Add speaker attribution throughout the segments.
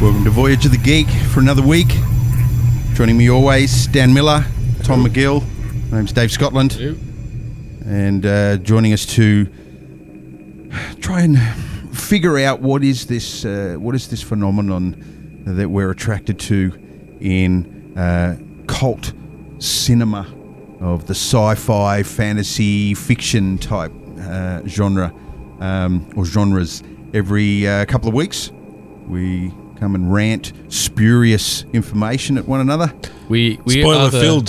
Speaker 1: Welcome to Voyage of the Geek for another week. Joining me always, Stan Miller, Tom McGill. My name's Dave Scotland. And uh, joining us to try and figure out what is this uh, what is this phenomenon that we're attracted to in uh, cult cinema of the sci-fi, fantasy, fiction type uh, genre um, or genres. Every uh, couple of weeks, we come and rant spurious information at one another.
Speaker 2: We we
Speaker 3: Spoiler
Speaker 2: are the,
Speaker 3: filled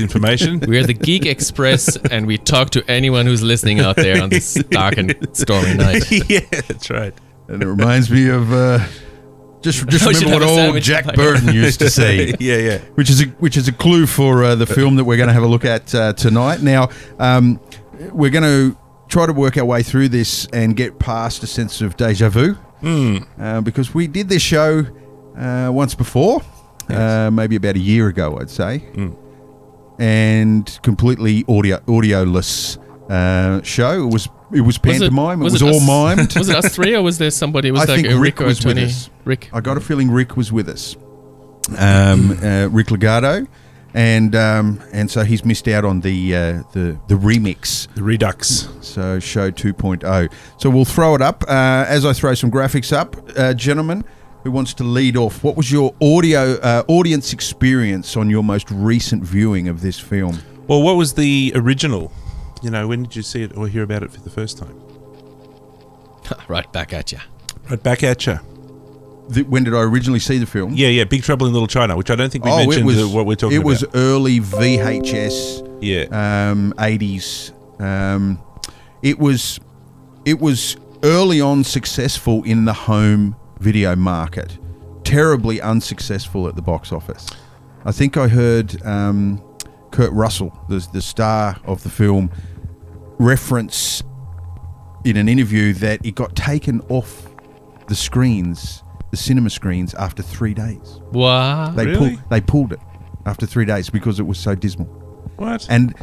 Speaker 3: information.
Speaker 2: We are the Geek Express, and we talk to anyone who's listening out there on this dark and stormy night.
Speaker 3: yeah, that's right.
Speaker 1: And it reminds me of uh, just just
Speaker 2: I should
Speaker 1: remember
Speaker 2: have
Speaker 1: what
Speaker 2: a
Speaker 1: old
Speaker 2: sandwich
Speaker 1: Jack
Speaker 2: by now.
Speaker 1: Burton used to say.
Speaker 3: Yeah, yeah.
Speaker 1: which is a, which is a clue for uh, the film that we're going to have a look at uh, tonight. Now, um, we're going to try to work our way through this and get past a sense of deja vu, uh, because we did this show uh, once before, uh, maybe about a year ago, I'd say, and completely audio audioless uh, show. It was it was pantomime. it was all
Speaker 2: us,
Speaker 1: mimed.
Speaker 2: Was it us three, or was there somebody? Was
Speaker 1: I
Speaker 2: like
Speaker 1: think
Speaker 2: a
Speaker 1: Rick
Speaker 2: Rick or
Speaker 1: was with
Speaker 2: Tony?
Speaker 1: us.
Speaker 2: Rick.
Speaker 1: I got a feeling Rick was with us, um, uh, Rick Legato, and um, and so he's missed out on the uh, the the remix,
Speaker 3: The Redux.
Speaker 1: so show 2.0. So we'll throw it up uh, as I throw some graphics up, uh, gentlemen. Who wants to lead off? What was your audio uh, audience experience on your most recent viewing of this film?
Speaker 3: Well, what was the original? You know, when did you see it or hear about it for the first time?
Speaker 2: right back at you.
Speaker 3: Right back at you.
Speaker 1: The, when did I originally see the film?
Speaker 3: Yeah, yeah. Big Trouble in Little China, which I don't think we
Speaker 1: oh,
Speaker 3: mentioned
Speaker 1: it was
Speaker 3: uh, what we're talking
Speaker 1: It was
Speaker 3: about.
Speaker 1: early VHS.
Speaker 3: Yeah.
Speaker 1: um, 80s. Um, it was it was early on successful in the home video market, terribly unsuccessful at the box office. I think I heard um, Kurt Russell, the, the star of the film, reference in an interview that it got taken off the screens, the cinema screens, after three days.
Speaker 2: Wow.
Speaker 1: They
Speaker 3: Really?
Speaker 1: pulled they pulled it after three days because it was so dismal
Speaker 3: what?
Speaker 1: and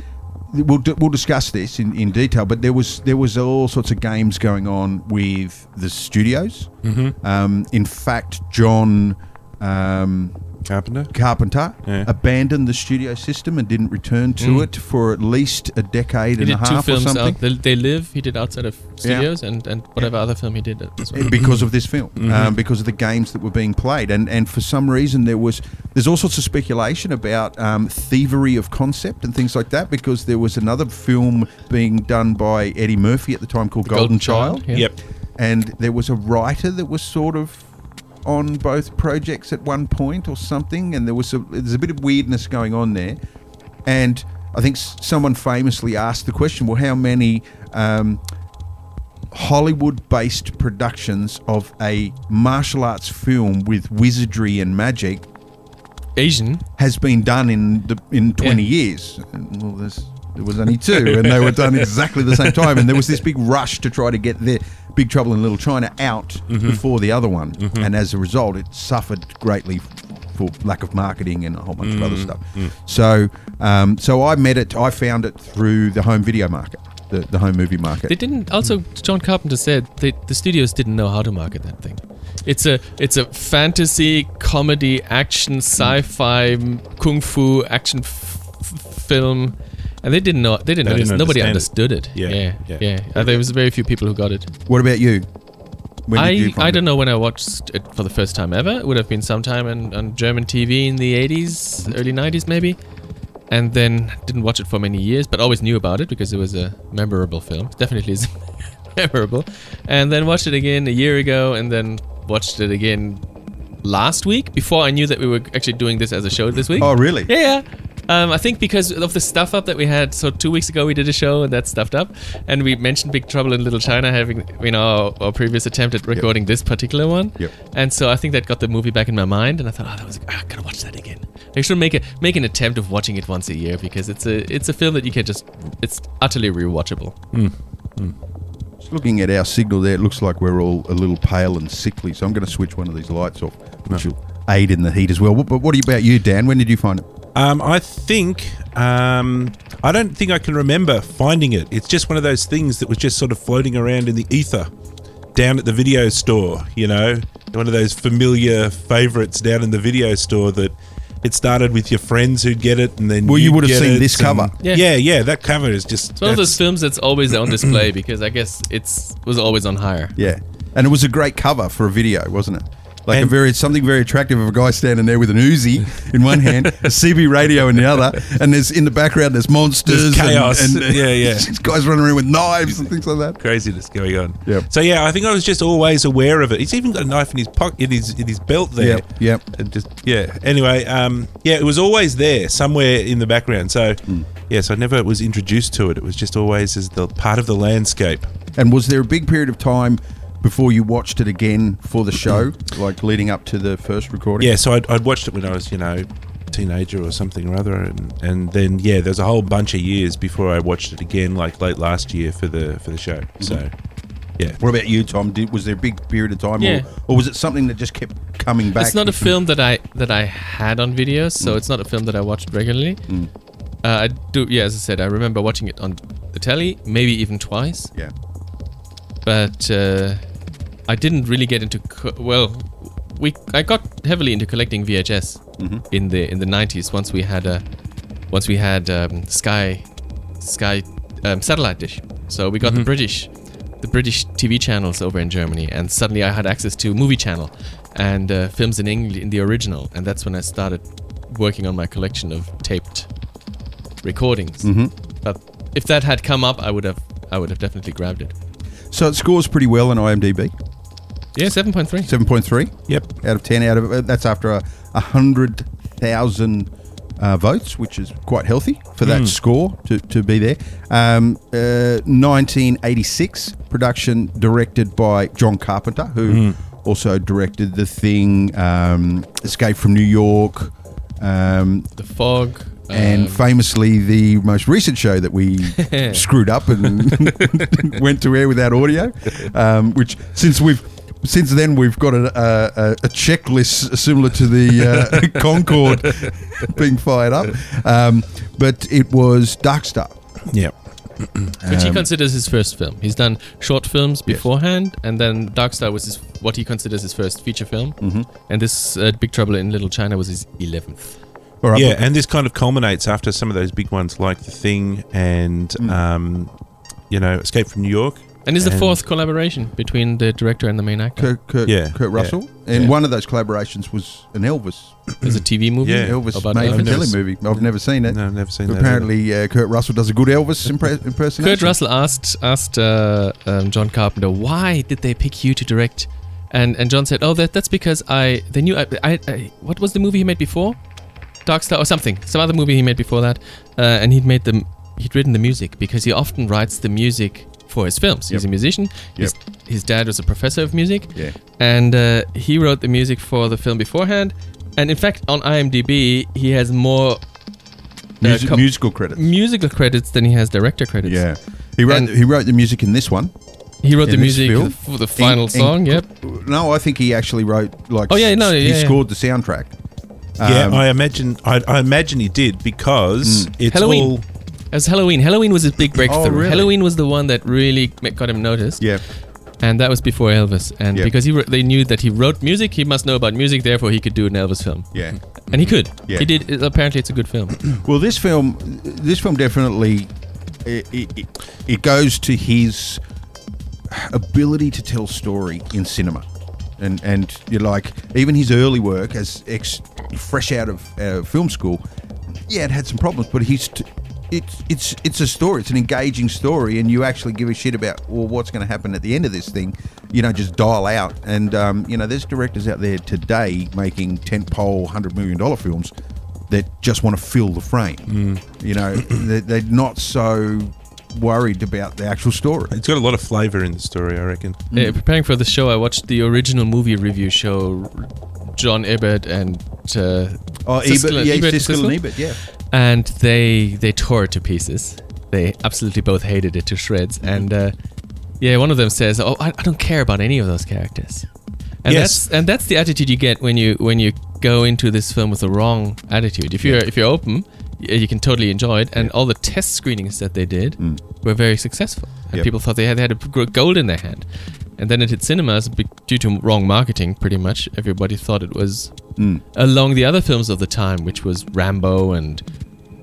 Speaker 1: we'll d- we'll discuss this in, in detail. But there was there was all sorts of games going on with the studios. Mm-hmm. Um, in fact, John um,
Speaker 3: Carpenter?
Speaker 1: Carpenter
Speaker 3: Yeah.
Speaker 1: abandoned the studio system and didn't return to it for at least a decade
Speaker 2: Mm.
Speaker 1: and
Speaker 2: He
Speaker 1: a
Speaker 2: did two
Speaker 1: half or
Speaker 2: films
Speaker 1: something
Speaker 2: out. They, they live. He did outside of studios, and and whatever other film he did as well.
Speaker 1: because of this film, um, because of the games that were being played, and and for some reason there was there's all sorts of speculation about um, thievery of concept and things like that because there was another film being done by Eddie Murphy at the time called Golden, Child,
Speaker 2: yeah.
Speaker 3: Yep.
Speaker 1: and there was a writer that was sort of on both projects at one point or something, and there was a, there's a bit of weirdness going on there, and I think s- someone famously asked the question, well, how many um, Hollywood-based productions of a martial arts film with wizardry and magic
Speaker 2: Asian.
Speaker 1: has been done in the in 20 years. And, well, there's, there was only two, and they were done exactly the same time. And there was this big rush to try to get the Big Trouble in Little China out
Speaker 2: Mm-hmm.
Speaker 1: before the other one, and as a result, it suffered greatly for lack of marketing and a whole bunch of other stuff.
Speaker 2: Mm-hmm.
Speaker 1: So, um, so I met it. I found it through the home video market, the, the home movie market.
Speaker 2: They didn't. Also, John Carpenter said that the studios didn't know how to market that thing. It's a it's a fantasy, comedy, action, sci-fi, m- kung fu action f- f- film, and they didn't know. They didn't.
Speaker 3: They
Speaker 2: know
Speaker 3: didn't
Speaker 2: this. Nobody
Speaker 3: understand
Speaker 2: understood
Speaker 3: it.
Speaker 2: it.
Speaker 3: Yeah,
Speaker 2: yeah,
Speaker 3: yeah.
Speaker 2: yeah. Uh, there was very few people who got it.
Speaker 1: what about you? When did you
Speaker 2: I
Speaker 1: find
Speaker 2: I
Speaker 1: it?
Speaker 2: don't know when I watched it for the first time ever. It would have been sometime on, on German TV in the 80s, early 90s maybe. And then didn't watch it for many years, but always knew about it because it was a memorable film. Definitely is memorable. And then watched it again a year ago, and then watched it again last week before I knew that we were actually doing this as a show this week.
Speaker 1: Oh, really?
Speaker 2: Yeah, yeah. Um, I think because of the stuff up that we had. So two weeks ago we did a show and that's stuffed up, and we mentioned Big Trouble in Little China having you know our, our previous attempt at recording this particular one.
Speaker 1: Yep.
Speaker 2: And so I think that got the movie back in my mind, and I thought, oh, that was ah, I gotta watch that again. I should make a make an attempt of watching it once a year because it's a it's a film that you can just it's utterly rewatchable.
Speaker 1: Just looking at our signal there, it looks like we're all a little pale and sickly. So I'm going to switch one of these lights off, which will aid in the heat as well. Wh- But what about you, Dan? When did you find it?
Speaker 3: Um, I think um, I don't think I can remember finding it. It's just one of those things that was just sort of floating around in the ether, down at the video store. You know, one of those familiar favourites down in the video store that it started with your friends who'd get it, and then
Speaker 1: Well, you
Speaker 3: you'd
Speaker 1: would have
Speaker 3: get
Speaker 1: seen
Speaker 3: it,
Speaker 1: this
Speaker 3: and-
Speaker 1: cover.
Speaker 2: Yeah.
Speaker 3: Yeah. yeah, that cover is just
Speaker 2: It's one of
Speaker 3: that's-
Speaker 2: those films that's always on display because I guess it's was always on hire.
Speaker 1: Yeah, and it was a great cover for a video, wasn't it? Like a
Speaker 3: And-
Speaker 1: very something very attractive of a guy standing there with an Uzi in one hand, a CB radio in the other, and there's in the background there's monsters,
Speaker 3: There's chaos.
Speaker 1: and, and
Speaker 3: Yeah, yeah.
Speaker 1: these guys running around with knives and things like that.
Speaker 3: craziness going on.
Speaker 1: Yep.
Speaker 3: So yeah, I think I was just always aware of it. He's even got a knife in his pocket, in his in his belt there.
Speaker 1: Yep, yep.
Speaker 3: And just yeah. Anyway, um, yeah, it was always there somewhere in the background. So
Speaker 1: Hmm.
Speaker 3: yes, I never was introduced to it. It was just always as the part of the landscape.
Speaker 1: And was there a big period of time before you watched it again for the show, like leading up to the first recording?
Speaker 3: Yeah. So I'd, I'd watched it when I was you know teenager or something or other, and and then yeah, there's a whole bunch of years before I watched it again, like late last year for the for the show.
Speaker 1: Mm-hmm.
Speaker 3: So yeah.
Speaker 1: What about you, Tom? Did, was there a big period of time,
Speaker 2: Yeah.
Speaker 1: or, or was it something that just kept coming back?
Speaker 2: It's not a film that I that I had on video, so it's not a film that I watched regularly. Uh, I do, yeah. As I said, I remember watching it on the telly, maybe even twice.
Speaker 1: yeah,
Speaker 2: But uh, I didn't really get into co- well. We I got heavily into collecting VHS in the in the nineties. Once we had a once we had um, Sky Sky um, satellite dish, so we got the British the British TV channels over in Germany, and suddenly I had access to movie channel and uh, films in English in the original, and that's when I started working on my collection of taped recordings. But if that had come up, I would have I would have definitely grabbed it.
Speaker 1: so it scores pretty well on IMDb,
Speaker 2: Yeah, seven point three.
Speaker 1: seven point three.
Speaker 3: Yep.
Speaker 1: out of 10 out of uh, that's after a, a hundred thousand uh, votes which is quite healthy for
Speaker 2: Hmm.
Speaker 1: that score to, to be there um, uh, 1986 production directed by john carpenter
Speaker 2: Hmm.
Speaker 1: who also directed the thing um, escape from new york um,
Speaker 2: The fog.
Speaker 1: and
Speaker 2: um,
Speaker 1: famously the most recent show that we screwed up and went to air without audio um, which since we've since then we've got a, a, a- a checklist similar to the uh, concord being fired up um, but it was darkstar
Speaker 3: Yep.
Speaker 2: which he
Speaker 1: um,
Speaker 2: considers his first film. He's done short films beforehand, and then Dark Star was his what he considers his first feature film, mm-hmm. and this uh, Big Trouble in Little China was his eleventh.
Speaker 1: all right
Speaker 3: yeah, and this kind of culminates after some of those big ones like The Thing and,
Speaker 1: Hmm.
Speaker 3: um, you know, Escape from New York.
Speaker 2: And is the
Speaker 3: And-
Speaker 2: fourth collaboration between the director and the main actor.
Speaker 1: Kurt, Kurt,
Speaker 3: Yeah,
Speaker 1: Kurt
Speaker 3: yeah,
Speaker 1: Russell, and
Speaker 2: yeah.
Speaker 1: one of those collaborations was an Elvis,
Speaker 2: It's a TV movie.
Speaker 3: Yeah.
Speaker 1: Elvis
Speaker 2: About
Speaker 1: made for
Speaker 2: Elvis.
Speaker 1: telly movie. I've never seen it.
Speaker 3: No, I've never seen that.
Speaker 1: Apparently, uh, Kurt Russell does a good Elvis impre- impersonation.
Speaker 2: Kurt Russell asked asked uh, um, John Carpenter why did they pick you to direct, and and John said, oh that that's because I they knew I, I, I what was the movie he made before, Dark Star or something, some other movie he made before that, uh, and he'd made the he'd written the music because he often writes the music for his films. He's
Speaker 1: Yep.
Speaker 2: a musician. His, his dad was a professor of music.
Speaker 1: Yeah.
Speaker 2: And uh, he wrote the music for the film beforehand, and in fact on IMDb he has more. uh,
Speaker 1: Music-
Speaker 2: co-
Speaker 1: musical credits.
Speaker 2: musical credits than he has director credits.
Speaker 1: Yeah. He wrote,
Speaker 2: And-
Speaker 1: he wrote the music in this one.
Speaker 2: He wrote
Speaker 1: in
Speaker 2: the
Speaker 1: this
Speaker 2: music
Speaker 1: field,
Speaker 2: for the final
Speaker 1: And- and-
Speaker 2: song. yep.
Speaker 1: No, I think he actually wrote like.
Speaker 2: Oh, yeah, no,
Speaker 1: s- he
Speaker 2: yeah, yeah.
Speaker 1: scored the soundtrack.
Speaker 3: Yeah,
Speaker 1: Um, Hmm.
Speaker 3: I imagine I, I imagine he did because it's
Speaker 2: Halloween.
Speaker 3: all.
Speaker 2: As Halloween. Halloween was his big breakthrough.
Speaker 1: Oh, really?
Speaker 2: Halloween was the one that really ma- got him noticed.
Speaker 1: yeah,
Speaker 2: And that was before Elvis. And
Speaker 1: Yeah.
Speaker 2: because he wr- they knew that he wrote music, he must know about music. Therefore, he could do an Elvis film.
Speaker 1: yeah.
Speaker 2: And he could.
Speaker 1: Yeah.
Speaker 2: He did. it- Apparently, it's a good film.
Speaker 1: Well, this film, this film definitely, it, it, it- it goes to his ability to tell story in cinema, and and you know, like even his early work as ex, fresh out of uh, film school, yeah, it had some problems, but he's t- it's it's it's a story. It's an engaging story, and you actually give a shit about well what's going to happen at the end of this thing. You don't just dial out. And um, you know, there's directors out there today making tentpole hundred million dollar films that just want to fill the frame. You know, they, they're not so worried about the actual story.
Speaker 3: It's got a lot of flavour in the story, I reckon.
Speaker 2: Uh, preparing for the show, I watched the original movie review show, John Ebert and uh,
Speaker 1: Oh,
Speaker 2: Siskel
Speaker 1: Ebert,
Speaker 2: and-
Speaker 1: yeah,
Speaker 2: Ebert,
Speaker 1: Siskel
Speaker 2: Siskel?
Speaker 1: and Ebert, yeah.
Speaker 2: and they they tore it to pieces. They absolutely both hated it to shreds. And uh, yeah, one of them says, "Oh, I, I don't care about any of those characters." And
Speaker 3: Yes.
Speaker 2: that's and that's the attitude you get when you when you go into this film with the wrong attitude. If you're if you're open, y- you can totally enjoy it. And all the test screenings that they did were very successful, and
Speaker 1: Mm. Yep.
Speaker 2: people thought they had they had a gr- gold in their hand. And then it hit cinemas be- due to wrong marketing. Pretty much, everybody thought it was
Speaker 1: Mm.
Speaker 2: along the other films of the time, which was Rambo and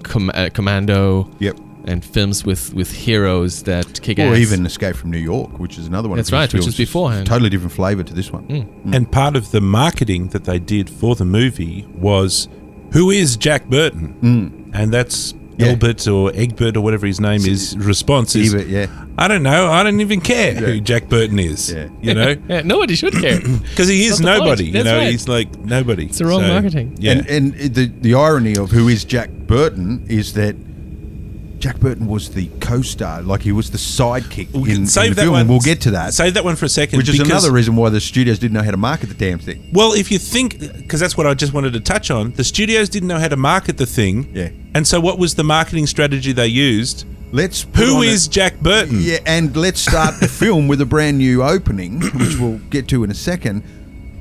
Speaker 2: Com- uh, Commando.
Speaker 1: Yep.
Speaker 2: And films with with heroes that kick
Speaker 1: Or
Speaker 2: ass.
Speaker 1: even Escape from New York, which Mm. is another one. of
Speaker 2: That's
Speaker 1: his
Speaker 2: right, which
Speaker 1: films.
Speaker 2: was beforehand.
Speaker 1: Totally different flavour to this one.
Speaker 3: And part of the marketing that they did for the movie was who is Jack Burton? Mm. And that's
Speaker 1: Hmm. Yeah.
Speaker 3: Elbert or Egbert or whatever his name is. Response is
Speaker 1: Ebert, yeah.
Speaker 3: I don't know. I don't even care who Jack Burton is.
Speaker 1: Yeah.
Speaker 3: You know,
Speaker 2: yeah, nobody should care.
Speaker 3: because he
Speaker 2: That's
Speaker 3: is
Speaker 2: the point.
Speaker 3: nobody. You
Speaker 2: That's
Speaker 3: know,
Speaker 2: right.
Speaker 3: he's like nobody. It's
Speaker 2: the wrong marketing.
Speaker 3: Yeah.
Speaker 1: And, and the, the irony of who is Jack Burton is that Jack Burton was the co star, like he was the sidekick
Speaker 3: We'll
Speaker 1: in, in the
Speaker 3: save that
Speaker 1: film.
Speaker 3: one.
Speaker 1: and We'll get to that.
Speaker 3: Save that one for a second,
Speaker 1: which is
Speaker 3: because-
Speaker 1: another reason why the studios didn't know how to market the damn thing.
Speaker 3: Well, if you think, because that's what I just wanted to touch on, the studios didn't know how to market the thing.
Speaker 1: Yeah.
Speaker 3: And so, what was the marketing strategy they used?
Speaker 1: Let's put
Speaker 3: Who
Speaker 1: on a-
Speaker 3: is Jack Burton?
Speaker 1: Yeah, and let's start the film with a brand new opening, which we'll get to in a second,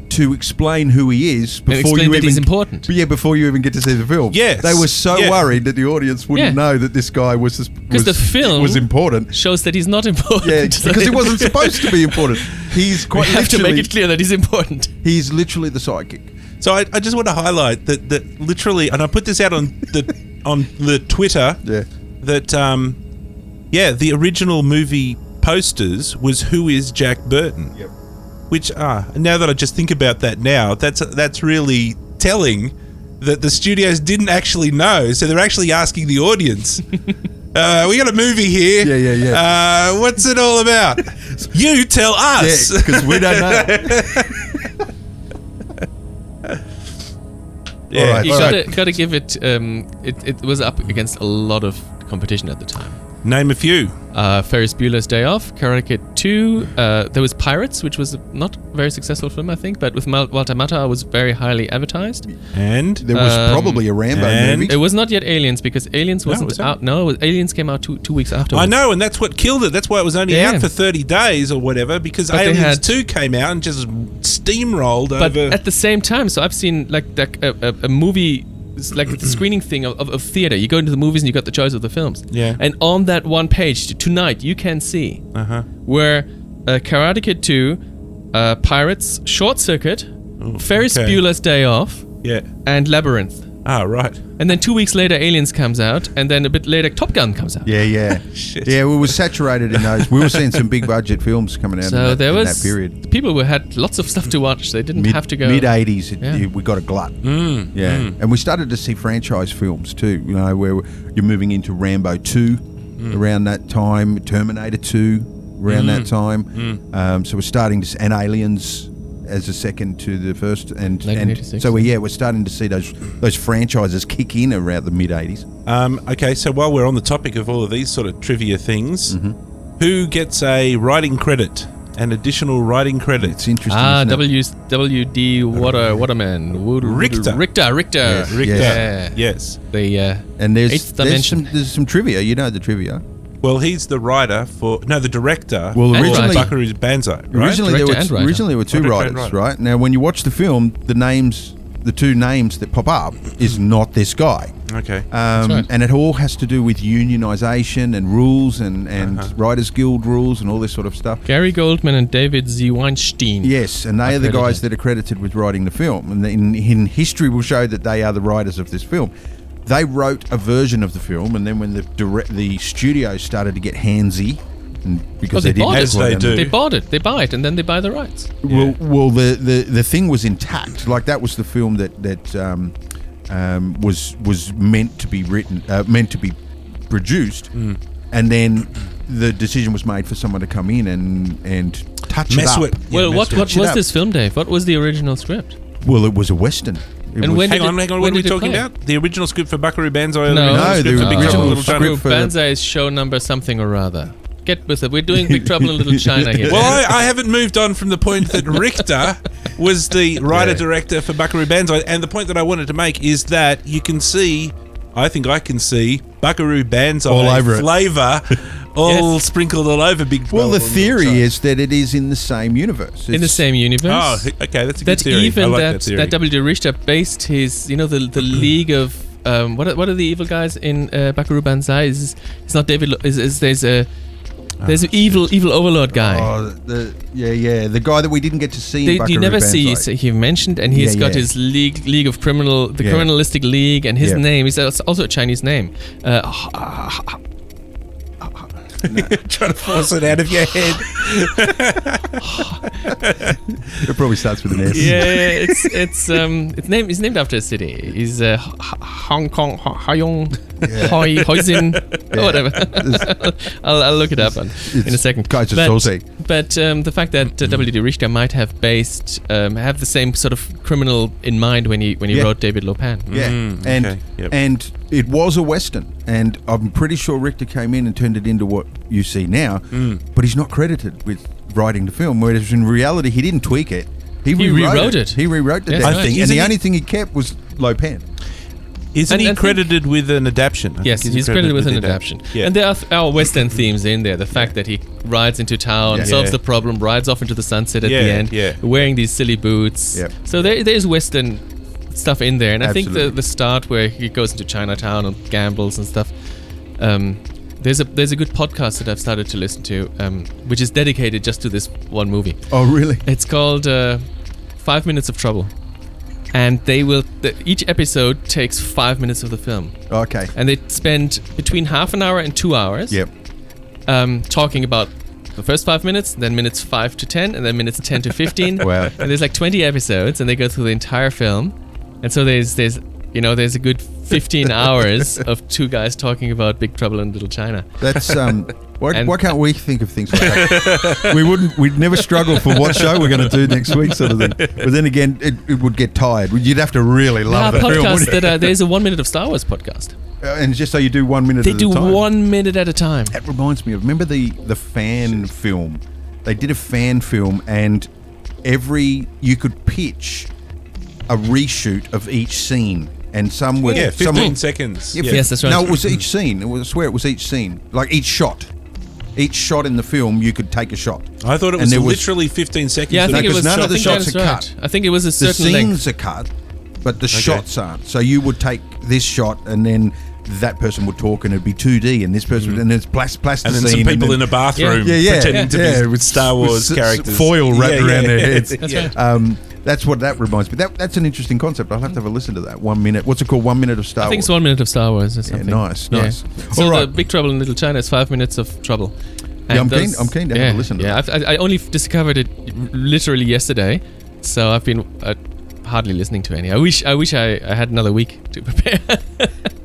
Speaker 1: to explain who he is before
Speaker 2: explain
Speaker 1: you
Speaker 2: that
Speaker 1: even
Speaker 2: he's important.
Speaker 1: Yeah, before you even get to see the film.
Speaker 3: Yes,
Speaker 1: they were so
Speaker 3: yeah.
Speaker 1: worried that the audience wouldn't
Speaker 2: Yeah.
Speaker 1: know that this guy was because
Speaker 2: the film-
Speaker 1: was important.
Speaker 2: Shows that he's not important.
Speaker 1: Yeah,
Speaker 2: So
Speaker 1: because
Speaker 2: they-
Speaker 1: it wasn't supposed to be important. He's
Speaker 2: We
Speaker 1: quite
Speaker 2: have to
Speaker 1: literally
Speaker 2: make it clear that he's important.
Speaker 1: he's literally the sidekick.
Speaker 3: So, I, I just want to highlight that that literally, and I put this out on the on the Twitter.
Speaker 1: Yeah.
Speaker 3: That um, yeah, the original movie posters was who is Jack Burton?
Speaker 1: Yep.
Speaker 3: Which ah, now that I just think about that now, that's that's really telling that the studios didn't actually know. So they're actually asking the audience. Uh, we got a movie here.
Speaker 1: Yeah, yeah,
Speaker 3: yeah. Uh, what's it all about? you tell us.
Speaker 1: Yeah, because we don't know.
Speaker 3: Yeah.
Speaker 1: All right,
Speaker 2: You
Speaker 1: all
Speaker 2: gotta,
Speaker 1: right.
Speaker 2: gotta give it, um, it. It was up against a lot of competition at the time.
Speaker 3: Name a few.
Speaker 2: Uh, Ferris Bueller's Day Off, Karate Kid 2. Uh, there was Pirates, which was a not very successful film, I think, but with Mal- Walter Matthau was very highly advertised.
Speaker 3: And
Speaker 1: There was
Speaker 2: Um,
Speaker 1: probably a Rambo
Speaker 3: and-
Speaker 1: movie.
Speaker 2: It was not yet Aliens because Aliens wasn't
Speaker 3: was it?
Speaker 2: out. No, it was- Aliens came out two, two weeks afterwards.
Speaker 3: I know, and that's what killed it. That's why it was only
Speaker 2: Yeah.
Speaker 3: out for 30 days or whatever, because
Speaker 2: But they
Speaker 3: Aliens
Speaker 2: had-
Speaker 3: 2 came out and just steamrolled
Speaker 2: but
Speaker 3: over.
Speaker 2: at the same time, so I've seen like like a, a, a movie, it's like the screening thing of, of, of theater. You go into the movies and you got the choice of the films.
Speaker 3: Yeah.
Speaker 2: And on that one page t- tonight, you can see
Speaker 3: uh-huh.
Speaker 2: where uh, Karate Kid 2, uh, Pirates, Short Circuit,
Speaker 1: Oh,
Speaker 2: Ferris
Speaker 3: okay.
Speaker 2: Bueller's Day Off,
Speaker 3: Yeah.
Speaker 2: and Labyrinth.
Speaker 3: Ah, right.
Speaker 2: And then two weeks later, Aliens comes out, and then a bit later, Top Gun comes out.
Speaker 1: Yeah, yeah,
Speaker 3: Shit.
Speaker 1: yeah. We were saturated in those. We were seeing some big budget films coming out. in
Speaker 2: So
Speaker 1: that,
Speaker 2: there
Speaker 1: in
Speaker 2: was
Speaker 1: that period.
Speaker 2: people who had lots of stuff to watch. They didn't
Speaker 1: Mid,
Speaker 2: have to go.
Speaker 1: mid eighties.
Speaker 2: Yeah. Mm,
Speaker 1: We got a glut. yeah, and we started to see franchise films too. You know, where you're moving into Rambo two
Speaker 2: Mm.
Speaker 1: around that time, Terminator two around that time.
Speaker 2: Mm.
Speaker 1: Um, so we're starting to s- and Aliens as a second to the first, and, and
Speaker 2: 1986.
Speaker 1: so we yeah we're starting to see those those franchises kick in around the mid eighties.
Speaker 3: Um, okay, so while we're on the topic of all of these sort of trivia things,
Speaker 1: Mm-hmm.
Speaker 3: who gets a writing credit? An additional writing
Speaker 1: It's
Speaker 3: credit?
Speaker 1: interesting.
Speaker 2: Ah,
Speaker 1: isn't it?
Speaker 2: W W D Water Waterman Wood-
Speaker 3: Richter.
Speaker 2: Richter Richter
Speaker 1: Yes,
Speaker 3: Richter.
Speaker 2: Yeah.
Speaker 3: Yes.
Speaker 2: The uh,
Speaker 1: And there's
Speaker 2: eighth
Speaker 1: there's
Speaker 2: dimension.
Speaker 1: some, there's some trivia. You know the trivia.
Speaker 3: Well, he's the writer for, no, the director
Speaker 1: Well,
Speaker 3: for
Speaker 2: originally-
Speaker 3: Buckaroo's Banzai, right?
Speaker 1: Originally, there
Speaker 2: Director
Speaker 1: were
Speaker 2: and
Speaker 1: t-
Speaker 2: writer.
Speaker 1: originally there were two
Speaker 3: Director
Speaker 1: writers,
Speaker 3: and writer.
Speaker 1: right? Now, when you watch the film, the names, the two names that pop up, is not this guy.
Speaker 3: okay.
Speaker 1: Um,
Speaker 2: right.
Speaker 1: And it all has to do with unionisation and rules and, and
Speaker 3: Uh-huh.
Speaker 1: Writers Guild rules and all this sort of stuff.
Speaker 2: Gary Goldman and David Z Weinstein.
Speaker 1: Yes, and they are the guys that are credited with writing the film. And in, in history, will show that they are the writers of this film. They wrote a version of the film, and then when the direct, the studio started to get handsy, and because
Speaker 2: Oh, they
Speaker 1: they, didn't
Speaker 2: bought
Speaker 1: have
Speaker 2: it.
Speaker 3: As they
Speaker 1: write
Speaker 3: do.
Speaker 2: They bought it. They buy it, and then they buy the rights.
Speaker 1: Well, well, the, the the thing was intact. Like that was the film that that um, um, was was meant to be written, uh, meant to be produced,
Speaker 2: Mm.
Speaker 1: and then the decision was made for someone to come in and and touch it
Speaker 3: Mess
Speaker 1: up.
Speaker 3: with. yeah,
Speaker 2: well,
Speaker 3: mess
Speaker 2: what
Speaker 3: with.
Speaker 2: what
Speaker 1: Shit
Speaker 2: was
Speaker 1: up.
Speaker 2: this film, Dave? What was the original script?
Speaker 1: Well, it was a western. It
Speaker 2: And
Speaker 1: was-
Speaker 2: when
Speaker 3: Hang
Speaker 2: did
Speaker 3: on,
Speaker 2: it-
Speaker 3: hang on.
Speaker 2: when
Speaker 3: What are we
Speaker 2: did it
Speaker 3: talking
Speaker 2: play?
Speaker 3: about? The original script for Buckaroo Banzai. or
Speaker 2: No,
Speaker 1: No,
Speaker 3: the
Speaker 1: the
Speaker 3: original script for Big Trouble
Speaker 1: original
Speaker 3: in Little China.
Speaker 1: script.
Speaker 2: Group
Speaker 1: for-
Speaker 2: Banzai is show number something or other. Get with it. We're doing Big Trouble in Little China here.
Speaker 3: Well, I, I haven't moved on from the point that Richter was the writer director for Buckaroo Banzai. And the point that I wanted to make is that you can see, I think I can see, Buckaroo Banzai
Speaker 1: All over it.
Speaker 3: flavor all
Speaker 2: Yes.
Speaker 3: sprinkled all over Big
Speaker 1: well, the
Speaker 3: Trouble in Little China.
Speaker 1: theory is that it is in the same universe.
Speaker 2: in the
Speaker 1: It's-
Speaker 2: same universe.
Speaker 3: Oh, okay, that's a good
Speaker 2: that
Speaker 3: theory. I
Speaker 2: even
Speaker 3: like
Speaker 2: that
Speaker 3: theory. Mm.
Speaker 2: that, W. Richter based his, you know, the the League of um, what are, what are the evil guys in uh, Bakaru Banzai? Is it's not David? Lo- Is, is there's a there's
Speaker 3: Ah,
Speaker 2: an evil evil overlord guy.
Speaker 1: Oh, the, yeah, yeah, the guy that we didn't get to see. in
Speaker 2: They, you
Speaker 1: Buckaroo
Speaker 2: never see
Speaker 1: Banzai.
Speaker 2: see him mentioned, and he's
Speaker 1: Yeah,
Speaker 2: got
Speaker 1: yeah.
Speaker 2: his league, league of criminal, the
Speaker 1: Yeah.
Speaker 2: criminalistic league, and his
Speaker 1: Yeah.
Speaker 2: name is als- also a Chinese name. Uh,
Speaker 3: trying to force it out of your head.
Speaker 1: It probably starts with an S.
Speaker 2: yeah, yeah, it's it's um it's named it's named after a city. Is uh, H- H- Hong Kong Ho- Hayong Hoi Hoisin or whatever. I'll, I'll look it up on, in a
Speaker 1: it's
Speaker 2: second.
Speaker 1: guys, it's saucy.
Speaker 2: but um, the fact that uh, W.D. Richter might have based um, have the same sort of criminal in mind when he when he
Speaker 1: Yeah.
Speaker 2: wrote David Lopan.
Speaker 1: Yeah,
Speaker 3: Mm,
Speaker 1: and
Speaker 3: okay, yep.
Speaker 1: and it was a western, and I'm pretty sure Richter came in and turned it into what you see now.
Speaker 3: Mm.
Speaker 1: But he's not credited with writing the film, whereas in reality he didn't tweak it. He,
Speaker 2: rewrote it.
Speaker 1: He rewrote the
Speaker 2: Yes,
Speaker 1: damn
Speaker 2: I
Speaker 1: thing,
Speaker 2: think-
Speaker 1: and
Speaker 3: isn't
Speaker 1: the
Speaker 3: he-
Speaker 1: only thing he kept was Lopan.
Speaker 3: Isn't
Speaker 2: And
Speaker 3: he
Speaker 2: I think-
Speaker 3: credited with an adaptation? I think
Speaker 2: Yes, he's, credited with an adaption.
Speaker 3: Yeah.
Speaker 2: And there are, are Western themes in there. The fact that he rides into town,
Speaker 1: Yeah.
Speaker 2: solves
Speaker 3: Yeah.
Speaker 2: the problem, rides off into the sunset at
Speaker 3: Yeah,
Speaker 2: the end,
Speaker 3: yeah.
Speaker 2: wearing these silly boots.
Speaker 1: Yep.
Speaker 2: So there, there's Western stuff in there. And I think
Speaker 1: Absolutely.
Speaker 2: the, the start where he goes into Chinatown and gambles and stuff. Um, there's a there's a good podcast that I've started to listen to, um, which is dedicated just to this one movie.
Speaker 1: Oh, really?
Speaker 2: It's called uh, Five Minutes of Trouble, and they will the, each episode takes five minutes of the film
Speaker 1: Okay.
Speaker 2: and they spend between half an hour and two hours
Speaker 1: Yep.
Speaker 2: um, talking about the first five minutes, then minutes five to ten, and then minutes ten to fifteen.
Speaker 1: Wow.
Speaker 2: And there's like twenty episodes, and they go through the entire film, and so there's there's you know there's a good fifteen hours of two guys talking about Big Trouble in Little China.
Speaker 1: That's um. Why,
Speaker 2: And-
Speaker 1: why can't we think of things like that? we wouldn't. We'd never struggle for what show we're going to do next week, sort of thing. But then again, it, it would get tired. You'd have to really
Speaker 2: There are
Speaker 1: love the film,
Speaker 2: podcasts
Speaker 1: wouldn't you?
Speaker 2: Uh, that are, there's a one minute of Star Wars podcast.
Speaker 1: Uh, and just so you do one minute.
Speaker 2: They
Speaker 1: at a
Speaker 2: do
Speaker 1: time.
Speaker 2: one minute at a time.
Speaker 1: That reminds me of remember the the fan film. They did a fan film, and every you could pitch a reshoot of each scene, and some were
Speaker 3: Yeah, 15
Speaker 1: some were-
Speaker 3: seconds.
Speaker 1: Yeah,
Speaker 3: Yeah.
Speaker 1: fif-
Speaker 2: Yes, that's right.
Speaker 1: No, it was each scene. It was, I swear it was each scene, like each shot. Each shot in the film, you could take a shot.
Speaker 3: I thought it
Speaker 1: And
Speaker 3: was
Speaker 1: there
Speaker 3: literally 15 seconds.
Speaker 2: Yeah, I
Speaker 3: that
Speaker 2: think it
Speaker 1: because
Speaker 2: was.
Speaker 1: none
Speaker 2: I
Speaker 1: of the
Speaker 2: think that
Speaker 1: shots
Speaker 2: is
Speaker 1: are
Speaker 2: right.
Speaker 1: cut.
Speaker 2: I think it was a
Speaker 1: the
Speaker 2: certain length.
Speaker 1: scenes are cut, but the shots aren't. So you would take this shot, and then that person would talk, and it'd be 2D, and this person, and it's plas-
Speaker 3: Mm. and
Speaker 1: plasticine,
Speaker 3: then some people in a bathroom
Speaker 1: Yeah, yeah,
Speaker 3: pretending to
Speaker 1: yeah,
Speaker 3: be with Star Wars
Speaker 1: s- s-
Speaker 3: characters.
Speaker 1: foil wrapped around their heads.
Speaker 2: That's
Speaker 3: yeah.
Speaker 2: right.
Speaker 1: Um, that's what that reminds me. That, that's an interesting concept. I'll have to have a listen to that. One minute. What's it called? One minute of Star
Speaker 2: I think it's
Speaker 1: Wars.
Speaker 2: one minute of Star Wars or something.
Speaker 1: nice, nice.
Speaker 2: So
Speaker 1: All
Speaker 2: the
Speaker 1: right.
Speaker 2: Big Trouble in Little China is five minutes of trouble.
Speaker 1: Yeah, I'm
Speaker 2: And
Speaker 1: keen- I'm keen to have a
Speaker 2: yeah,
Speaker 1: listen to
Speaker 2: yeah, I've, I, I only f- discovered it literally yesterday, so I've been uh, hardly listening to any. I wish I wish I, I had another week to prepare.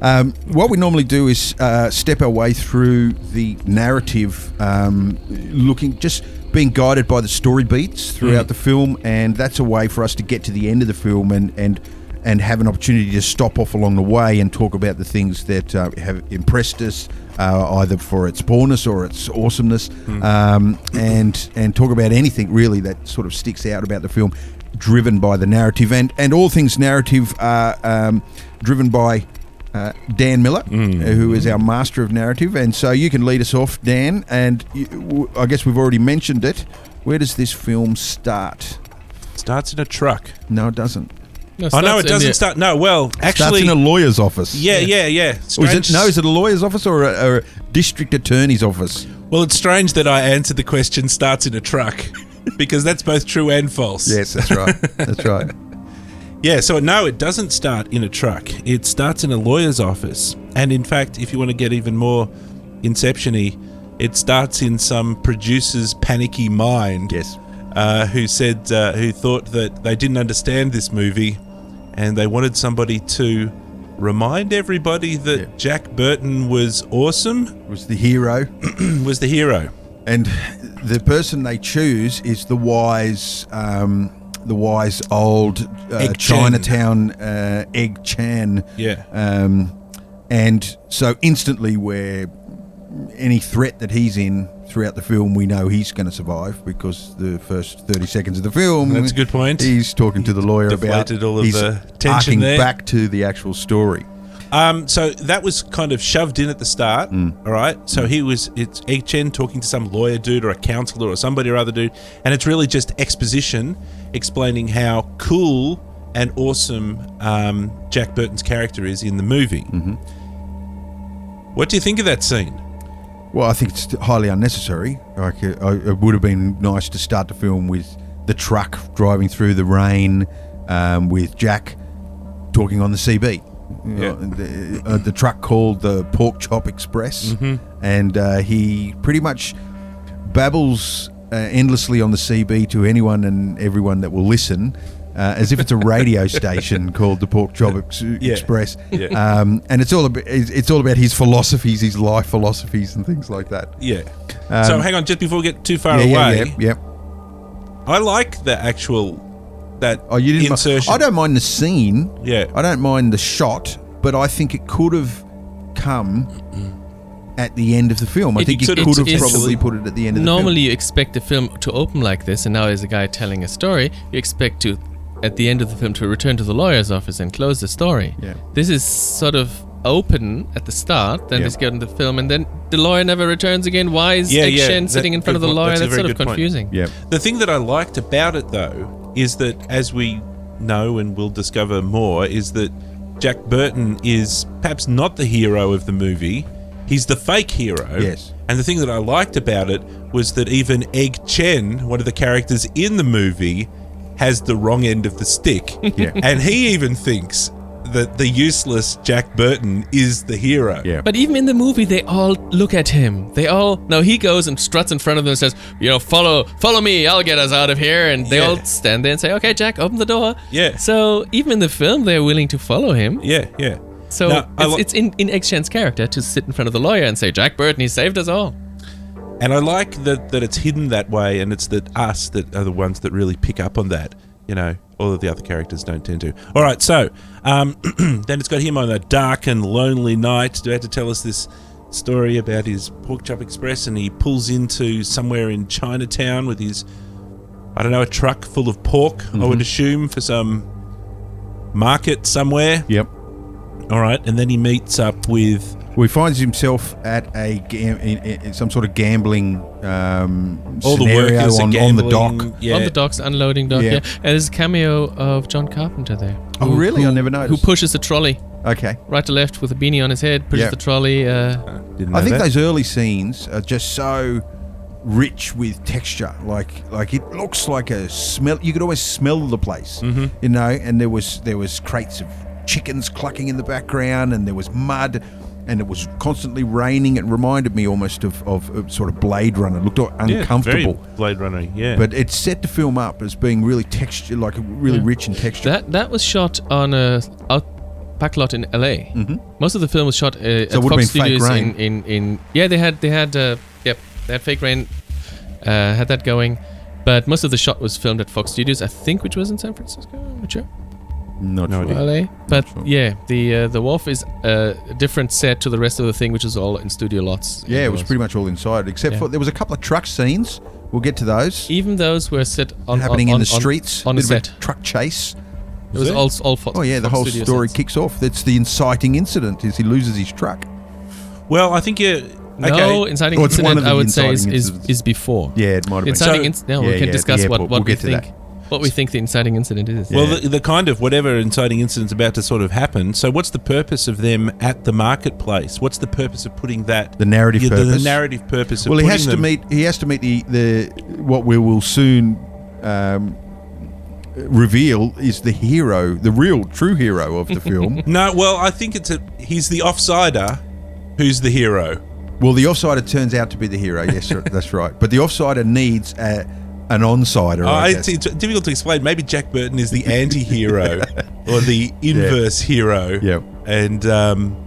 Speaker 1: Um, what we normally do is uh, step our way through the narrative, um, looking just being guided by the story beats throughout the film, and that's a way for us to get to the end of the film and and and have an opportunity to stop off along the way and talk about the things that uh, have impressed us, uh, either for its poorness or its awesomeness, um, and and talk about anything really that sort of sticks out about the film. Driven by the narrative, and, and all things narrative are um, driven by uh, Dan Miller, uh, who is our master of narrative. And so you can lead us off, Dan. And you, w- I guess we've already mentioned it. Where does this film start?
Speaker 3: Starts in a truck.
Speaker 1: No, it doesn't.
Speaker 2: no,
Speaker 3: Oh,
Speaker 2: starts
Speaker 3: no, it
Speaker 2: in
Speaker 3: doesn't
Speaker 2: the-
Speaker 3: start. No, well,
Speaker 1: Starts
Speaker 3: actually.
Speaker 1: in a lawyer's office.
Speaker 3: yeah, yeah, yeah.
Speaker 1: Or Oh, is
Speaker 3: Strange-
Speaker 1: it, no, is it a lawyer's office or a, or a district attorney's office?
Speaker 3: Well, it's strange that I answered the question starts in a truck because that's both true and false.
Speaker 1: Yes, that's right. that's right.
Speaker 3: Yeah, so no, it doesn't start in a truck. It starts in a lawyer's office. And in fact, if you want to get even more inception y, it starts in some producer's panicky mind.
Speaker 1: Yes.
Speaker 3: Uh, who said, uh, who thought that they didn't understand this movie and they wanted somebody to remind everybody that
Speaker 1: Yeah.
Speaker 3: Jack Burton was awesome,
Speaker 1: was the hero,
Speaker 3: was the hero.
Speaker 1: and the person they choose is the wise, um, the wise old uh,
Speaker 3: Egg Chan.
Speaker 1: Chinatown uh, Egg Chan.
Speaker 3: Yeah.
Speaker 1: Um, and so instantly, where any threat that he's in throughout the film, we know he's going to survive because the first thirty seconds of the film.
Speaker 3: That's a good point.
Speaker 1: He's talking to the lawyer about
Speaker 3: deflated all of
Speaker 1: he's
Speaker 3: the tension
Speaker 1: arcing
Speaker 3: there.
Speaker 1: back to the actual story.
Speaker 3: Um, so that was kind of shoved in at the start. All right. So he was, it's Egg Chen talking to some lawyer dude or a counselor or somebody or other dude. And it's really just exposition explaining how cool and awesome um, Jack Burton's character is in the movie. What do you think of that scene?
Speaker 1: Well, I think it's highly unnecessary. Like, uh, I- it would have been nice to start the film with the truck driving through the rain, um, with Jack talking on the CB. You know,
Speaker 3: Yeah.
Speaker 1: the, uh, the truck called the Pork Chop Express,
Speaker 3: Mm-hmm.
Speaker 1: and uh, he pretty much babbles uh, endlessly on the CB to anyone and everyone that will listen. Uh, as if it's a radio station called the Pork Chop Ex- Express,
Speaker 3: Yeah.
Speaker 1: um, and it's all about it's it's all about his philosophies, his life philosophies, and things like that.
Speaker 3: Yeah. so hang on, just before we get too far away,
Speaker 1: Um, yeah, yeah, yeah.
Speaker 3: I like the actual that
Speaker 1: Oh, you didn't. mi-
Speaker 3: insertion.
Speaker 1: I don't mind the scene.
Speaker 3: Yeah.
Speaker 1: I don't mind the shot, but I think it could have come at the end of the film. I
Speaker 2: It-
Speaker 1: think you
Speaker 2: sort of-
Speaker 1: could have
Speaker 2: it's-
Speaker 1: probably put it at the end of the
Speaker 2: Normally,
Speaker 1: film.
Speaker 2: you expect a film to open like this, and now as a guy telling a story, you expect to, at the end of the film, to return to the lawyer's office and close the story.
Speaker 1: Yeah.
Speaker 2: This is sort of open at the start, then
Speaker 1: Yeah.
Speaker 2: just get in the film, and then the lawyer never returns again. Why is
Speaker 3: Yeah,
Speaker 2: Egg
Speaker 3: yeah,
Speaker 2: Shen
Speaker 3: that-
Speaker 2: sitting in front of
Speaker 3: good
Speaker 2: the
Speaker 3: point.
Speaker 2: lawyer?
Speaker 3: That's a
Speaker 2: That's,
Speaker 3: very
Speaker 2: sort of
Speaker 3: good point.
Speaker 2: confusing.
Speaker 1: Yeah.
Speaker 3: The thing that I liked about it, though, is that as we know and will discover more, is that Jack Burton is perhaps not the hero of the movie. He's the fake hero.
Speaker 1: Yes.
Speaker 3: And the thing that I liked about it was that even Egg Chen, one of the characters in the movie, has the wrong end of the stick.
Speaker 1: Yeah.
Speaker 3: And he even thinks that the useless Jack Burton is the hero.
Speaker 1: Yeah.
Speaker 2: But even in the movie, they all look at him. They all no. He goes and struts in front of them and says, "You know, follow, follow me. I'll get us out of here." And they
Speaker 3: Yeah.
Speaker 2: all stand there and say, "Okay, Jack, open the door."
Speaker 3: Yeah.
Speaker 2: So even in the film, they're willing to follow him.
Speaker 3: Yeah, yeah.
Speaker 2: So
Speaker 3: No, I
Speaker 2: it's,
Speaker 3: li-
Speaker 2: it's in in X-Chan's character to sit in front of the lawyer and say, "Jack Burton, he saved us all."
Speaker 3: And I like that that it's hidden that way, and it's that us that are the ones that really pick up on that. You know, all of the other characters don't tend to. All right, so um, then it's got him on a dark and lonely night. Do I have to tell us this story about his pork chop express? And he pulls into somewhere in Chinatown with his, I don't know, a truck full of pork. I
Speaker 1: Mm-hmm.
Speaker 3: would assume for some market somewhere.
Speaker 1: Yep.
Speaker 3: All right, and then he meets up with
Speaker 1: Well, he finds himself at a gam- in, in, in some sort of gambling um,
Speaker 3: all the
Speaker 1: scenario
Speaker 3: workers are
Speaker 1: on, on the
Speaker 3: gambling.
Speaker 1: dock.
Speaker 3: Yeah.
Speaker 2: On the docks, unloading dock.
Speaker 1: Yeah.
Speaker 2: Yeah. And there's a cameo of John Carpenter there.
Speaker 1: Oh,
Speaker 2: who-
Speaker 1: really? I
Speaker 2: Who,
Speaker 1: never
Speaker 2: Who
Speaker 1: noticed.
Speaker 2: pushes the trolley
Speaker 1: Okay.
Speaker 2: right to left with a beanie on his head? Pushes
Speaker 1: Yeah.
Speaker 2: the trolley. Uh,
Speaker 3: Didn't know
Speaker 1: I think
Speaker 3: that.
Speaker 1: those early scenes are just so rich with texture. Like like it looks like a smell. You could almost smell the place, you know. And there was there was crates of chickens clucking in the background, and there was mud. And it was constantly raining. It reminded me almost of, of, of sort of Blade Runner. It looked uncomfortable,
Speaker 3: Very Blade Runner, yeah.
Speaker 1: but it's set the film up as being really texture, like really rich in texture.
Speaker 2: that that was shot on a out back lot in L.A. Most of the film was shot uh,
Speaker 1: Mm-hmm. So it
Speaker 2: at
Speaker 1: would've
Speaker 2: Fox
Speaker 1: been fake
Speaker 2: Studios
Speaker 1: rain.
Speaker 2: in, in in yeah they had they had uh, yep they had fake rain uh, had that going. But most of the shot was filmed at Fox Studios, I think, which was in San Francisco. I'm not sure.
Speaker 1: Not
Speaker 3: No
Speaker 1: sure.
Speaker 3: idea.
Speaker 2: LA. But
Speaker 1: sure.
Speaker 2: yeah, the uh, the wharf is uh, a different set to the rest of the thing, which is all in studio lots.
Speaker 1: Yeah, it was
Speaker 2: indoors.
Speaker 1: pretty much all inside, except
Speaker 2: Yeah.
Speaker 1: for there was a couple of truck scenes. We'll get to those.
Speaker 2: Even those were set on
Speaker 1: happening in
Speaker 2: on,
Speaker 1: the
Speaker 2: on-
Speaker 1: streets.
Speaker 2: on a
Speaker 1: bit of
Speaker 2: set.
Speaker 1: truck chase.
Speaker 2: It was
Speaker 3: there?
Speaker 2: all all Fox.
Speaker 1: Oh yeah, the
Speaker 2: Fox
Speaker 1: whole
Speaker 2: Studio
Speaker 1: story
Speaker 2: sets.
Speaker 1: kicks off. That's the inciting incident is he loses his truck.
Speaker 3: well, I think you.
Speaker 2: No,
Speaker 3: Okay.
Speaker 2: inciting
Speaker 1: Well, it's one
Speaker 2: incident
Speaker 1: of the
Speaker 2: I would say is,
Speaker 1: inciting
Speaker 2: is,
Speaker 1: incidents.
Speaker 2: is before.
Speaker 1: Yeah, it might have been.
Speaker 2: Inciting
Speaker 3: So-
Speaker 2: incident. No,
Speaker 1: Yeah,
Speaker 2: we can
Speaker 1: yeah,
Speaker 2: discuss
Speaker 1: the
Speaker 2: what,
Speaker 1: airport.
Speaker 2: what
Speaker 1: We'll
Speaker 2: we
Speaker 1: get to
Speaker 2: think.
Speaker 1: that.
Speaker 2: What we think the inciting incident is.
Speaker 3: Well, the, the kind of whatever inciting incidents about to sort of happen. So, what's the purpose of them at the marketplace? What's the purpose of putting that
Speaker 1: The narrative
Speaker 3: Yeah, the,
Speaker 1: purpose.
Speaker 3: The narrative purpose. Of
Speaker 1: well, he
Speaker 3: putting
Speaker 1: has to
Speaker 3: them-
Speaker 1: meet. He has to meet the the what we will soon um, reveal is the hero, the real true hero of the film.
Speaker 3: No, well, I think it's a. He's the offsider, who's the hero.
Speaker 1: well, the offsider turns out to be the hero. Yes, sir, that's right. But the offsider needs a, an onsider.
Speaker 3: Uh,
Speaker 1: Oh, I
Speaker 3: it's,
Speaker 1: guess.
Speaker 3: it's difficult to explain. Maybe Jack Burton is the anti-hero or the inverse hero.
Speaker 1: Yeah.
Speaker 3: and um,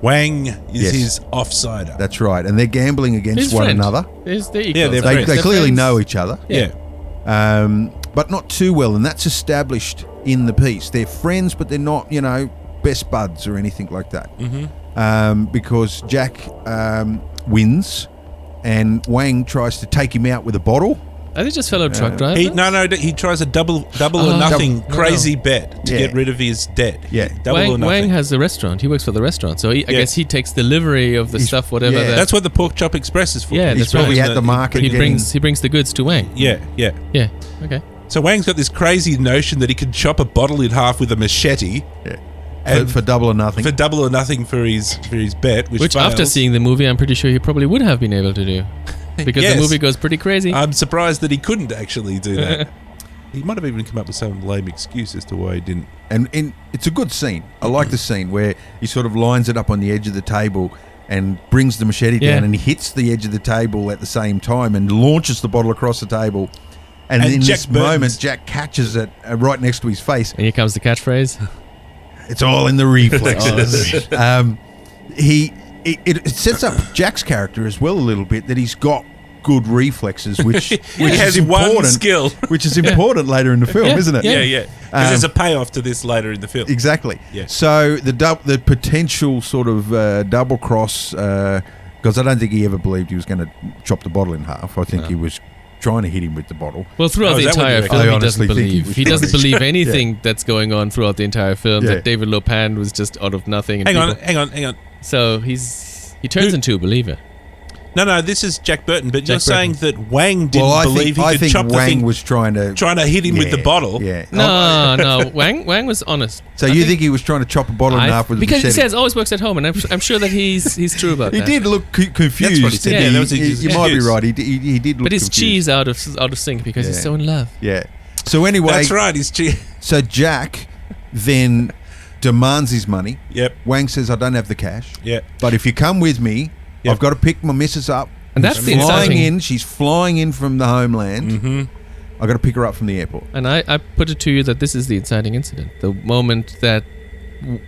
Speaker 3: Wang is
Speaker 1: Yes.
Speaker 3: his offsider.
Speaker 1: That's right. And they're gambling against
Speaker 2: His
Speaker 1: one
Speaker 2: friend.
Speaker 1: another.
Speaker 2: Is the
Speaker 3: Yeah,
Speaker 1: They,
Speaker 3: they're friends.
Speaker 1: they
Speaker 2: They're
Speaker 1: clearly
Speaker 2: friends.
Speaker 1: know each other,
Speaker 3: yeah.
Speaker 1: um, but not too well. And that's established in the piece. They're friends, but they're not, you know, best buds or anything like that. Mm-hmm. Um, because Jack um, wins and Wang tries to take him out with a bottle.
Speaker 2: Are they just fellow truck drivers?
Speaker 3: He, no, no, he tries a double, double
Speaker 2: Oh.
Speaker 3: or nothing
Speaker 2: Double- no,
Speaker 3: crazy bet to
Speaker 1: Yeah.
Speaker 3: get rid of his debt.
Speaker 1: Yeah.
Speaker 3: double
Speaker 2: Wang,
Speaker 3: or nothing.
Speaker 2: Wang has the restaurant. He works for the restaurant, so he, I
Speaker 3: Yeah.
Speaker 2: guess he takes delivery of the
Speaker 1: He's-
Speaker 2: stuff, whatever.
Speaker 1: yeah.
Speaker 2: that-
Speaker 3: That's what the Pork Chop Express is for.
Speaker 2: Yeah,
Speaker 1: He's
Speaker 2: that's right.
Speaker 1: probably
Speaker 3: isn't
Speaker 1: at
Speaker 3: it?
Speaker 1: the market
Speaker 2: he
Speaker 1: getting.
Speaker 2: brings. He brings the goods to Wang.
Speaker 3: Yeah, yeah.
Speaker 2: Yeah. Okay.
Speaker 3: So Wang's got this crazy notion that he can chop a bottle in half with a machete
Speaker 1: Yeah. For-
Speaker 3: and
Speaker 1: for,
Speaker 3: for,
Speaker 1: double or nothing.
Speaker 3: double or nothing for his for his bet, which,
Speaker 2: Which, after
Speaker 3: fails.
Speaker 2: seeing the movie, I'm pretty sure he probably would have been able to do, because
Speaker 3: Yes.
Speaker 2: the movie goes pretty crazy.
Speaker 1: Uh,
Speaker 3: I'm surprised that he couldn't actually do that. he might have even come up with some lame excuse as to why he didn't.
Speaker 1: and in, it's a good scene. I like the scene where he sort of lines it up on the edge of the table and brings the machete
Speaker 2: Yeah.
Speaker 1: down and he hits the edge of the table at the same time and launches the bottle across the table. And,
Speaker 3: And
Speaker 1: in
Speaker 3: Jack
Speaker 1: this
Speaker 3: Burton's-
Speaker 1: moment, Jack catches it uh, right next to his face.
Speaker 2: and here comes the catchphrase.
Speaker 1: It's all in the reflexes. um, he it, it it sets up Jack's character as well a little bit that he's got good reflexes, which which
Speaker 3: He has
Speaker 1: is
Speaker 3: one
Speaker 1: important,
Speaker 3: skill.
Speaker 1: which is important later in the film,
Speaker 2: Yeah,
Speaker 1: isn't it?
Speaker 2: Yeah.
Speaker 3: Yeah, yeah. Because
Speaker 1: Um,
Speaker 3: there's a payoff to this later in the film.
Speaker 1: Exactly.
Speaker 3: Yeah.
Speaker 1: So the dub, the potential sort of uh, double cross, because I don't think he ever believed he was going to chop the bottle in half. I think he was trying to hit him with the bottle.
Speaker 2: Well, throughout
Speaker 3: Oh, is
Speaker 2: the
Speaker 3: that what
Speaker 2: entire
Speaker 3: you-
Speaker 2: film,
Speaker 1: I
Speaker 2: he
Speaker 1: honestly
Speaker 2: doesn't
Speaker 1: think he
Speaker 2: believe.
Speaker 1: was
Speaker 2: He doesn't
Speaker 1: trying to-
Speaker 2: believe anything that's going on throughout the entire film.
Speaker 1: Yeah.
Speaker 2: That David Lopan was just out of nothing. And
Speaker 3: hang on,
Speaker 2: people-
Speaker 3: hang on, hang on.
Speaker 2: So he's he turns
Speaker 3: Who-
Speaker 2: into a believer.
Speaker 3: No, no, this is Jack Burton, but you're
Speaker 2: Jack
Speaker 3: saying that Wang didn't
Speaker 1: well, I think,
Speaker 3: believe he
Speaker 1: I
Speaker 3: could
Speaker 1: think
Speaker 3: chop the
Speaker 1: Wang
Speaker 3: thing,
Speaker 1: was trying to
Speaker 3: trying to hit him with the
Speaker 1: Yeah,
Speaker 3: bottle.
Speaker 1: Yeah.
Speaker 2: No, no. Wang Wang was honest.
Speaker 1: Oh, So
Speaker 2: I
Speaker 1: you think, he was trying to chop a bottle in
Speaker 2: I-
Speaker 1: half with
Speaker 2: because
Speaker 1: a
Speaker 2: he
Speaker 1: machete?
Speaker 2: says always works at home, and I'm, I'm sure that he's he's true about
Speaker 1: he
Speaker 2: that.
Speaker 1: did look co- confused.
Speaker 3: said.
Speaker 1: didn't
Speaker 2: Yeah,
Speaker 1: he?
Speaker 2: that
Speaker 3: was his
Speaker 1: You- you might be
Speaker 3: excuse.
Speaker 1: right. He, d- he, he did look
Speaker 2: but his
Speaker 1: confused.
Speaker 2: cheese out of out of sync because he's
Speaker 1: Yeah.
Speaker 2: so in love.
Speaker 1: Yeah. So anyway,
Speaker 3: That's right. He's che-
Speaker 1: so Jack then demands his money.
Speaker 3: Yep.
Speaker 1: Wang says, I don't have the cash.
Speaker 3: Yeah.
Speaker 1: But if you come with me,
Speaker 3: Yep.
Speaker 1: I've got to pick my missus up.
Speaker 2: And that's
Speaker 1: She's
Speaker 2: the
Speaker 1: flying
Speaker 2: exciting-
Speaker 1: in. She's flying in from the homeland.
Speaker 3: Mm. Mm-hmm.
Speaker 1: I've got to pick her up from the airport.
Speaker 2: And I, I put it to you that this is the inciting incident, the moment that w-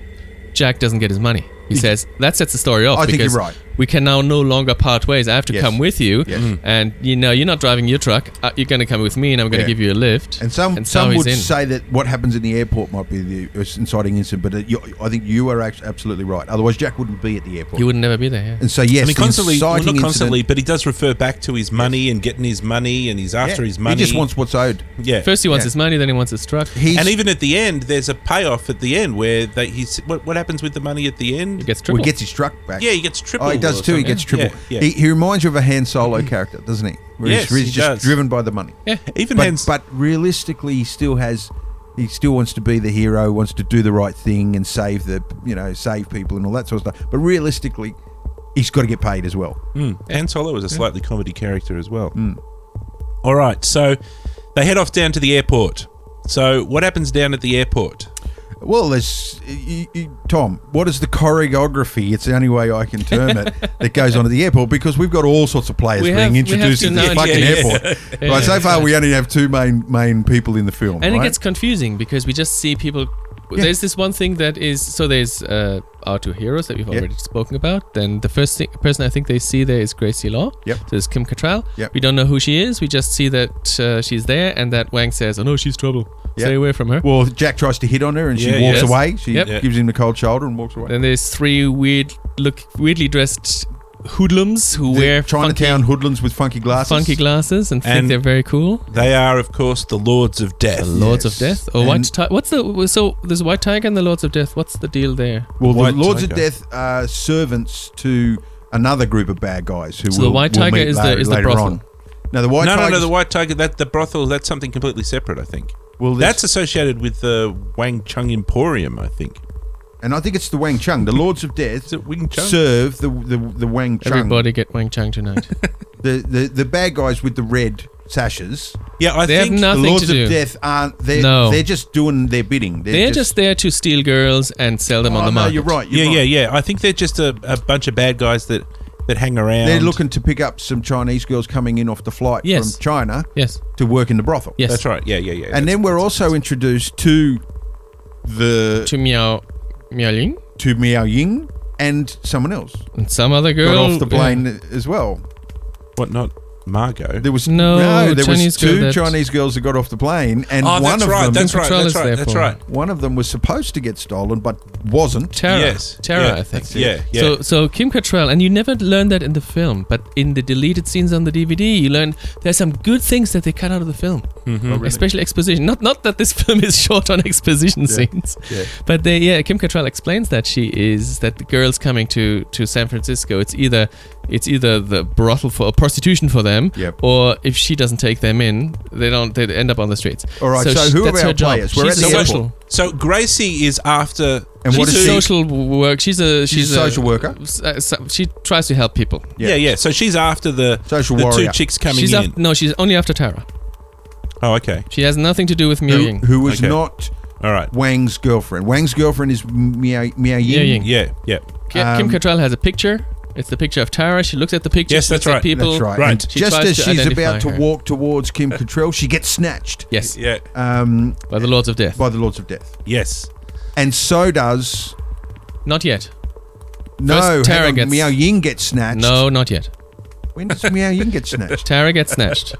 Speaker 2: Jack doesn't get his money. He says that sets the story off.
Speaker 1: I think you're
Speaker 2: Oh, because
Speaker 1: right.
Speaker 2: We can now no longer part ways. I have to
Speaker 1: Yes.
Speaker 2: come with you,
Speaker 3: Mm.
Speaker 1: Yes. Mhm.
Speaker 2: and you know you're not driving your truck. Uh, you're going to come with me, and I'm going
Speaker 1: Yeah.
Speaker 2: to give you a lift.
Speaker 1: And some
Speaker 2: so
Speaker 1: some
Speaker 2: he's
Speaker 1: would
Speaker 2: in.
Speaker 1: say that what happens in the airport might be the uh, inciting incident, but uh, you, I think you are act- absolutely right. Otherwise, Jack wouldn't be at the airport.
Speaker 2: he would never be there. yeah.
Speaker 1: and so yes,
Speaker 3: I mean,
Speaker 1: the
Speaker 3: constantly, well,
Speaker 1: inciting
Speaker 3: not constantly,
Speaker 1: incident-
Speaker 3: but he does refer back to his money and getting his money, and he's after
Speaker 1: Yeah,
Speaker 3: his money.
Speaker 1: He just wants what's owed.
Speaker 3: yeah.
Speaker 2: First he wants
Speaker 1: Yeah.
Speaker 2: his money, then he wants his truck.
Speaker 1: He's,
Speaker 3: and even at the end, there's a payoff at the end where they, he's what, what happens with the money at the end?
Speaker 2: He gets
Speaker 1: well, he
Speaker 2: triple.
Speaker 1: gets his truck back.
Speaker 3: yeah, he gets triple.
Speaker 1: Oh, he does
Speaker 3: or
Speaker 1: too. He
Speaker 3: something.
Speaker 1: gets triple.
Speaker 3: Yeah, yeah.
Speaker 1: He, he reminds you of a Han Solo character, doesn't he? Where he's-
Speaker 3: Yes,
Speaker 1: he's,
Speaker 3: he
Speaker 1: just
Speaker 3: does.
Speaker 1: driven by the money.
Speaker 2: yeah.
Speaker 3: Even
Speaker 1: but,
Speaker 3: hands,
Speaker 1: but realistically, he still has. He still wants to be the hero, wants to do the right thing and save the, you know, save people and all that sort of stuff. But realistically, he's got to get paid as well.
Speaker 3: Mm. Han Solo is a slightly comedy character as well.
Speaker 1: Hmm.
Speaker 3: All right, so they head off down to the airport. So what happens down at the airport?
Speaker 1: Well, there's y y Tom. What is the choreography? It's the only way I can term it that goes on at the airport because we've got all sorts of players
Speaker 2: We
Speaker 1: being
Speaker 2: have- we have
Speaker 1: introduced
Speaker 2: to
Speaker 1: at the
Speaker 2: know-
Speaker 1: fucking
Speaker 2: yeah, yeah.
Speaker 1: airport.
Speaker 2: Yeah,
Speaker 1: right, so
Speaker 2: that's
Speaker 1: far
Speaker 2: right.
Speaker 1: we only have two main main people in the film.
Speaker 2: And
Speaker 1: right?
Speaker 2: it gets confusing because we just see people. There's this one thing that is so. There's uh, our two heroes that we've
Speaker 1: Yeah.
Speaker 2: already spoken about. Then the first thing, person I think they see there is Gracie Law.
Speaker 1: Yep.
Speaker 2: So there's Kim Cattrall.
Speaker 1: Yep.
Speaker 2: We don't know who she is. We just see that uh, she's there, and that Wang says, "Oh no, she's trouble.
Speaker 1: Yep.
Speaker 2: Stay away from her."
Speaker 1: Well, Jack tries to hit on her, and she
Speaker 3: Yeah,
Speaker 1: walks
Speaker 3: yes.
Speaker 1: away. She
Speaker 2: Yep.
Speaker 1: gives him the cold shoulder and walks away.
Speaker 2: then there's three weird look, weirdly dressed hoodlums who
Speaker 1: The
Speaker 2: wear
Speaker 1: Chinatown hoodlums with funky glasses.
Speaker 2: funky, funky glasses and, think
Speaker 3: And-
Speaker 2: they're very cool.
Speaker 3: They are, of course, the Lords of Death.
Speaker 2: The Lords
Speaker 1: Yes.
Speaker 2: of Death or
Speaker 1: And-
Speaker 2: White Tiger. What's the so there's White Tiger and the Lords of Death. What's the deal there?
Speaker 1: Well, the
Speaker 3: White
Speaker 1: Lords of
Speaker 3: Tiger.
Speaker 1: Death are servants to another group of bad guys who
Speaker 2: So
Speaker 1: will
Speaker 2: the White Tiger is the- is the brothel.
Speaker 1: on. No, the White
Speaker 3: no,
Speaker 1: Tiger.
Speaker 3: no, no. The White Tiger. That the brothel. That's something completely separate. I think.
Speaker 1: well,
Speaker 3: That's associated with the Wang Chung Emporium. I think.
Speaker 1: and I think it's the Wang Chung. The Lords of Death
Speaker 3: Is it Wing Chung?
Speaker 1: serve the the, the Wang Chung.
Speaker 2: Everybody get Wang Chang tonight.
Speaker 1: The, the the bad guys with the red sashes.
Speaker 3: yeah, I
Speaker 2: They have
Speaker 3: think.
Speaker 1: The
Speaker 2: nothing
Speaker 1: Lords
Speaker 2: to
Speaker 1: of
Speaker 2: do.
Speaker 1: Death aren't. They're,
Speaker 2: No.
Speaker 1: they're just doing their bidding. They're,
Speaker 2: They're just, there to steal girls and sell them
Speaker 1: Oh,
Speaker 2: on the
Speaker 1: no,
Speaker 2: market.
Speaker 1: you're right. You're
Speaker 3: yeah,
Speaker 1: right.
Speaker 3: yeah, yeah. I think they're just a, a bunch of bad guys that that hang around.
Speaker 1: They're looking to pick up some Chinese girls coming in off the flight
Speaker 2: Yes.
Speaker 1: from China
Speaker 2: Yes.
Speaker 1: to work in the brothel.
Speaker 2: Yes.
Speaker 3: That's right. Yeah, yeah, yeah.
Speaker 1: And then we're also introduced to the
Speaker 2: To Miao Miao Ling.
Speaker 1: to Miao Ying and someone else
Speaker 2: And some other girl
Speaker 1: got off the plane as well.
Speaker 3: What not? Margot.
Speaker 1: There was
Speaker 2: No,
Speaker 1: there
Speaker 2: Chinese
Speaker 1: was
Speaker 2: girl
Speaker 1: two
Speaker 2: that-
Speaker 1: Chinese girls that got off the plane, and
Speaker 3: Oh,
Speaker 1: one
Speaker 3: that's
Speaker 1: of
Speaker 3: right,
Speaker 1: them,
Speaker 3: that's right.
Speaker 2: Patrol
Speaker 3: That's
Speaker 2: is
Speaker 3: right.
Speaker 2: there
Speaker 3: That's
Speaker 2: for.
Speaker 3: right.
Speaker 1: one of them was supposed to get stolen but wasn't.
Speaker 2: Tara.
Speaker 3: Yes.
Speaker 2: Tara,
Speaker 3: Yeah,
Speaker 2: I think.
Speaker 3: that's it. Yeah, yeah.
Speaker 2: So, so Kim Cattrall, and you never learned that in the film, but in the deleted scenes on the DVD, you learn there's some good things that they cut out of the film,
Speaker 1: Oh,
Speaker 2: especially exposition. Not, not that this film is short on exposition scenes,
Speaker 1: Yeah.
Speaker 2: but they, yeah, Kim Cattrall explains that she is that the girls coming to to San Francisco. It's either it's either the brothel for prostitution for them,
Speaker 1: Yep.
Speaker 2: or if she doesn't take them in, they don't they end up on the streets.
Speaker 1: All right, so
Speaker 2: she-
Speaker 1: who are
Speaker 2: that's
Speaker 1: our
Speaker 2: her job.
Speaker 1: players? We're at
Speaker 2: She's a
Speaker 1: the airport.
Speaker 2: social.
Speaker 3: So Gracie is after.
Speaker 1: And what
Speaker 2: she's
Speaker 1: is
Speaker 2: a
Speaker 1: she?
Speaker 2: social work. She's a she's,
Speaker 1: She's a social worker.
Speaker 2: s- uh, so- She tries to help people.
Speaker 1: Yeah.
Speaker 3: Yeah. yeah, So she's after the
Speaker 1: Social
Speaker 3: the
Speaker 1: warrior.
Speaker 3: two chicks coming
Speaker 2: she's
Speaker 3: in.
Speaker 2: af- no, she's only after Tara.
Speaker 3: oh, okay.
Speaker 2: She has nothing to do with Miao
Speaker 1: Who,
Speaker 2: Ying.
Speaker 1: who was
Speaker 3: Okay.
Speaker 1: not
Speaker 3: All right.
Speaker 1: Wang's girlfriend. Wang's girlfriend is Miao, Miao
Speaker 2: Miao
Speaker 1: Ying.
Speaker 2: Ying.
Speaker 3: Yeah, yeah.
Speaker 2: Ki-
Speaker 1: um,
Speaker 2: Kim Cattrall has a picture. It's the picture of Tara. She looks at the picture.
Speaker 3: Yes,
Speaker 2: she looks
Speaker 3: that's
Speaker 2: at
Speaker 3: right.
Speaker 2: People.
Speaker 1: That's right.
Speaker 3: Right.
Speaker 1: And
Speaker 2: She
Speaker 1: just
Speaker 2: tries
Speaker 1: as
Speaker 2: to
Speaker 1: she's
Speaker 2: identify
Speaker 1: about to
Speaker 2: her.
Speaker 1: walk towards Kim Cattrall, she gets snatched
Speaker 2: Yes,
Speaker 3: Yeah.
Speaker 1: um,
Speaker 2: by the Lords of Death.
Speaker 1: by the Lords of Death.
Speaker 3: Uh, Yes.
Speaker 1: And so does.
Speaker 2: not yet.
Speaker 1: No, hang
Speaker 2: Tara
Speaker 1: on,
Speaker 2: gets-
Speaker 1: Miao Ying gets snatched.
Speaker 2: No, not yet.
Speaker 1: When does Miao Ying get snatched?
Speaker 2: Tara gets snatched.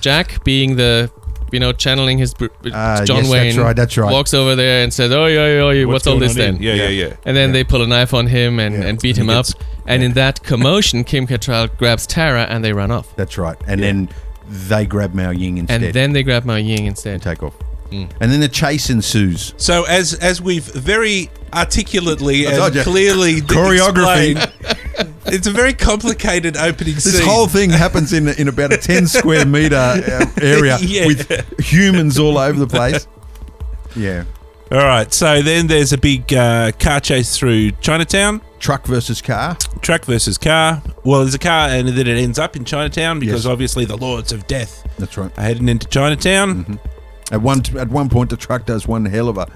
Speaker 2: Jack, being the, you know, channeling his br- br-
Speaker 1: Ah,
Speaker 2: John
Speaker 1: yes, that's
Speaker 2: Wayne,
Speaker 1: right, that's right.
Speaker 2: walks over there and says, "Oh, yeah, yeah, yeah, what's, all
Speaker 3: going
Speaker 2: this
Speaker 3: on
Speaker 2: then?"
Speaker 3: here? Yeah, yeah, yeah.
Speaker 2: And then they pull a knife on him and,
Speaker 1: Yeah.
Speaker 2: and beat him
Speaker 3: he
Speaker 2: up.
Speaker 3: gets-
Speaker 2: and in that commotion, Kim Cattrall grabs Tara and they run off.
Speaker 1: That's right. And then they grab Mao Ying instead
Speaker 2: And
Speaker 1: and,
Speaker 2: then Mm. they grab Mao Ying instead.
Speaker 1: take off. And then the chase ensues.
Speaker 3: So as as we've very articulately
Speaker 1: I told
Speaker 3: and
Speaker 1: you.
Speaker 3: clearly
Speaker 1: Choreography.
Speaker 3: explained, it's a very complicated opening
Speaker 1: This
Speaker 3: scene.
Speaker 1: whole thing happens in in about a ten square meter uh, area
Speaker 3: Yeah.
Speaker 1: with humans all over the place. Yeah,
Speaker 3: All right. So then there's a big uh, car chase through Chinatown.
Speaker 1: truck versus car.
Speaker 3: Truck versus car. Well, there's a car, and then it ends up in Chinatown because
Speaker 1: Yes.
Speaker 3: obviously the Lords of Death
Speaker 1: That's right.
Speaker 3: are heading into Chinatown.
Speaker 1: Mm-hmm. At one at one point, the truck does one hell of a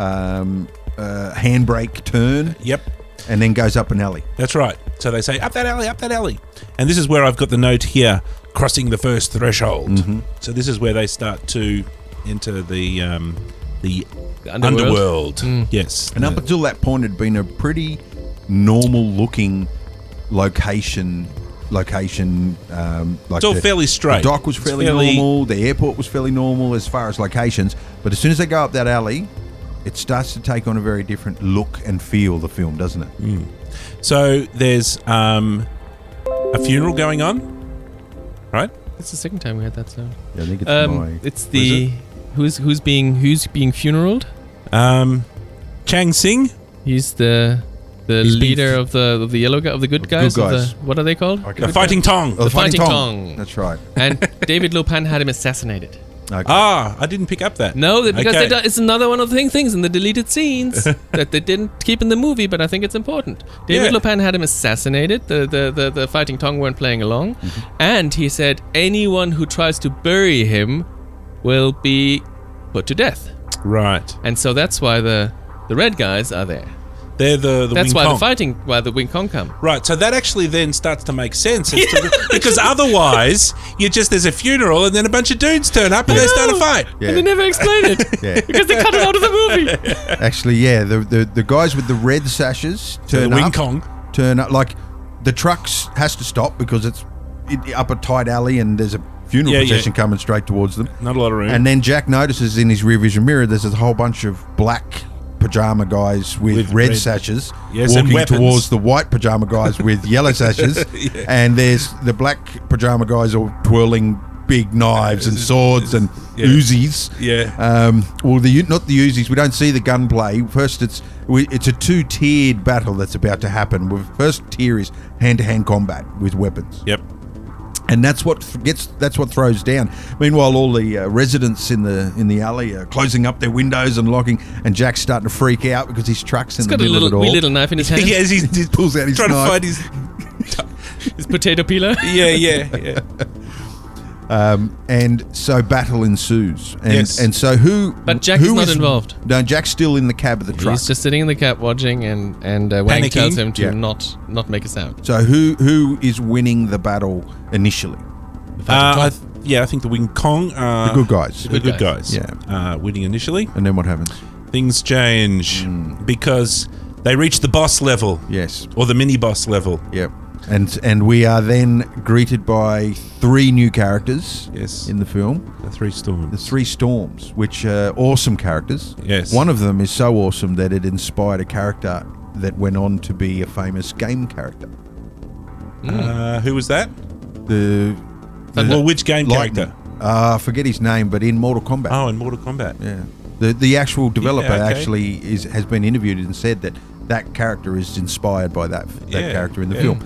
Speaker 1: um, uh, handbrake turn
Speaker 3: Yep,
Speaker 1: and then goes up an alley.
Speaker 3: that's right. So they say up that alley, up that alley, and this is where I've got the note here: crossing the first threshold.
Speaker 1: Mm-hmm.
Speaker 3: So this is where they start to enter the um, the
Speaker 2: Underworld. Mm.
Speaker 3: underworld. Yes,
Speaker 1: And up until that point, it'd been a pretty normal looking location. Location, um, like
Speaker 3: It's all fairly straight.
Speaker 1: The dock was
Speaker 3: It's
Speaker 1: fairly,
Speaker 3: fairly-
Speaker 1: normal. The airport was fairly normal as far as locations. But as soon as they go up that alley, it starts to take on a very different look and feel. The film, doesn't it?
Speaker 3: So there's um, a funeral going on, right?
Speaker 2: That's the second time we had that sound.
Speaker 1: Yeah, I think it's
Speaker 2: Um,
Speaker 1: Oh my.
Speaker 2: it's the who's who's being who's being funeraled.
Speaker 3: Um, Chang Sing.
Speaker 2: He's the the
Speaker 3: He's being
Speaker 2: leader of the of the yellow guy, of the good
Speaker 1: good
Speaker 2: guys. of
Speaker 1: guys.
Speaker 2: the, what are they called?
Speaker 3: The fighting tong.
Speaker 1: Oh,
Speaker 2: the Fighting Tongue.
Speaker 1: That's right.
Speaker 2: And David Lopan had him assassinated.
Speaker 1: Okay.
Speaker 3: Ah, I didn't pick up that.
Speaker 2: No, that- because
Speaker 3: Okay.
Speaker 2: they don't, it's another one of the thing, things in the deleted scenes that they didn't keep in the movie, but I think it's important. David
Speaker 3: Yeah.
Speaker 2: Lopan had him assassinated. The the, the, the Fighting Tong weren't playing along,
Speaker 3: Mm-hmm.
Speaker 2: and he said anyone who tries to bury him will be put to death.
Speaker 3: Right.
Speaker 2: And so that's why the the red guys are there.
Speaker 3: They're the, the
Speaker 2: That's
Speaker 3: Wing
Speaker 2: why
Speaker 3: Kong.
Speaker 2: the fighting, why the Wing Kong come.
Speaker 3: Right, so that actually then starts to make sense, as to, because otherwise you just there's a funeral and then a bunch of dudes turn up and they start a fight.
Speaker 1: Yeah.
Speaker 2: And they never explain it
Speaker 1: Yeah.
Speaker 2: because they cut it out of the movie.
Speaker 1: Actually, yeah. The, the the guys with the red sashes
Speaker 3: So
Speaker 1: turn
Speaker 3: the Wing
Speaker 1: up.
Speaker 3: Kong.
Speaker 1: turn up. Like the trucks has to stop because it's it, up a tight alley and there's a funeral
Speaker 3: Yeah, yeah.
Speaker 1: procession coming straight towards them.
Speaker 3: Not a lot of room.
Speaker 1: And then Jack notices in his rear vision mirror there's a whole bunch of black pajama guys with,
Speaker 3: With
Speaker 1: red,
Speaker 3: red-
Speaker 1: sashes
Speaker 3: Yes, and
Speaker 1: walking
Speaker 3: weapons.
Speaker 1: towards the white pajama guys with yellow sashes and there's the black pajama guys all twirling big knives and swords and
Speaker 3: Yeah.
Speaker 1: Uzis
Speaker 3: Yeah.
Speaker 1: um, well the U- not the Uzis we don't see the gunplay first it's we, it's a two tiered battle that's about to happen with first tier is hand to hand combat with weapons
Speaker 3: yep.
Speaker 1: and that's what th- gets that's what throws down. Meanwhile, all the uh, residents in the in the alley are closing up their windows and locking, and Jack's starting to freak out because his truck's in
Speaker 2: He's
Speaker 1: the
Speaker 2: got a
Speaker 1: middle
Speaker 2: little
Speaker 1: of it
Speaker 2: wee
Speaker 1: all.
Speaker 2: little knife in his hand.
Speaker 3: Yes, he's, he's
Speaker 1: Pulls out his
Speaker 3: trying
Speaker 1: knife.
Speaker 3: to fight his
Speaker 2: His potato peeler.
Speaker 3: Yeah, yeah, yeah.
Speaker 1: Um, and so battle ensues. And,
Speaker 3: Yes.
Speaker 1: and so who?
Speaker 2: But Jack
Speaker 1: who
Speaker 2: is not involved.
Speaker 1: No, Jack's still in the cab of the truck.
Speaker 2: He's just sitting in the cab watching, and and uh, Wang
Speaker 3: Panicking.
Speaker 2: tells him to
Speaker 1: Yeah.
Speaker 2: not not make a sound.
Speaker 1: so who who is winning the battle initially?
Speaker 3: Uh, I th- yeah, I think the Wing Kong are
Speaker 1: Good guys.
Speaker 3: Uh, the good guys.
Speaker 1: Yeah.
Speaker 3: Uh, winning initially.
Speaker 1: And then what happens?
Speaker 3: Things change because They reach the boss level
Speaker 1: Yes.
Speaker 3: or the mini boss level.
Speaker 1: Yep. And and we are then greeted by three new characters
Speaker 3: Yes.
Speaker 1: in the film.
Speaker 3: The three
Speaker 1: The
Speaker 3: storms.
Speaker 1: three storms, which are awesome characters.
Speaker 3: Yes.
Speaker 1: One of them is so awesome that it inspired a character that went on to be a famous game character.
Speaker 3: Uh, who was that?
Speaker 1: The
Speaker 3: Uh, Well, which game
Speaker 1: Lightning.
Speaker 3: character?
Speaker 1: Uh, I forget his name, but in Mortal Kombat.
Speaker 3: Oh, in Mortal Kombat.
Speaker 1: Yeah. The the actual developer
Speaker 3: okay.
Speaker 1: actually is has been interviewed and said that that character is inspired by that that
Speaker 3: Yeah,
Speaker 1: character in the
Speaker 3: yeah.
Speaker 1: film.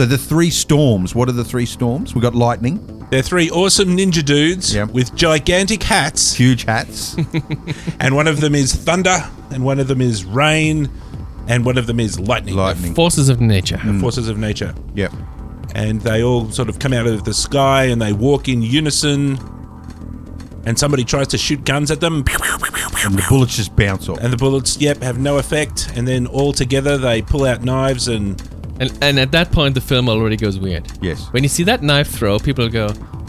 Speaker 1: So the three storms. What are the three storms? We got lightning,
Speaker 3: They're three awesome ninja dudes
Speaker 1: Yeah.
Speaker 3: with gigantic hats,
Speaker 1: huge hats.
Speaker 3: and one of them is thunder, and one of them is rain, and one of them is lightning.
Speaker 1: lightning.
Speaker 2: Forces of nature.
Speaker 3: The forces of nature.
Speaker 1: Yep.
Speaker 3: and they all sort of come out of the sky and they walk in unison and somebody tries to shoot guns at them
Speaker 1: And the bullets just bounce off.
Speaker 3: and the bullets yep have no effect and then all together they pull out knives and
Speaker 2: And, and at that point, the film already goes weird.
Speaker 1: Yes.
Speaker 2: When you see that knife throw, people go,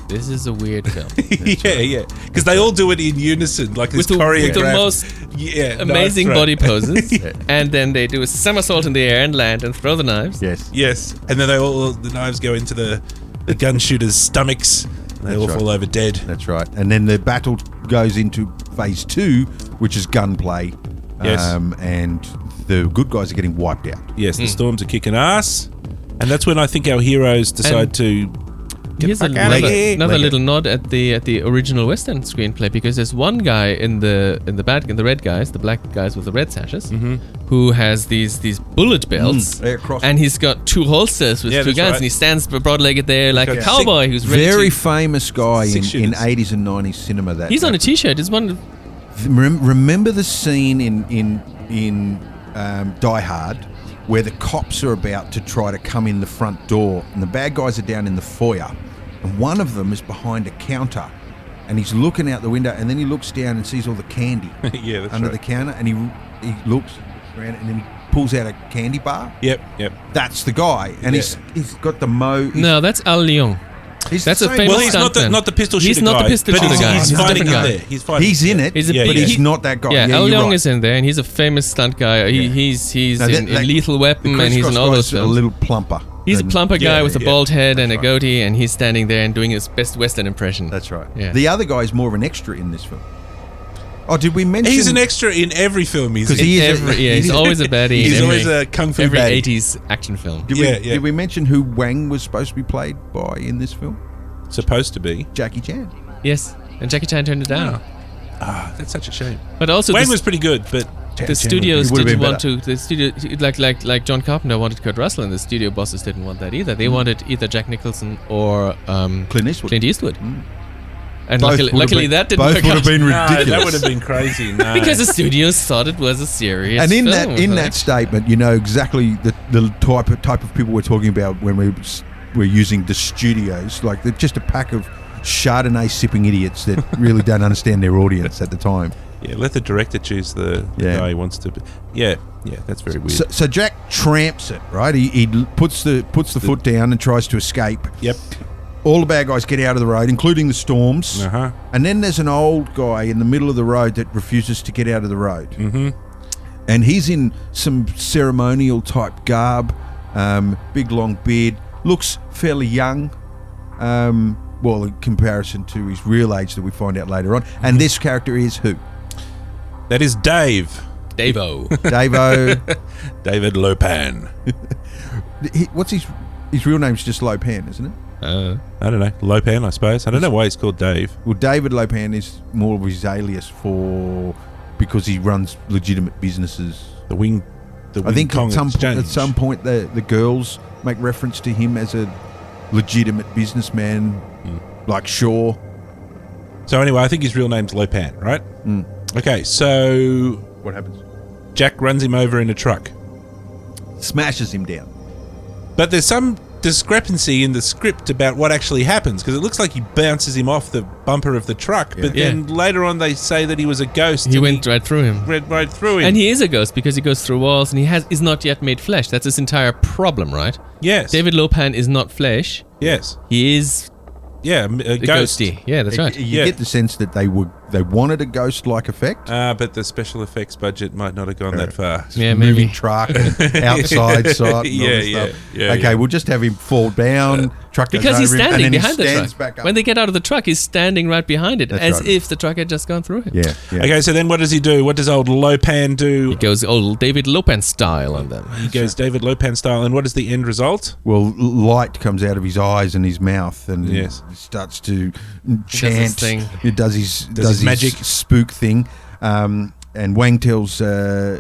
Speaker 2: this is a weird film.
Speaker 3: yeah yeah because they all do it in unison like this
Speaker 2: With the- with
Speaker 3: choreographed
Speaker 2: the most
Speaker 3: yeah,
Speaker 2: Amazing
Speaker 3: knife throw.
Speaker 2: body poses. And then they do a somersault in the air and land and throw the knives.
Speaker 1: Yes.
Speaker 3: yes and then they all the knives go into the, the gun shooters stomachs and they
Speaker 1: That's
Speaker 3: all
Speaker 1: right.
Speaker 3: fall over dead
Speaker 1: That's right. And then the battle goes into phase two, which is gunplay. Um,
Speaker 3: Yes.
Speaker 1: and the good guys are getting wiped out.
Speaker 3: yes
Speaker 2: Hmm.
Speaker 3: the storms are kicking ass and that's when i think our heroes decide to
Speaker 2: Here's
Speaker 3: fuck outta
Speaker 2: another,
Speaker 3: here.
Speaker 2: another
Speaker 1: Like it.
Speaker 2: little nod at the at the original Western screenplay because there's one guy in the in the bad in the red guys, the black guys with the red sashes,
Speaker 3: Mm-hmm.
Speaker 2: who has these these
Speaker 1: Mm.
Speaker 2: bullet belts,
Speaker 1: Yeah, cross-
Speaker 2: and he's got two holsters with
Speaker 3: Yeah,
Speaker 2: two
Speaker 3: that's
Speaker 2: guns,
Speaker 3: right.
Speaker 2: and he stands broad-legged there like a
Speaker 3: got
Speaker 2: cowboy who's ready
Speaker 1: Very
Speaker 2: to-
Speaker 1: famous guy in,
Speaker 3: Six
Speaker 1: in
Speaker 3: shooters.
Speaker 1: 80s and 90s cinema. That
Speaker 2: he's on a t-shirt. It's one.
Speaker 1: Rem- remember the scene in in in um, Die Hard where the cops are about to try to come in the front door and the bad guys are down in the foyer and one of them is behind a counter and he's looking out the window and then he looks down and sees all the candy
Speaker 3: Yeah, that's
Speaker 1: under
Speaker 3: right.
Speaker 1: the counter and he he looks around and then he pulls out a candy bar
Speaker 3: yep yep
Speaker 1: that's the guy and he's he's got the mo he's,
Speaker 2: No, that's Al Leon.
Speaker 1: he's
Speaker 2: that's
Speaker 1: the
Speaker 2: a
Speaker 1: same
Speaker 2: famous-
Speaker 3: Well, he's not the
Speaker 2: stuntman.
Speaker 3: not the pistol
Speaker 2: He's
Speaker 3: shooter
Speaker 2: not the
Speaker 3: guy,
Speaker 2: pistol
Speaker 3: but
Speaker 2: shooter
Speaker 3: he's,
Speaker 2: guy.
Speaker 3: He's,
Speaker 2: He's a
Speaker 3: fighting
Speaker 2: different
Speaker 3: in
Speaker 2: guy.
Speaker 3: there. He's
Speaker 1: guy.
Speaker 3: fighting.
Speaker 1: he's in it
Speaker 2: He's a-
Speaker 3: Yeah,
Speaker 1: but
Speaker 3: yeah.
Speaker 1: he's not that guy
Speaker 2: Yeah,
Speaker 1: yeah
Speaker 2: Al
Speaker 1: you're
Speaker 2: Leon
Speaker 1: right.
Speaker 2: is in there, and he's a famous stunt guy. He, He's he's
Speaker 1: No, that-
Speaker 2: in, in
Speaker 1: that-
Speaker 2: Lethal
Speaker 1: the
Speaker 2: Weapon, and he's
Speaker 1: crisscross
Speaker 2: in all those
Speaker 1: guy's a
Speaker 2: films.
Speaker 1: little plumper
Speaker 2: He's a
Speaker 1: than-
Speaker 2: plumper guy
Speaker 3: Yeah,
Speaker 2: with a
Speaker 3: yeah.
Speaker 2: bald head and a
Speaker 1: right.
Speaker 2: goatee, and he's standing there and doing his best Western impression.
Speaker 1: That's right.
Speaker 2: Yeah.
Speaker 1: The other guy is more of an extra in this film. Oh, did we mention?
Speaker 3: He's an extra in every film. He's
Speaker 1: 'Cause
Speaker 3: in.
Speaker 1: he is a-
Speaker 2: every, yeah, he's always a baddie.
Speaker 3: He's
Speaker 2: in every,
Speaker 3: always a kung fu
Speaker 2: every
Speaker 3: baddie.
Speaker 2: 80s action film.
Speaker 1: Did we,
Speaker 3: Yeah, yeah.
Speaker 1: did we mention who Wang was supposed to be played by in this film?
Speaker 3: supposed to be.
Speaker 1: Jackie Chan.
Speaker 2: Yes, and Jackie Chan turned it down.
Speaker 3: Ah, that's such a shame.
Speaker 2: But also,
Speaker 3: Wayne
Speaker 2: the,
Speaker 3: was pretty good, but
Speaker 2: the studios
Speaker 1: would've
Speaker 2: didn't
Speaker 1: been
Speaker 2: want to. The studio, like like like John Carpenter wanted Kurt Russell, and the studio bosses didn't want that either. They wanted either Jack Nicholson or um,
Speaker 1: Mm. Clint Eastwood. Mm.
Speaker 2: Clint Eastwood.
Speaker 1: Both
Speaker 2: And luckily,
Speaker 1: would've
Speaker 2: luckily
Speaker 1: been-
Speaker 2: that didn't
Speaker 1: both
Speaker 2: work
Speaker 1: would
Speaker 2: out.
Speaker 1: have been
Speaker 3: No,
Speaker 1: ridiculous.
Speaker 3: that would have been crazy. No.
Speaker 2: because the studios thought it was a serious
Speaker 1: and in
Speaker 2: film
Speaker 1: that
Speaker 2: or
Speaker 1: in
Speaker 2: something.
Speaker 1: that statement, you know exactly the, the type of, type of people we're talking about when we s- we're using the studios. Like they're just a pack of Chardonnay sipping idiots that really don't understand their audience at the time.
Speaker 3: yeah, let the director choose the, the
Speaker 1: Yeah.
Speaker 3: guy he wants to. Be. Yeah, yeah, that's very weird.
Speaker 1: So, so Jack tramps it right. He, he l- puts the puts the foot down and tries to escape.
Speaker 3: yep.
Speaker 1: All the bad guys get out of the road, including the storms.
Speaker 3: Uh huh.
Speaker 1: And then there's an old guy in the middle of the road that refuses to get out of the road. Mm-hmm. And he's in some ceremonial type garb, um, big long beard, looks fairly young. Um, well, in comparison to his real age that we find out later on. And this character is who?
Speaker 3: That is Dave,
Speaker 2: Davo.
Speaker 1: Davo.
Speaker 3: David Lopan.
Speaker 1: he, what's his his real name's just Lopan, isn't it?
Speaker 2: uh,
Speaker 3: I don't know Lopan, I suppose. I don't know why he's called Dave.
Speaker 1: Well, David Lopan is more of his alias for because he runs legitimate businesses
Speaker 3: The wing. The
Speaker 1: I
Speaker 3: Wing
Speaker 1: think
Speaker 3: Kong
Speaker 1: at some, po-
Speaker 3: Exchange.
Speaker 1: at some point the, the girls make reference to him as a legitimate businessman,
Speaker 2: Hmm.
Speaker 1: like Shaw.
Speaker 3: So anyway, I think his real name's Lopan, right?
Speaker 1: Mm.
Speaker 3: Okay, so
Speaker 1: What happens?
Speaker 3: Jack runs him over in a truck.
Speaker 1: Smashes him down.
Speaker 3: But there's some discrepancy in the script about what actually happens because it looks like he bounces him off the bumper of the truck, but
Speaker 2: Yeah.
Speaker 3: then later on they say that he was a ghost.
Speaker 2: he
Speaker 3: and
Speaker 2: went right through him.
Speaker 3: read right through him.
Speaker 2: And he is a ghost because he goes through walls and he has is not yet made flesh. That's his entire problem, right?
Speaker 3: yes,
Speaker 2: David Lopan is not flesh.
Speaker 3: Yes,
Speaker 2: He is
Speaker 3: yeah, m- a
Speaker 2: a
Speaker 3: ghost.
Speaker 2: ghosty. Yeah, that's
Speaker 1: You-
Speaker 2: right.
Speaker 1: You
Speaker 3: Yeah.
Speaker 1: get the sense that they were they wanted a ghost-like effect.
Speaker 3: Uh, but the special effects budget might not have gone that far.
Speaker 2: Yeah,
Speaker 1: moving
Speaker 2: maybe.
Speaker 1: truck, and outside side. and all
Speaker 3: Yeah,
Speaker 1: this
Speaker 3: yeah,
Speaker 1: stuff.
Speaker 3: yeah,
Speaker 1: Okay,
Speaker 3: yeah.
Speaker 1: we'll just have him fall down. truck goes
Speaker 2: Uh, Because he's
Speaker 1: over him,
Speaker 2: standing
Speaker 1: and then
Speaker 2: behind
Speaker 1: he
Speaker 2: the
Speaker 1: stands
Speaker 2: truck.
Speaker 1: back up.
Speaker 2: When they get out of the truck, he's standing right behind it,
Speaker 1: That's
Speaker 2: as
Speaker 1: right.
Speaker 2: if the truck had just gone through him.
Speaker 1: yeah, yeah.
Speaker 3: Okay, so then what does he do? What does old Lopan do? He
Speaker 2: Goes old David Lopan style on them.
Speaker 3: goes David Lopan style, and what is the end result?
Speaker 1: Well, l- light comes out of his eyes and his mouth, and he
Speaker 3: Yes.
Speaker 1: starts to chant.
Speaker 2: thing.
Speaker 1: He does his does,
Speaker 3: his
Speaker 1: his
Speaker 3: magic.
Speaker 1: spook thing, um, and Wang tells uh,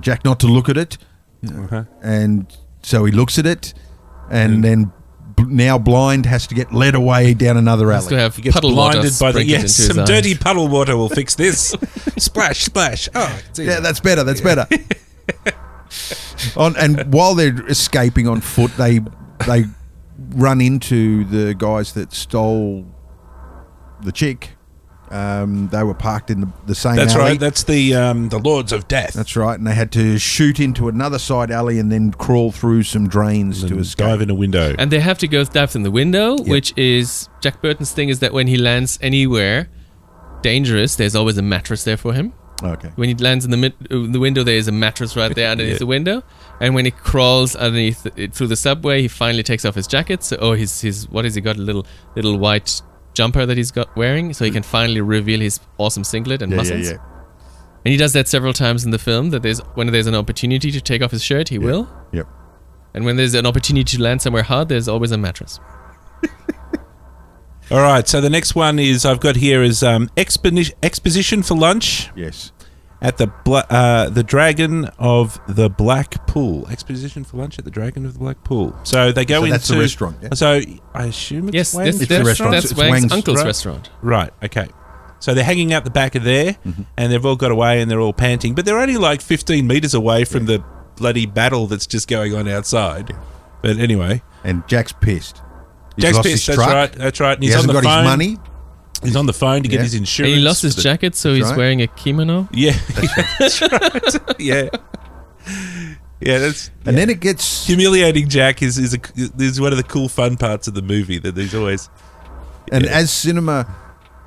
Speaker 1: Jack not to look at it,
Speaker 3: Uh-huh.
Speaker 1: and so he looks at it, and then b- now blind has to get led away down another
Speaker 2: Has to
Speaker 1: alley.
Speaker 2: have
Speaker 3: He gets
Speaker 2: puddle water
Speaker 3: blinded by the
Speaker 2: sprinkled
Speaker 3: yes,
Speaker 2: into his
Speaker 3: some
Speaker 2: eyes.
Speaker 3: dirty puddle water will fix this. splash, splash. Oh, it's
Speaker 1: Yeah, that's better. That's better. on and while they're escaping on foot, they they run into the guys that stole the chick. Um, they were parked in the, the same.
Speaker 3: That's
Speaker 1: alley.
Speaker 3: right. That's the um, the Lords of Death.
Speaker 1: That's right, and they had to shoot into another side alley and then crawl through some drains to escape.
Speaker 3: dive in a window.
Speaker 2: And they have to go dive in the window, which is Jack Burton's thing is that when he lands anywhere dangerous, there's always a mattress there for him.
Speaker 1: Okay.
Speaker 2: When he lands in the mid, uh, the window, there is a mattress right there underneath
Speaker 3: Yeah.
Speaker 2: the window. And when he crawls underneath it through the subway, he finally takes off his jacket. So, oh, his his what has he got? A little little white jumper that he's got wearing, so he can finally reveal his awesome singlet and muscles. And he does that several times in the film. That there's when there's an opportunity to take off his shirt, he will.
Speaker 1: Yep.
Speaker 2: And when there's an opportunity to land somewhere hard, there's always a mattress.
Speaker 3: All right. So the next one is I've got here is um, exponi- exposition for lunch
Speaker 1: Yes.
Speaker 3: at the Bla- uh, the Dragon of the Black Pool. Exposition for lunch at the Dragon of the Black Pool. So they go
Speaker 1: So
Speaker 3: into
Speaker 1: that's the restaurant, yeah?
Speaker 3: So I assume it's
Speaker 2: Yes,
Speaker 3: Wayne's
Speaker 2: that's,
Speaker 1: It's the
Speaker 2: that's,
Speaker 1: restaurant.
Speaker 2: that's
Speaker 1: It's
Speaker 2: Wang's,
Speaker 1: Wang's,
Speaker 2: uncle's
Speaker 3: right?
Speaker 2: restaurant.
Speaker 3: Right. Okay. So they're hanging out the back of there,
Speaker 1: Mm-hmm.
Speaker 3: and they've all got away, and they're all panting. But they're only like 15 meters away from the bloody battle that's just going on outside. But anyway,
Speaker 1: And Jack's pissed. He's
Speaker 3: Jack's
Speaker 1: lost
Speaker 3: pissed.
Speaker 1: his
Speaker 3: That's
Speaker 1: truck.
Speaker 3: right. That's right. And
Speaker 1: He
Speaker 3: he's
Speaker 1: hasn't
Speaker 3: on the
Speaker 1: got
Speaker 3: phone.
Speaker 1: his money.
Speaker 3: He's on the phone to
Speaker 1: Yeah.
Speaker 3: get his
Speaker 2: And
Speaker 3: insurance.
Speaker 2: he lost his
Speaker 3: for the-
Speaker 2: jacket, so he's
Speaker 1: right.
Speaker 2: wearing a kimono.
Speaker 3: Yeah, that's right. Yeah, yeah. That's
Speaker 1: And then it gets
Speaker 3: humiliating. Jack is is a, is one of the cool fun parts of the movie that he's always.
Speaker 1: And
Speaker 3: Yeah.
Speaker 1: as cinema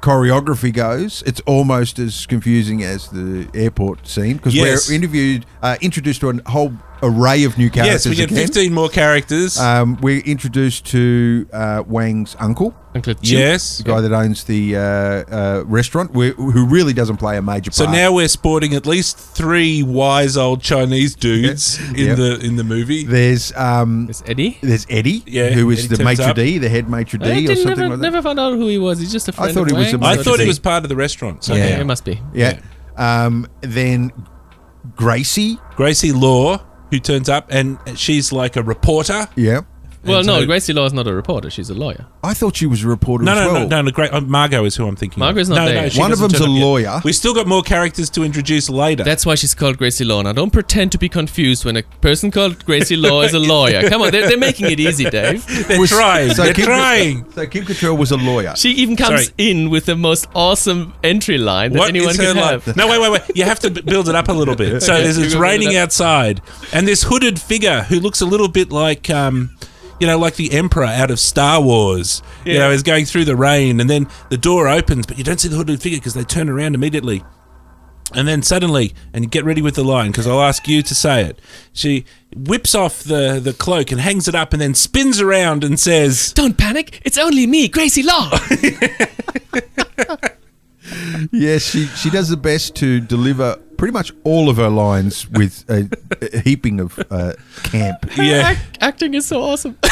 Speaker 1: choreography goes, it's almost as confusing as the airport scene because
Speaker 3: Yes.
Speaker 1: we're interviewed, uh, introduced to a whole array of new
Speaker 3: Yes,
Speaker 1: characters.
Speaker 3: we get
Speaker 1: again.
Speaker 3: fifteen more characters.
Speaker 1: Um, we're introduced to uh, Wang's uncle,
Speaker 2: Uncle Chu.
Speaker 3: yes.
Speaker 1: the guy that owns the uh, uh, restaurant, wh- who really doesn't play a major
Speaker 3: So
Speaker 1: part.
Speaker 3: now we're sporting at least three wise old Chinese dudes in
Speaker 1: Yeah.
Speaker 3: the in the movie.
Speaker 1: there's um,
Speaker 2: It's Eddie.
Speaker 1: there's Eddie,
Speaker 3: Yeah,
Speaker 1: who is
Speaker 3: Eddie
Speaker 1: the
Speaker 3: turns
Speaker 1: maitre
Speaker 3: up.
Speaker 1: d, the head maitre d,
Speaker 2: I
Speaker 1: or
Speaker 2: didn't,
Speaker 1: something
Speaker 2: never,
Speaker 1: like that.
Speaker 2: never found out who he was. He's just a friend.
Speaker 1: thought
Speaker 2: of
Speaker 1: he was a
Speaker 2: Wang's,
Speaker 3: I
Speaker 1: Maitre
Speaker 2: so
Speaker 3: thought
Speaker 1: d'.
Speaker 3: he was part of the restaurant. So
Speaker 2: Yeah,
Speaker 1: Yeah.
Speaker 2: he must be.
Speaker 1: Yeah. Um, then Gracie.
Speaker 3: Gracie Law, who turns up, and she's like a reporter.
Speaker 1: Yeah.
Speaker 2: Well,
Speaker 3: And
Speaker 2: no,
Speaker 3: so-
Speaker 2: Gracie Law is not a reporter. She's a lawyer.
Speaker 1: I thought she was a reporter
Speaker 3: No,
Speaker 1: as
Speaker 3: no,
Speaker 1: well.
Speaker 3: no, no, no. Great. Uh, Margot is who I'm thinking.
Speaker 2: Margot's
Speaker 3: of.
Speaker 2: not
Speaker 3: no, No,
Speaker 2: there.
Speaker 3: she
Speaker 1: One of
Speaker 3: doesn't
Speaker 1: them's
Speaker 3: turn
Speaker 1: a
Speaker 3: up yet.
Speaker 1: lawyer.
Speaker 3: We still got more characters to introduce later.
Speaker 2: That's why she's called Gracie Law. Now, don't pretend to be confused when a person called Gracie Law is a lawyer. Come on, they're, they're making it easy, Dave.
Speaker 3: they're
Speaker 1: Was-
Speaker 3: trying. they're
Speaker 1: Kim,
Speaker 3: trying.
Speaker 1: So Kim Cattrall was a lawyer.
Speaker 2: She even comes
Speaker 3: Sorry.
Speaker 2: in with the most awesome entry line that
Speaker 3: What
Speaker 2: anyone
Speaker 3: is her
Speaker 2: could
Speaker 3: like?
Speaker 2: have.
Speaker 3: No, wait, wait, wait. You have to b- build it up a little bit. So
Speaker 2: Okay,
Speaker 3: there's,
Speaker 2: you
Speaker 3: it's
Speaker 2: build it
Speaker 3: raining
Speaker 2: up.
Speaker 3: outside, and this hooded figure who looks a little bit like, um, you know, like the Emperor out of Star Wars. You
Speaker 2: Yeah.
Speaker 3: know, is going through the rain, and then the door opens, but you don't see the hooded figure because they turn around immediately. And then suddenly, and get ready with the line because I'll ask you to say it. She whips off the, the cloak and hangs it up, and then spins around and says,
Speaker 2: Don't panic. It's only me, Gracie Law.
Speaker 1: Yes, she she does the best to deliver pretty much all of her lines with a, a heaping of uh, camp.
Speaker 3: "Yeah."
Speaker 2: Act- acting is so awesome.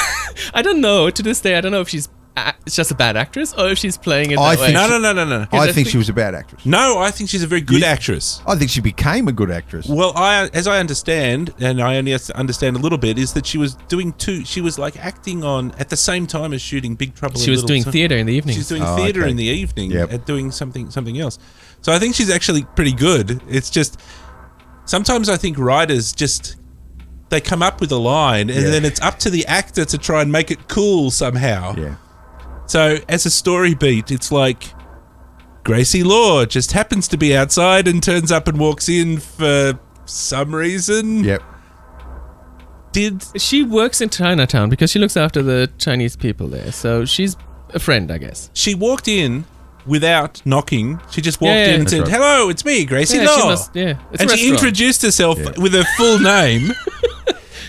Speaker 2: I don't know. To this day, I don't know if she's a- just a bad actress or if she's playing it
Speaker 1: I
Speaker 2: that way.
Speaker 1: think
Speaker 3: No, no, no, no, no.
Speaker 1: I
Speaker 2: I
Speaker 1: think
Speaker 2: think-
Speaker 1: she was a bad actress.
Speaker 3: No, I think she's a very good
Speaker 1: You-
Speaker 3: actress.
Speaker 1: I think she became a good actress.
Speaker 3: Well, I as I understand, and I only as- understand a little bit, is that she was doing two. She was like acting on at the same time as shooting Big Trouble.
Speaker 2: she
Speaker 3: in
Speaker 2: was
Speaker 3: Little
Speaker 2: doing
Speaker 3: China.
Speaker 2: theater in the evening.
Speaker 3: She's doing
Speaker 1: Oh,
Speaker 3: theater
Speaker 1: okay.
Speaker 3: in the evening
Speaker 1: Yep.
Speaker 3: and doing something something else. So I think she's actually pretty good. It's just sometimes I think writers just they come up with a line and
Speaker 1: Yeah.
Speaker 3: then it's up to the actor to try and make it cool somehow.
Speaker 1: Yeah,
Speaker 3: So as a story beat, it's like Gracie Law just happens to be outside and turns up and walks in for some reason.
Speaker 1: yep.
Speaker 3: Did
Speaker 2: She works in Chinatown because she looks after the Chinese people there. So she's a friend, I guess.
Speaker 3: she walked in without knocking. She just walked
Speaker 2: Yeah, yeah,
Speaker 3: in and
Speaker 2: that's
Speaker 3: said,
Speaker 1: right.
Speaker 3: "Hello, it's me, Gracie
Speaker 2: Yeah,
Speaker 3: Law."
Speaker 2: she must- yeah, it's a
Speaker 3: and she
Speaker 2: restaurant.
Speaker 3: introduced herself with her full name.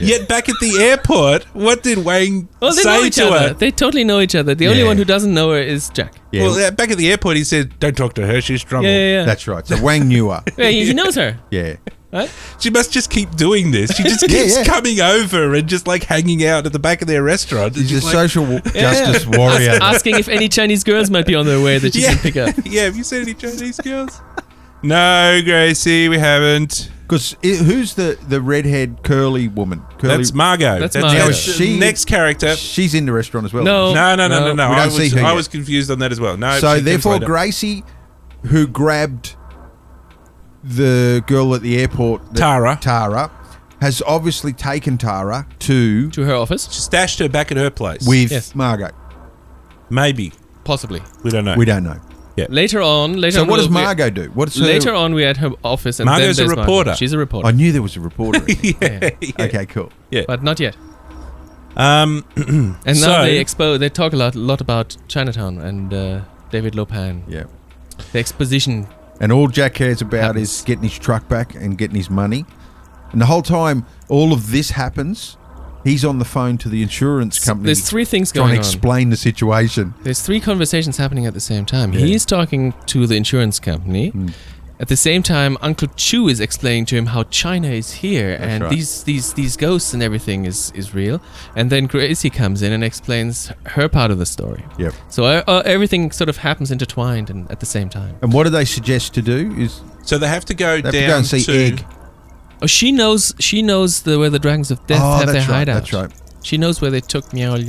Speaker 3: Yet back at the airport, what did Wayne
Speaker 2: Well, they know
Speaker 3: say
Speaker 2: each
Speaker 3: to
Speaker 2: other.
Speaker 3: her?
Speaker 2: They totally know each other. The only
Speaker 1: Yeah.
Speaker 2: one who doesn't know her is Jack.
Speaker 1: Yeah,
Speaker 3: Well, uh, back at the airport, he said, "Don't talk to her. She's strong."
Speaker 2: Yeah, yeah, yeah.
Speaker 1: that's right. So Wang knew her.
Speaker 2: Yeah, he, he knows her,
Speaker 1: Yeah.
Speaker 2: right?
Speaker 3: She must just keep doing this. She just
Speaker 1: Yeah,
Speaker 3: keeps
Speaker 1: yeah.
Speaker 3: coming over and just like hanging out at the back of their restaurant. And
Speaker 1: She's a
Speaker 3: just like,
Speaker 1: social w- justice warrior.
Speaker 2: Asking if any Chinese girls might be on their way that she
Speaker 3: yeah,
Speaker 2: can pick up.
Speaker 3: yeah. Have you seen any Chinese girls? no, Gracie, we haven't.
Speaker 1: Because who's the the redhead curly woman? Curly.
Speaker 3: That's Margot.
Speaker 2: That's Margot.
Speaker 1: Now,
Speaker 3: the
Speaker 1: she-
Speaker 3: next character.
Speaker 1: She's in the restaurant as well.
Speaker 2: No.
Speaker 3: No, no, no, no,
Speaker 2: No.
Speaker 3: no.
Speaker 1: We
Speaker 3: I
Speaker 1: don't see
Speaker 3: was,
Speaker 1: her
Speaker 3: I
Speaker 1: yet.
Speaker 3: was confused on that as well. No. she
Speaker 1: So
Speaker 3: comes
Speaker 1: therefore,
Speaker 3: later.
Speaker 1: Gracie, who grabbed the girl at the airport, that-
Speaker 3: Tara.
Speaker 1: Tara, has obviously taken Tara to
Speaker 2: To her office?
Speaker 3: She stashed her back at her place.
Speaker 1: with
Speaker 2: Yes.
Speaker 1: Margot.
Speaker 3: maybe
Speaker 2: Possibly.
Speaker 3: we don't know.
Speaker 1: We don't know.
Speaker 2: Later on, later
Speaker 1: So
Speaker 2: on.
Speaker 1: what
Speaker 2: we'll-
Speaker 1: does Margot do? What's her,
Speaker 2: Later on, we're at her office, and
Speaker 3: Margot's a
Speaker 2: then there's Margot.
Speaker 3: reporter.
Speaker 2: She's a
Speaker 1: I
Speaker 2: reporter,
Speaker 1: knew there was a reporter. in it.
Speaker 3: yeah, yeah.
Speaker 1: Okay, cool.
Speaker 2: but not yet.
Speaker 3: Um,
Speaker 2: And now
Speaker 3: So-
Speaker 2: they expose. They talk a lot, lot about Chinatown and uh, David Lopan.
Speaker 1: Yeah.
Speaker 2: The exposition.
Speaker 1: And all Jack cares about
Speaker 2: Happens.
Speaker 1: is getting his truck back and getting his money. And the whole time all of this happens, he's on the phone to the insurance company
Speaker 2: There's three things
Speaker 1: trying
Speaker 2: going
Speaker 1: to
Speaker 2: on.
Speaker 1: explain the situation.
Speaker 2: There's three conversations happening at the same time. He's talking to the insurance company.
Speaker 1: Hmm.
Speaker 2: At the same time, Uncle Chu is explaining to him how China is here and
Speaker 1: right.
Speaker 2: these, these these ghosts and everything is, is real. And then Gracie comes in and explains her part of the story.
Speaker 1: Yep.
Speaker 2: So uh, uh, everything sort of happens intertwined and at the same time.
Speaker 1: And what do they suggest to do? Is
Speaker 3: so they have to go
Speaker 1: they have to
Speaker 3: down
Speaker 1: go and see Egg.
Speaker 2: Oh, she knows she knows the, where the dragons of death
Speaker 1: Oh,
Speaker 2: have their
Speaker 1: that's right,
Speaker 2: hideout.
Speaker 1: that's right.
Speaker 2: She knows where they took Miao.
Speaker 1: To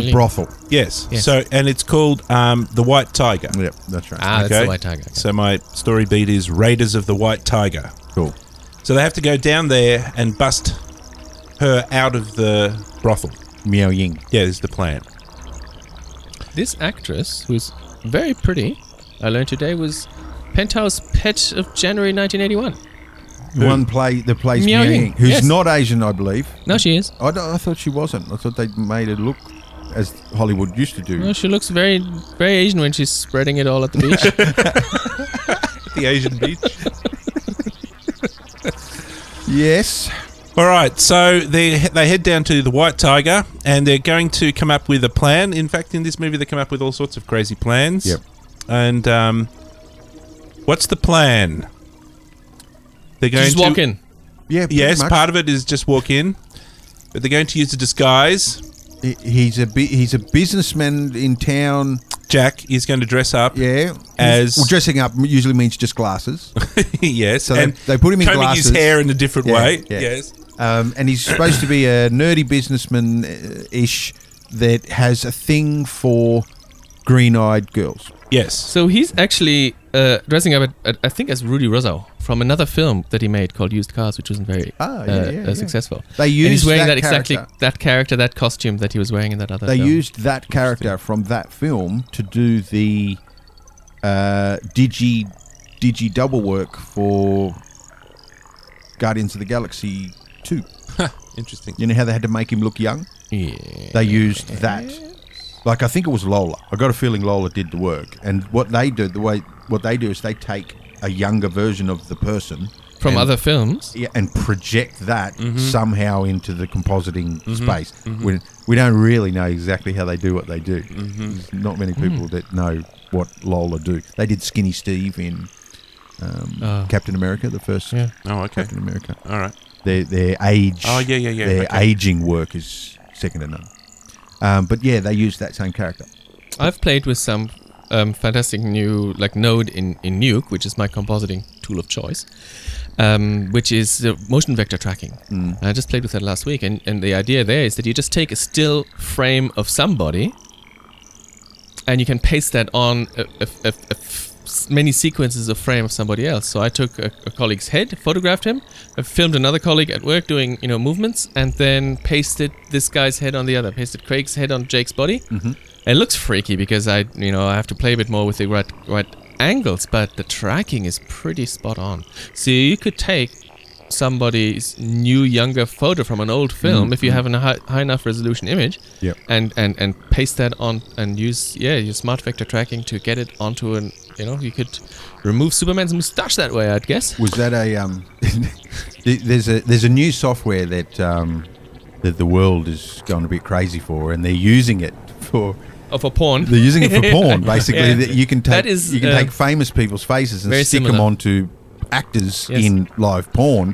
Speaker 1: the brothel.
Speaker 3: Yes.
Speaker 2: Yes.
Speaker 3: So and it's called um, the White Tiger.
Speaker 1: Yep, that's right.
Speaker 2: Ah, that's the white tiger.
Speaker 3: So my story beat is Raiders of the White Tiger.
Speaker 1: cool.
Speaker 3: So they have to go down there and bust her out of the brothel.
Speaker 1: Miao Ying.
Speaker 3: Yeah, is the plan.
Speaker 2: This actress, who's very pretty, I learned today was Penthouse Pet of January 1981.
Speaker 1: One play the plays
Speaker 2: Miao
Speaker 1: Miao
Speaker 2: Ying,
Speaker 1: Ying, who's
Speaker 2: yes.
Speaker 1: not Asian, I believe.
Speaker 2: No, she is.
Speaker 1: I, don't- I thought she wasn't. I thought they made it look as Hollywood used to do.
Speaker 2: No, she looks very, very Asian when she's spreading it all at the beach.
Speaker 3: The Asian beach.
Speaker 1: Yes.
Speaker 3: All right, so they they head down to the White Tiger, and they're going to come up with a plan. In fact, in this movie, they come up with all sorts of crazy plans.
Speaker 1: Yep.
Speaker 3: And um, what's the plan? They're going
Speaker 2: Just
Speaker 3: to
Speaker 2: walk in.
Speaker 1: Yeah. pretty
Speaker 3: Yes,
Speaker 1: much.
Speaker 3: part of it is just walk in, but they're going to use a disguise.
Speaker 1: He- He's a bu- he's a businessman in town.
Speaker 3: Jack is going to dress up.
Speaker 1: Yeah.
Speaker 3: As-
Speaker 1: well, dressing up usually means just glasses.
Speaker 3: yes.
Speaker 1: So they- they put him in
Speaker 3: combing
Speaker 1: glasses.
Speaker 3: his hair in a different
Speaker 1: Yeah,
Speaker 3: way.
Speaker 1: yeah.
Speaker 3: Yes.
Speaker 1: Um, and he's supposed to be a nerdy businessman uh, ish that has a thing for green eyed girls.
Speaker 3: Yes.
Speaker 2: So he's actually uh, dressing up, at, at, I think, as Rudy Rosso from another film that he made called Used Cars, which wasn't very
Speaker 1: Ah, yeah,
Speaker 2: uh,
Speaker 1: yeah,
Speaker 2: uh,
Speaker 1: yeah.
Speaker 2: successful.
Speaker 1: They
Speaker 2: and he's
Speaker 1: used
Speaker 2: wearing that,
Speaker 1: that
Speaker 2: exactly
Speaker 1: character.
Speaker 2: that character, that costume that he was wearing in that um, other.
Speaker 1: They
Speaker 2: film.
Speaker 1: used that character from that film to do the uh, digi digi double work for Guardians of the Galaxy two.
Speaker 3: Interesting.
Speaker 1: You know how they had to make him look young?
Speaker 2: Yeah.
Speaker 1: They used that. Like I think it was Lola. I got a feeling Lola did the work. And what they do, the way what they do is they take a younger version of the person
Speaker 2: from
Speaker 1: and,
Speaker 2: other films.
Speaker 1: yeah, and project that
Speaker 2: Mm-hmm.
Speaker 1: somehow into the compositing space. We, we don't really know exactly how they do what they do.
Speaker 3: Mm-hmm.
Speaker 1: There's Not many
Speaker 3: Mm.
Speaker 1: people that know what Lola do. They did Skinny Steve in um,
Speaker 2: Oh.
Speaker 1: Captain America, the first
Speaker 2: Yeah.
Speaker 3: Oh, okay.
Speaker 1: Captain America.
Speaker 3: All right.
Speaker 1: Their their age.
Speaker 3: Oh, yeah, yeah, yeah,
Speaker 1: Their
Speaker 3: okay.
Speaker 1: aging work is second to none. Um, but yeah, they use that same character.
Speaker 2: I've played with some um, fantastic new like node in, in Nuke, which is my compositing tool of choice, um, which is uh, motion vector tracking. I just played with that last week, and, and the idea there is that you just take a still frame of somebody, and you can paste that on a, a, a, a f- s- many sequences of frame of somebody else. So I took a, a colleague's head, photographed him, I filmed another colleague at work doing you know movements, and then pasted this guy's head on the other, pasted Craig's head on Jake's body. It looks freaky because I you know I have to play a bit more with the right right angles, but the tracking is pretty spot on. So you could take somebody's new younger photo from an old film if you have a high, high enough resolution image
Speaker 1: Yep.
Speaker 2: and and and paste that on and use yeah your smart vector tracking to get it onto an You know, you could remove Superman's mustache that way, I'd guess.
Speaker 1: Was that a um? th- there's a there's a new software that um, that the world is going a bit crazy for, and they're using it for
Speaker 2: Or for porn.
Speaker 1: they're using it for porn basically.
Speaker 2: Yeah.
Speaker 1: That you can take
Speaker 2: That is,
Speaker 1: you can
Speaker 2: uh,
Speaker 1: take famous people's faces and
Speaker 2: very
Speaker 1: stick them
Speaker 2: similar.
Speaker 1: onto actors
Speaker 2: Yes.
Speaker 1: in live porn,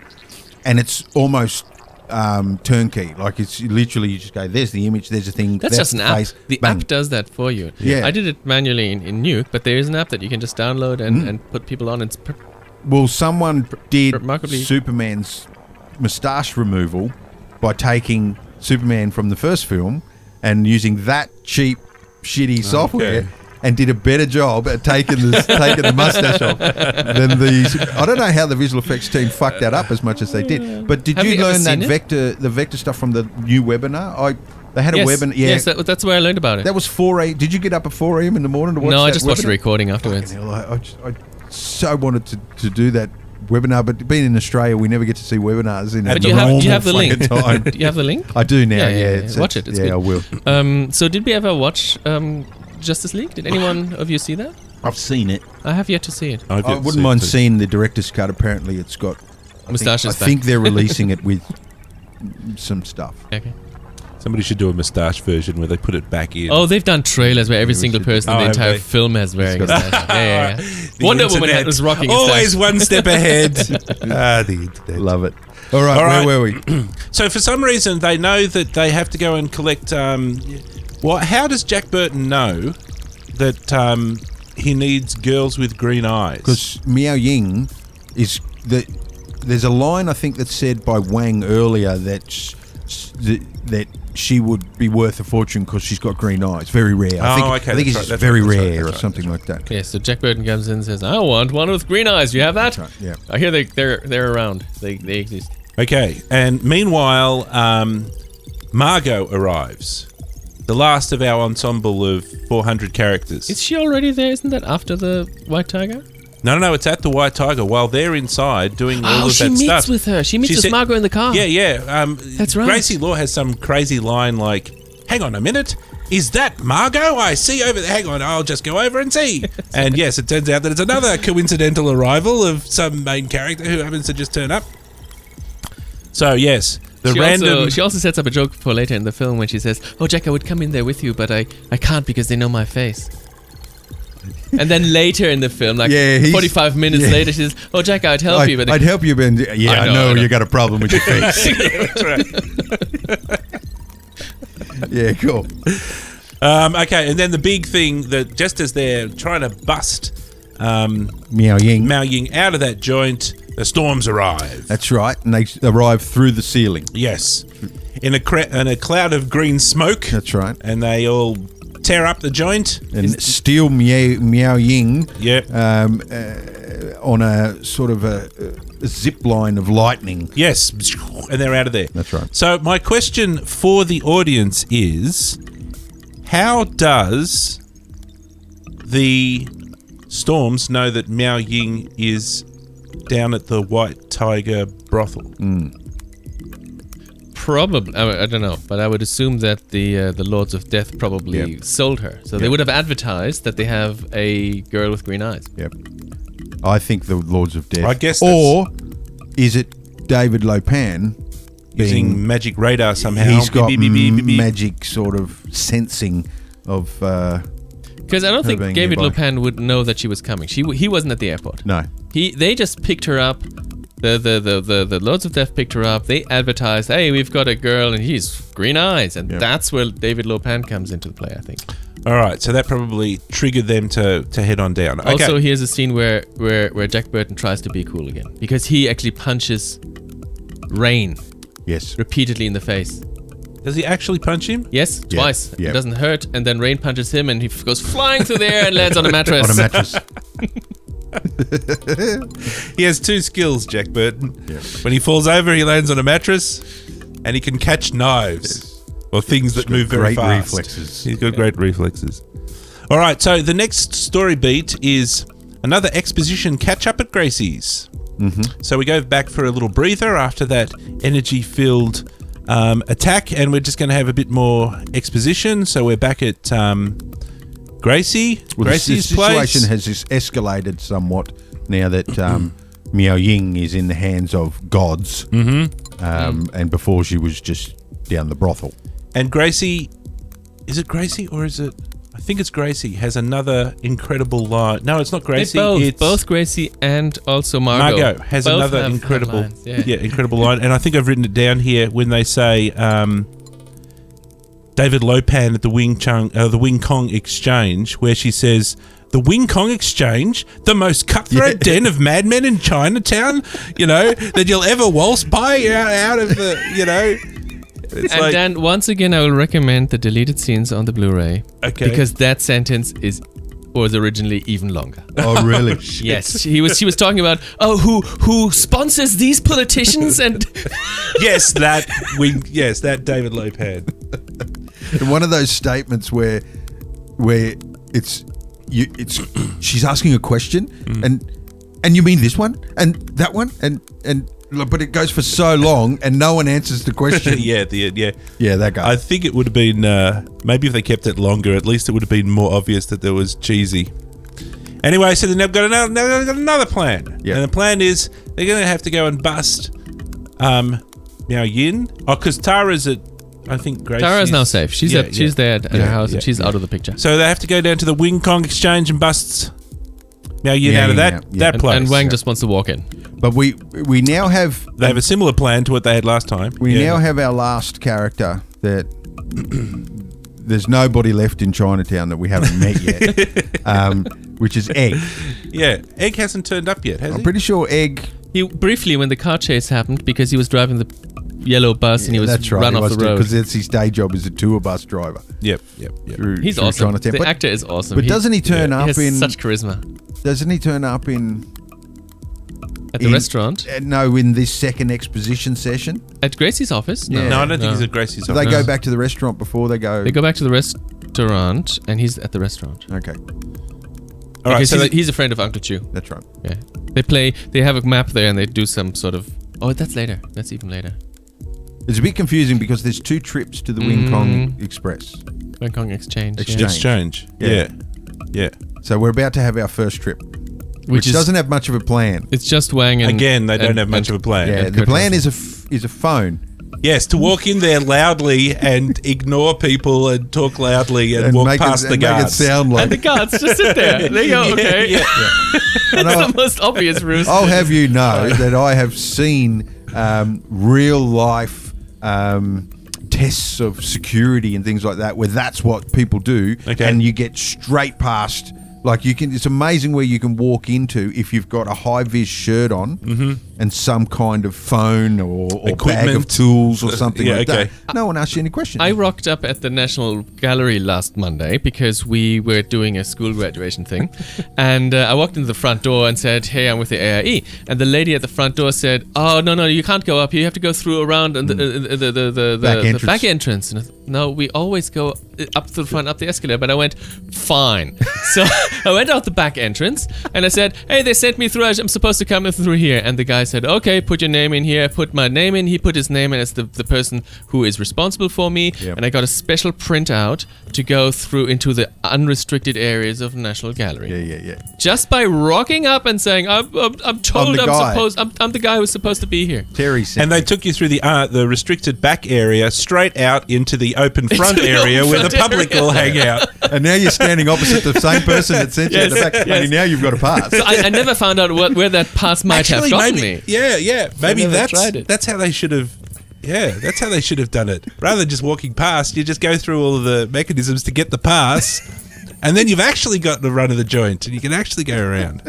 Speaker 1: and it's almost. Um, turnkey, like it's literally you just go. There's the image. There's a thing.
Speaker 2: That's just an
Speaker 1: the
Speaker 2: app.
Speaker 1: face,
Speaker 2: the
Speaker 1: bang."
Speaker 2: app does that for you.
Speaker 1: Yeah.
Speaker 2: I did it manually in, in Nuke, but there is an app that you can just download and,
Speaker 1: Mm.
Speaker 2: and put people on. It's pr-
Speaker 1: Well, someone did
Speaker 2: Remarkably-
Speaker 1: Superman's moustache removal by taking Superman from the first film and using that cheap, shitty software. And did a better job at taking the taking the mustache off than these. I don't know how the visual effects team fucked that up as much as they did. But did
Speaker 2: Have
Speaker 1: you
Speaker 2: you ever
Speaker 1: learn that
Speaker 2: seen it?
Speaker 1: vector the vector stuff from the new webinar? I they had a
Speaker 2: yes,
Speaker 1: webinar. Yeah,
Speaker 2: yes
Speaker 1: that,
Speaker 2: that, that's where I learned about it.
Speaker 1: was four a. Did you get up at four a.m. in the morning to watch?
Speaker 2: no, I
Speaker 1: that
Speaker 2: just watched
Speaker 1: webinar?
Speaker 2: a recording afterwards.
Speaker 1: Fucking hell, I, I, just- I so wanted to, to do that webinar, but being in Australia, we never get to see webinars in
Speaker 2: But
Speaker 1: the
Speaker 2: you have- do you
Speaker 1: normal
Speaker 2: have the link?
Speaker 1: fucking time.
Speaker 2: Do you have the link?
Speaker 1: I do now. Yeah,
Speaker 2: Yeah, yeah, yeah.
Speaker 1: it's-
Speaker 2: Watch it, it's
Speaker 1: yeah,
Speaker 2: good.
Speaker 1: I will.
Speaker 2: Um, so did we ever watch um, Justice League? Did anyone of you see that?
Speaker 4: I've seen it.
Speaker 2: I have yet to see it.
Speaker 3: I've
Speaker 1: I
Speaker 3: yet to see
Speaker 1: wouldn't
Speaker 3: it
Speaker 1: mind
Speaker 3: too.
Speaker 1: seeing the director's cut. Apparently, it's got
Speaker 2: Moustache
Speaker 1: I
Speaker 2: is back.
Speaker 1: think they're releasing it with some stuff.
Speaker 2: Okay.
Speaker 3: Somebody should do a moustache version where they put it back in.
Speaker 2: Oh, they've done trailers where every single
Speaker 1: should do-
Speaker 2: person
Speaker 3: Oh,
Speaker 2: in the
Speaker 3: have
Speaker 2: entire
Speaker 3: they?
Speaker 2: film has wearing a mustache. yeah, yeah, yeah.
Speaker 3: The
Speaker 2: Wonder Woman
Speaker 3: internet.
Speaker 2: had- was rocking a
Speaker 3: Always
Speaker 2: mustache.
Speaker 3: one step ahead. ah, the internet.
Speaker 1: Love it. All right,
Speaker 3: All
Speaker 1: where
Speaker 3: right.
Speaker 1: were we?
Speaker 3: So for some reason, they know that they have to go and collect. Um, well, how does Jack Burton know that um, he needs girls with green eyes?
Speaker 1: Because Miao Ying is the. There's a line I think that's said by Wang earlier that sh- sh- th- that she would be worth a fortune because she's got green eyes. Very rare. I
Speaker 3: Oh,
Speaker 1: think,
Speaker 3: okay,
Speaker 1: I think it's
Speaker 3: that's right,
Speaker 1: just
Speaker 3: that's
Speaker 1: very
Speaker 3: right, that's right,
Speaker 1: rare
Speaker 3: that's
Speaker 1: or
Speaker 3: right,
Speaker 1: something like that.
Speaker 2: Okay, so Jack Burton comes in and says, "I want one with green eyes. You have that?
Speaker 1: That's right, yeah.
Speaker 2: I hear they, they're they're around. They they exist.
Speaker 3: Okay, and meanwhile, um, Margot arrives, the last of our ensemble of 400 characters.
Speaker 2: Is she already there? Isn't that after the White Tiger?
Speaker 3: no, no, no, it's at the White Tiger while they're inside doing all
Speaker 2: Oh,
Speaker 3: of
Speaker 2: she
Speaker 3: that
Speaker 2: meets
Speaker 3: stuff.
Speaker 2: with her. She meets with
Speaker 3: said-
Speaker 2: Margot in the car.
Speaker 3: Yeah, yeah. Um,
Speaker 2: That's right.
Speaker 3: Gracie Law has some crazy line like, "Hang on a minute, is that Margot I see over there? Hang on, I'll just go over and see." and yes, it turns out that it's another coincidental arrival of some main character who happens to just turn up. So yes, the
Speaker 2: she
Speaker 3: random.
Speaker 2: Also, she also sets up a joke for later in the film when she says, "Oh, Jack, I would come in there with you, but I, I can't because they know my face." and then later in the film, like
Speaker 1: Yeah, he's-
Speaker 2: 45 minutes
Speaker 1: yeah.
Speaker 2: later, she says, "Oh, Jack, I'd help
Speaker 1: I,
Speaker 2: you, but
Speaker 1: would help you, Ben. Yeah, I know,
Speaker 2: I know, I know.
Speaker 1: you got a problem with your face.
Speaker 3: That's right.
Speaker 1: yeah, cool.
Speaker 3: um, okay, and then the big thing that just as they're trying to bust um,
Speaker 1: Miao Ying.
Speaker 3: Mao Ying out of that joint, the storms arrive.
Speaker 1: That's right, and they s- arrive through the ceiling.
Speaker 3: Yes, in a cra- in a cloud of green smoke.
Speaker 1: That's right.
Speaker 3: and they all tear up the joint.
Speaker 1: And steal Miao, Miao Ying
Speaker 3: Yep.
Speaker 1: um, uh, on a sort of a, a zip line of lightning.
Speaker 3: yes, and they're out of there.
Speaker 1: That's right.
Speaker 3: So my question for the audience is, how does the storms know that Miao Ying is down at the White Tiger brothel?
Speaker 1: Mm.
Speaker 2: probably I, I don't know, but I would assume that the uh, the Lords of Death probably sold her, so they would have advertised that they have a girl with green eyes.
Speaker 1: Yep. I think the Lords of Death.
Speaker 3: I guess that's-
Speaker 1: Or is it David Lopan
Speaker 3: Using magic radar somehow.
Speaker 1: Mm. He's got
Speaker 3: Beep, beep, beep, beep, beep.
Speaker 1: magic sort of sensing of. Uh,
Speaker 2: Because I don't think
Speaker 1: being
Speaker 2: David
Speaker 1: nearby.
Speaker 2: Lupin would know that she was coming. She w- he wasn't at the airport.
Speaker 1: no.
Speaker 2: He they just picked her up. The the, the the the Lords of Death picked her up. They advertised, "Hey, we've got a girl, and he's green eyes," and
Speaker 1: Yeah.
Speaker 2: that's where David Lopan comes into the play. I think.
Speaker 3: All right, so that probably triggered them to to head on down. Okay.
Speaker 2: Also, here's a scene where where where Jack Burton tries to be cool again because he actually punches Rain
Speaker 1: Yes.
Speaker 2: repeatedly in the face.
Speaker 3: does he actually punch him?
Speaker 2: Yes,
Speaker 1: Yeah,
Speaker 2: twice.
Speaker 1: yeah.
Speaker 2: It doesn't hurt, and then Rain punches him, and he f- goes flying through the air and lands on a mattress.
Speaker 1: On a mattress.
Speaker 3: He has two skills, Jack Burton. When he falls over, he lands on a mattress, and he can catch knives or things that
Speaker 1: got
Speaker 3: move very
Speaker 1: great
Speaker 3: fast.
Speaker 1: reflexes.
Speaker 3: He's got great reflexes. All right, so the next story beat is another exposition catch up at Gracie's.
Speaker 1: Mm-hmm.
Speaker 3: So we go back for a little breather after that energy filled um, attack, and we're just going to have a bit more exposition. So we're back at um, Gracie,
Speaker 1: Well, the, the
Speaker 3: Gracie's
Speaker 1: situation
Speaker 3: place.
Speaker 1: has es- escalated somewhat now that um, Miao Ying is in the hands of gods, mm-hmm. um, and before she was just down the brothel.
Speaker 3: And Gracie, is it Gracie or is it? I think it's Gracie. Has another incredible line. No, it's not
Speaker 2: They
Speaker 3: Gracie.
Speaker 2: both,
Speaker 3: it's
Speaker 2: both Gracie and also Margot.
Speaker 3: Margot has
Speaker 2: Both
Speaker 3: another
Speaker 2: have- have
Speaker 3: incredible,
Speaker 2: lines,
Speaker 3: yeah. incredible line. And I think I've written it down here when they say um, David Lopan at the Wing Chung, uh, the Wing Kong Exchange, where she says. The Wing Kong Exchange, the most cutthroat den of madmen in Chinatown, you know, that you'll ever waltz by out, out of the, you know. It's
Speaker 2: and
Speaker 3: like,
Speaker 2: then once again, I will recommend the deleted scenes on the Blu-ray
Speaker 3: Okay.
Speaker 2: because that sentence is was originally even longer.
Speaker 1: Oh, really?
Speaker 2: yes, he was. She was talking about oh, who who sponsors these politicians and
Speaker 3: yes, that Wing, yes, that David Lopan.
Speaker 1: One of those statements where, where it's, you, it's, she's asking a question,
Speaker 3: Mm.
Speaker 1: and, and you mean this one, and that one, and and, but it goes for so long, and no one answers the question.
Speaker 3: yeah, at the end, yeah.
Speaker 1: Yeah, that guy.
Speaker 3: I think it would have been uh, maybe if they kept it longer. At least it would have been more obvious that there was cheesy. Anyway, so then they've got another, now they've got another plan,
Speaker 1: Yeah.
Speaker 3: and the plan is they're going to have to go and bust um, Miao Yin. Oh, because Tara's at, I think Grace.
Speaker 2: Tara's now safe. She's at, she's there at her house
Speaker 3: yeah,
Speaker 2: and she's out of the picture.
Speaker 3: So they have to go down to the Wing Kong Exchange and bust Miao Yin
Speaker 1: Yeah,
Speaker 3: out of
Speaker 1: yeah,
Speaker 3: that
Speaker 1: yeah.
Speaker 3: that
Speaker 2: And,
Speaker 3: place.
Speaker 2: and Wang just wants to walk in.
Speaker 1: but we we now have
Speaker 3: they have a similar plan to what they had last time.
Speaker 1: We
Speaker 3: Yeah.
Speaker 1: now have our last character that there's nobody left in Chinatown that we haven't met yet, um, which is Egg.
Speaker 3: yeah, Egg hasn't turned up yet, has
Speaker 1: I'm
Speaker 3: he?
Speaker 1: pretty sure Egg.
Speaker 2: He briefly when the car chase happened because he was driving the yellow bus and he was run off the
Speaker 1: because
Speaker 2: road.
Speaker 1: that's his day job as a tour bus driver
Speaker 3: yep, yep, yep.
Speaker 1: through,
Speaker 2: He's
Speaker 1: through
Speaker 2: awesome.
Speaker 1: Chinatown.
Speaker 2: The
Speaker 1: but
Speaker 2: actor is awesome.
Speaker 1: but
Speaker 2: He-
Speaker 1: doesn't he turn
Speaker 2: he
Speaker 1: up
Speaker 2: has
Speaker 1: in?
Speaker 2: such charisma
Speaker 1: doesn't he turn up in?
Speaker 2: at the
Speaker 1: in-
Speaker 2: restaurant
Speaker 1: uh, no, in this second exposition session,
Speaker 2: at Gracie's office?
Speaker 1: Yeah.
Speaker 3: No, I don't think he's
Speaker 2: No.
Speaker 3: at Gracie's.
Speaker 1: do they
Speaker 3: office.
Speaker 1: go back to the restaurant before they go.
Speaker 2: They go back to the restaurant, and he's at the restaurant.
Speaker 1: okay,
Speaker 3: All right,
Speaker 2: because
Speaker 3: so
Speaker 2: he's,
Speaker 3: they-
Speaker 2: a, he's a friend of Uncle Chu.
Speaker 1: that's right.
Speaker 2: Yeah, they play. They have a map there, and they do some sort of. Oh, that's later. That's even later.
Speaker 1: It's a bit confusing because there's two trips to the
Speaker 2: Mm.
Speaker 1: Wing Kong Express.
Speaker 2: Hong Kong Exchange, yeah.
Speaker 1: Exchange.
Speaker 3: exchange.
Speaker 1: Yeah.
Speaker 3: Yeah. yeah,
Speaker 1: So we're about to have our first trip,
Speaker 2: which,
Speaker 1: which,
Speaker 2: is
Speaker 1: doesn't have much of a plan.
Speaker 2: it's just Wang and
Speaker 3: Again, they don't
Speaker 2: and-
Speaker 3: have much
Speaker 2: and-
Speaker 3: of a plan.
Speaker 1: Yeah,
Speaker 2: and
Speaker 1: the
Speaker 2: Kurt
Speaker 1: plan
Speaker 2: Russell.
Speaker 1: is a f- is a phone
Speaker 3: Yes, to walk in there loudly and ignore people and talk loudly and,
Speaker 1: and
Speaker 3: walk
Speaker 1: make
Speaker 3: past
Speaker 1: it
Speaker 3: the
Speaker 1: and make it
Speaker 3: guards.
Speaker 1: sound
Speaker 2: And the
Speaker 1: like.
Speaker 2: guards just sit there. They go,
Speaker 3: Yeah,
Speaker 2: okay.
Speaker 3: yeah.
Speaker 1: And
Speaker 2: That's
Speaker 1: I'll,
Speaker 2: the most obvious ruse.
Speaker 1: I'll have you know that I have seen um, real life um, tests of security and things like that, where that's what people do,
Speaker 3: Okay.
Speaker 1: and you get straight past. Like you can, it's amazing where you can walk into if you've got a high vis shirt on and some kind of phone or, or bag of
Speaker 3: Mm-hmm. Equipment.
Speaker 1: tools or something
Speaker 3: Yeah,
Speaker 1: like
Speaker 3: okay.
Speaker 1: that. No one asks you any questions.
Speaker 2: I rocked up at the National Gallery last Monday because we were doing a school graduation thing. and uh, I walked into the front door and said, Hey, I'm with the AIE. And the lady at the front door said, Oh, no, no, you can't go up. You have to go through around and the, uh, the, the, the, the,
Speaker 1: Hmm. Back
Speaker 2: the
Speaker 1: entrance.
Speaker 2: back entrance. And I th- no, we always go uh, up to the front, up the escalator. But I went, Fine. so I went out the back entrance and I said, Hey, they sent me through. I'm supposed to come in through here. And the guy said, Okay, put your name in here. I put my name in. He put his name in as the, the person who is responsible for me.
Speaker 1: Yep.
Speaker 2: And I got a special printout to go through into the unrestricted areas of National Gallery.
Speaker 1: yeah, yeah, yeah.
Speaker 2: Just by rocking up and saying, I'm, I'm, I'm told
Speaker 1: the
Speaker 2: I'm,
Speaker 1: guy."
Speaker 2: supposed, I'm, I'm the guy who's supposed to be here.
Speaker 1: Terry said.
Speaker 3: And they took you through the uh, the restricted back area straight out into the open front
Speaker 2: the
Speaker 3: area
Speaker 2: open
Speaker 3: where the
Speaker 2: front
Speaker 3: public
Speaker 2: area.
Speaker 3: will hang out.
Speaker 1: And now you're standing opposite the same person that sent you at
Speaker 2: Yes,
Speaker 1: the back.
Speaker 2: yes.
Speaker 1: Only now you've got a pass.
Speaker 2: So I, I never found out what, where that pass might have gotten
Speaker 3: maybe,
Speaker 2: me.
Speaker 3: yeah, yeah, maybe
Speaker 2: never
Speaker 3: that's
Speaker 2: tried it.
Speaker 3: that's how they should have. Yeah, that's how they should have done it. Rather than just walking past, you just go through all of the mechanisms to get the pass, and then you've actually got the run of the joint, and you can actually go around.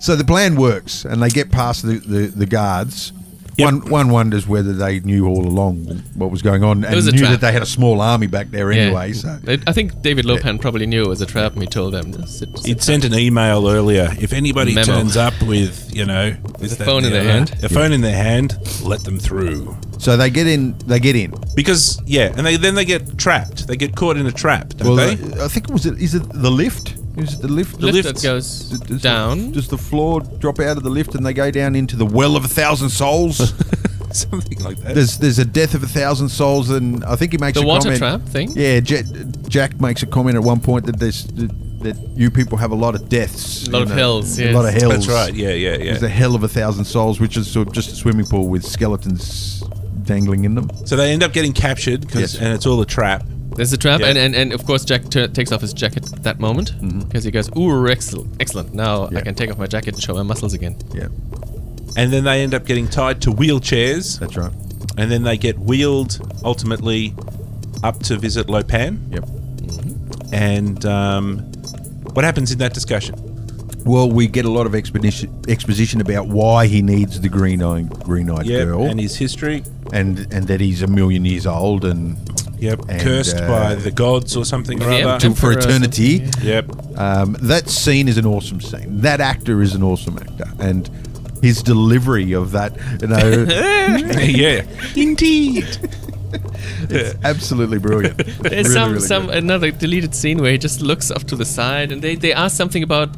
Speaker 1: So the plan works, and they get past the, the, the guards.
Speaker 3: Yep.
Speaker 1: One one wonders whether they knew all along what was going on and
Speaker 2: was a
Speaker 1: knew
Speaker 2: trap.
Speaker 1: that they had a small army back there anyway. So
Speaker 2: They- I think David Lopan probably knew it was a trap and he told them. to sit- sit
Speaker 3: He'd sent an email earlier. If anybody
Speaker 2: Memo.
Speaker 3: turns up with, you know, this, that,
Speaker 2: phone
Speaker 3: and
Speaker 2: in
Speaker 3: the
Speaker 2: their
Speaker 3: other,
Speaker 2: hand.
Speaker 3: a phone in their hand, let them through.
Speaker 1: so they get in. They get in.
Speaker 3: Because yeah, and they then they get trapped. They get caught in a trap, don't
Speaker 1: Well, uh,
Speaker 3: they?
Speaker 1: I think it was it. Is it the lift? Is it the lift?
Speaker 2: lift
Speaker 3: lift.
Speaker 2: that goes
Speaker 1: Does the-
Speaker 2: down.
Speaker 1: does the floor drop out of the lift and they go down into the well of a thousand souls?
Speaker 3: Something like that.
Speaker 1: there's there's a death of a thousand souls, and I think he makes
Speaker 2: The
Speaker 1: a
Speaker 2: water
Speaker 1: comment-
Speaker 2: trap thing?
Speaker 1: Yeah, Je- Jack makes a comment at one point that there's that you people have a lot of deaths,
Speaker 2: A lot
Speaker 1: you
Speaker 2: of hells,
Speaker 1: a lot of
Speaker 2: yes.
Speaker 1: hells.
Speaker 3: That's right. Yeah, yeah,
Speaker 1: There's a
Speaker 3: yeah.
Speaker 1: hell of a thousand souls, which is sort of just a swimming pool with skeletons dangling in them.
Speaker 3: So they end up getting captured because,
Speaker 1: Yes.
Speaker 3: and it's all a trap.
Speaker 2: There's a trap,
Speaker 3: Yeah.
Speaker 2: and, and, and of course Jack tur takes off his jacket at that moment because he goes, "Ooh, excellent! Excellent! Now
Speaker 1: Mm-hmm. Yeah.
Speaker 2: I can take off my jacket and show my muscles again."
Speaker 1: Yeah,
Speaker 3: And then they end up getting tied to wheelchairs,
Speaker 1: that's right.
Speaker 3: and then they get wheeled ultimately up to visit Lopan.
Speaker 1: Yep.
Speaker 3: And um, what happens in that discussion?
Speaker 1: Well, we get a lot of expedition, exposition about why he needs the green eyed green eyed
Speaker 3: Yep.
Speaker 1: girl,
Speaker 3: And his history.
Speaker 1: and and that he's a million years old and
Speaker 3: Yep.
Speaker 1: And,
Speaker 3: Cursed
Speaker 1: uh,
Speaker 3: by the gods or something or
Speaker 2: Yeah.
Speaker 3: other.
Speaker 1: to, for
Speaker 2: Emperor or
Speaker 1: eternity.
Speaker 3: Yep.
Speaker 1: Um, that scene is an awesome scene. That actor is an awesome actor, and his delivery of that, you know,
Speaker 3: yeah. Indeed.
Speaker 1: absolutely brilliant.
Speaker 2: There's some some another deleted scene where he just looks off to the side, and they they ask something about.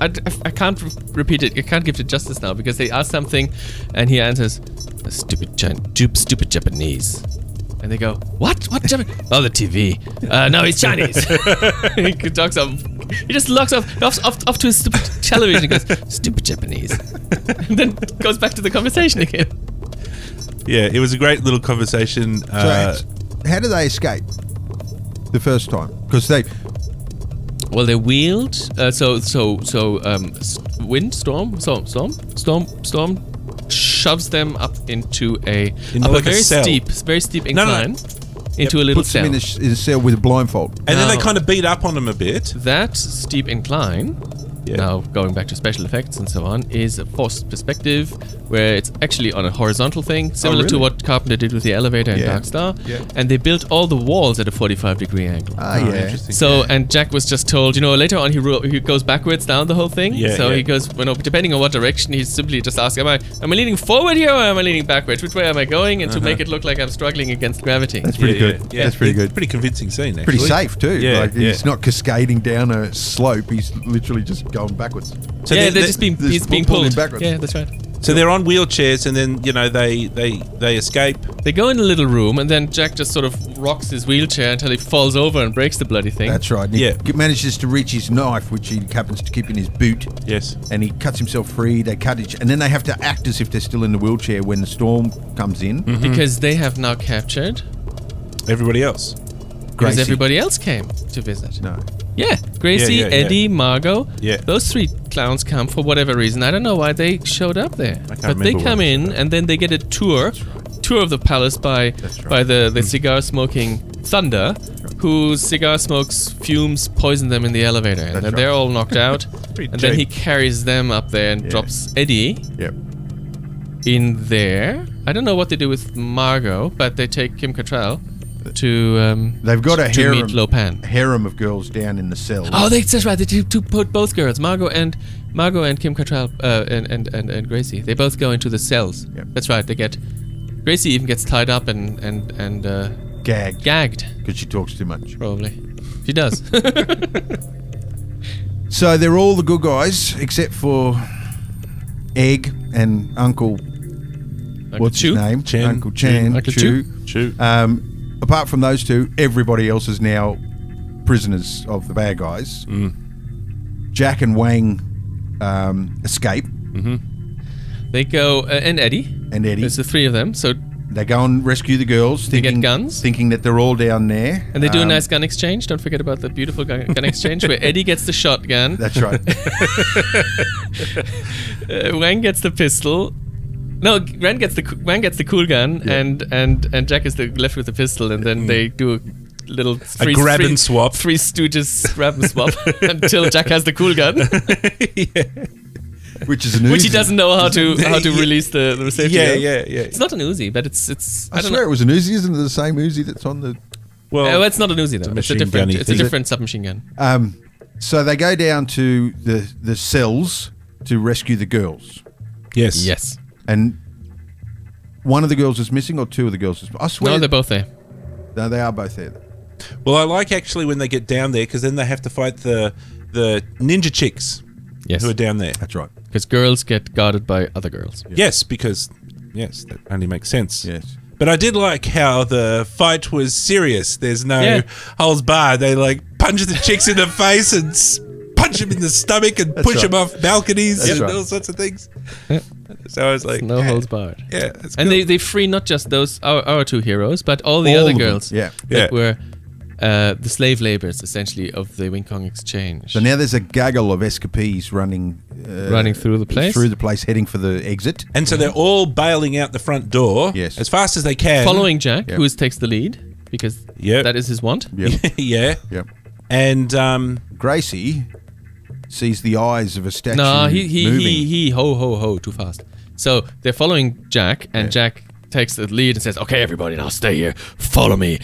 Speaker 2: I, I, I can't re- repeat it. I can't give it justice now because they ask something, and he answers, "A "Stupid, Jan- dupe- stupid Japanese." And they go, "What? What Japanese? oh, the TV. Uh, no, he's Chinese." he talks off. He just looks off off, off off to his stupid television. and Goes, "Stupid Japanese," and then goes back to the conversation again.
Speaker 3: Yeah, it was a great little conversation.
Speaker 1: So,
Speaker 3: Uh,
Speaker 1: how do they escape the first time? Because they
Speaker 2: Well, they wheeled. Uh, so so so um, s- wind storm storm storm storm storm shoves them up into a
Speaker 3: Into
Speaker 2: up
Speaker 3: like a
Speaker 2: a very
Speaker 3: cell.
Speaker 2: steep very steep
Speaker 3: No, no.
Speaker 2: incline into a little
Speaker 1: puts
Speaker 2: cell.
Speaker 1: them in a, sh- in a cell with a blindfold.
Speaker 3: and then they
Speaker 2: now-
Speaker 3: kind of beat up on him a bit.
Speaker 2: that steep incline.
Speaker 3: Yeah.
Speaker 2: Now going back to special effects and so on is a forced perspective where it's actually on a horizontal thing, similar to
Speaker 1: really?
Speaker 2: what Carpenter did with the elevator in
Speaker 1: Yeah.
Speaker 2: Dark Star.
Speaker 3: Oh, Yeah.
Speaker 2: And they built all the walls at a 45 degree angle.
Speaker 1: Ah,
Speaker 3: Oh,
Speaker 1: yeah.
Speaker 3: interesting.
Speaker 2: So and Jack was just told, you know, later on he ro- he goes backwards down the whole thing.
Speaker 3: Yeah,
Speaker 2: so
Speaker 3: yeah.
Speaker 2: he goes, you know, depending on what direction, he simply just asks, am I am I leaning forward here or am I leaning backwards? Which way am I going? And to make it look like I'm struggling against gravity.
Speaker 1: Uh-huh. That's pretty
Speaker 3: Yeah, yeah,
Speaker 1: good.
Speaker 3: yeah.
Speaker 1: That's pretty
Speaker 3: It's
Speaker 1: good.
Speaker 3: Pretty convincing scene. Actually.
Speaker 1: Pretty safe too.
Speaker 3: Yeah,
Speaker 1: like
Speaker 3: yeah.
Speaker 1: he's not cascading down a slope. He's literally just going backwards.
Speaker 3: So
Speaker 2: yeah,
Speaker 3: they're,
Speaker 2: they're,
Speaker 3: they're-
Speaker 2: just being
Speaker 1: they're
Speaker 2: he's
Speaker 1: just
Speaker 2: being
Speaker 1: pulling
Speaker 2: pulled.
Speaker 1: backwards.
Speaker 2: Yeah, that's right.
Speaker 3: so they're on wheelchairs, and then you know they they they escape.
Speaker 2: They go in a little room and then Jack just sort of rocks his wheelchair until he falls over and breaks the bloody thing.
Speaker 1: That's right. And he
Speaker 3: Yeah.
Speaker 1: g- manages to reach his knife, which he happens to keep in his boot.
Speaker 3: Yes.
Speaker 1: And he cuts himself free. They cut it, and then they have to act as if they're still in the wheelchair when the storm comes in. Mm-hmm.
Speaker 2: because they have now captured
Speaker 3: Everybody else.
Speaker 2: because
Speaker 1: Gracie-
Speaker 2: everybody else came to visit.
Speaker 1: No.
Speaker 2: Yeah, Gracie,
Speaker 3: yeah, yeah.
Speaker 2: Eddie, Margot.
Speaker 3: Yeah.
Speaker 2: Those three clowns come for whatever reason. I don't know why they showed up there.
Speaker 3: can't
Speaker 2: but they
Speaker 3: remember
Speaker 2: come
Speaker 3: why they
Speaker 2: in and then they get a tour tour of the palace by
Speaker 1: right.
Speaker 2: by the,
Speaker 3: Hmm.
Speaker 2: the cigar smoking Thunder, who cigar smokes fumes poison them in the elevator. And
Speaker 1: That's
Speaker 2: then
Speaker 1: right.
Speaker 2: they're all knocked out. and then he
Speaker 3: cheap.
Speaker 2: carries them up there and drops Eddie
Speaker 1: Yep.
Speaker 2: in there. I don't know what they do with Margot, but they take Kim Cattrall
Speaker 3: Uh,
Speaker 2: to um,
Speaker 1: They've got a
Speaker 2: to
Speaker 1: harem,
Speaker 2: meet Lopan.
Speaker 1: harem of girls down in the cells.
Speaker 2: Oh, they, that's right. They do, do put both girls, Margot and Margot and Kim Cattrall uh, and, and and and Gracie. They both go into the cells.
Speaker 1: Yep.
Speaker 2: That's right. They get Gracie even gets tied up and and and uh,
Speaker 1: gagged
Speaker 2: gagged.
Speaker 1: because she talks too much.
Speaker 2: Probably, she does.
Speaker 1: So they're all the good guys except for Egg and Uncle. what's
Speaker 2: Chu?
Speaker 1: his name?
Speaker 3: Chen.
Speaker 1: Uncle Chan.
Speaker 2: Uncle
Speaker 1: Chu.
Speaker 3: Shoot.
Speaker 1: Um, apart from those two, everybody else is now prisoners of the bad guys.
Speaker 2: Mm.
Speaker 1: Jack and Wang um, escape,
Speaker 2: They go uh, and Eddie.
Speaker 1: and Eddie.
Speaker 2: There's the three of them. So
Speaker 1: They go and rescue the girls,
Speaker 2: get
Speaker 1: thinking
Speaker 2: guns?
Speaker 1: thinking that they're all down there.
Speaker 2: and they do a
Speaker 1: Um,
Speaker 2: nice gun exchange. Don't forget about the beautiful gun, gun exchange where Eddie gets the shotgun.
Speaker 1: That's right.
Speaker 2: Uh, Wang gets the pistol. No, Wang gets the coo- Wang gets the cool gun, and and and Jack is the, left with the pistol, and then they do a little three,
Speaker 3: Mm. grab
Speaker 2: three-
Speaker 3: and swap.
Speaker 2: three Stooges grab and swap until Jack has the cool gun,
Speaker 1: Which is an
Speaker 2: which he
Speaker 1: Uzi.
Speaker 2: doesn't know how to how to
Speaker 3: Yeah.
Speaker 2: release the the safety.
Speaker 3: Yeah,
Speaker 2: of.
Speaker 3: yeah, yeah.
Speaker 2: It's not an Uzi, but it's it's I,
Speaker 1: I,
Speaker 2: don't
Speaker 1: swear
Speaker 2: know.
Speaker 1: it was an Uzi. Isn't it the same Uzi that's on the?
Speaker 3: Well,
Speaker 2: Uh, well, it's not an Uzi though. It's a
Speaker 3: machine
Speaker 2: different.
Speaker 3: gunny
Speaker 2: It's
Speaker 3: thing. Ah.
Speaker 2: a different submachine gun.
Speaker 1: Um, so they go down to the the cells to rescue the girls,
Speaker 3: yes.
Speaker 2: Yes.
Speaker 1: and one of the girls is missing, or two of the girls is. I swear.
Speaker 2: No, they're both there.
Speaker 1: No, they are both there.
Speaker 3: Well, I like actually when they get down there because then they have to fight the the ninja chicks
Speaker 2: Yes.
Speaker 3: who are down there.
Speaker 1: That's right.
Speaker 2: Because girls get guarded by other girls.
Speaker 3: Yes, because yes, that only makes sense.
Speaker 1: Yes.
Speaker 3: But But I did like how the fight was serious. There's no
Speaker 2: Yeah.
Speaker 3: holds barred. They like punch the chicks in the face and s- punch them in the stomach and push
Speaker 1: right.
Speaker 3: them off balconies
Speaker 1: That's
Speaker 3: and
Speaker 1: right.
Speaker 3: all sorts of things. So I was like,
Speaker 2: No
Speaker 3: yeah,
Speaker 2: holds barred.
Speaker 3: Yeah, that's
Speaker 2: And
Speaker 3: cool.
Speaker 2: they, they free not just those our, our two heroes, but all the
Speaker 1: All
Speaker 2: other
Speaker 1: of them,
Speaker 2: girls
Speaker 1: yeah.
Speaker 3: Yeah.
Speaker 2: that were uh, the slave laborers essentially of the Wing Kong Exchange.
Speaker 1: So now there's a gaggle of escapees running, uh,
Speaker 2: Running through the place?
Speaker 1: through the place, heading for the exit.
Speaker 3: And so they're all bailing out the front door
Speaker 1: Yes.
Speaker 3: as fast as they can.
Speaker 2: Following Jack,
Speaker 1: Yeah.
Speaker 2: who is, takes the lead because
Speaker 3: Yep.
Speaker 2: that is his want.
Speaker 1: Yep.
Speaker 3: yeah.
Speaker 1: yep.
Speaker 3: And um,
Speaker 1: Gracie sees the eyes of a statue
Speaker 2: No, he he,
Speaker 1: moving.
Speaker 2: he he ho ho ho too fast. So they're following Jack, and Jack takes the lead and says, "Okay, everybody, now stay here. Follow me.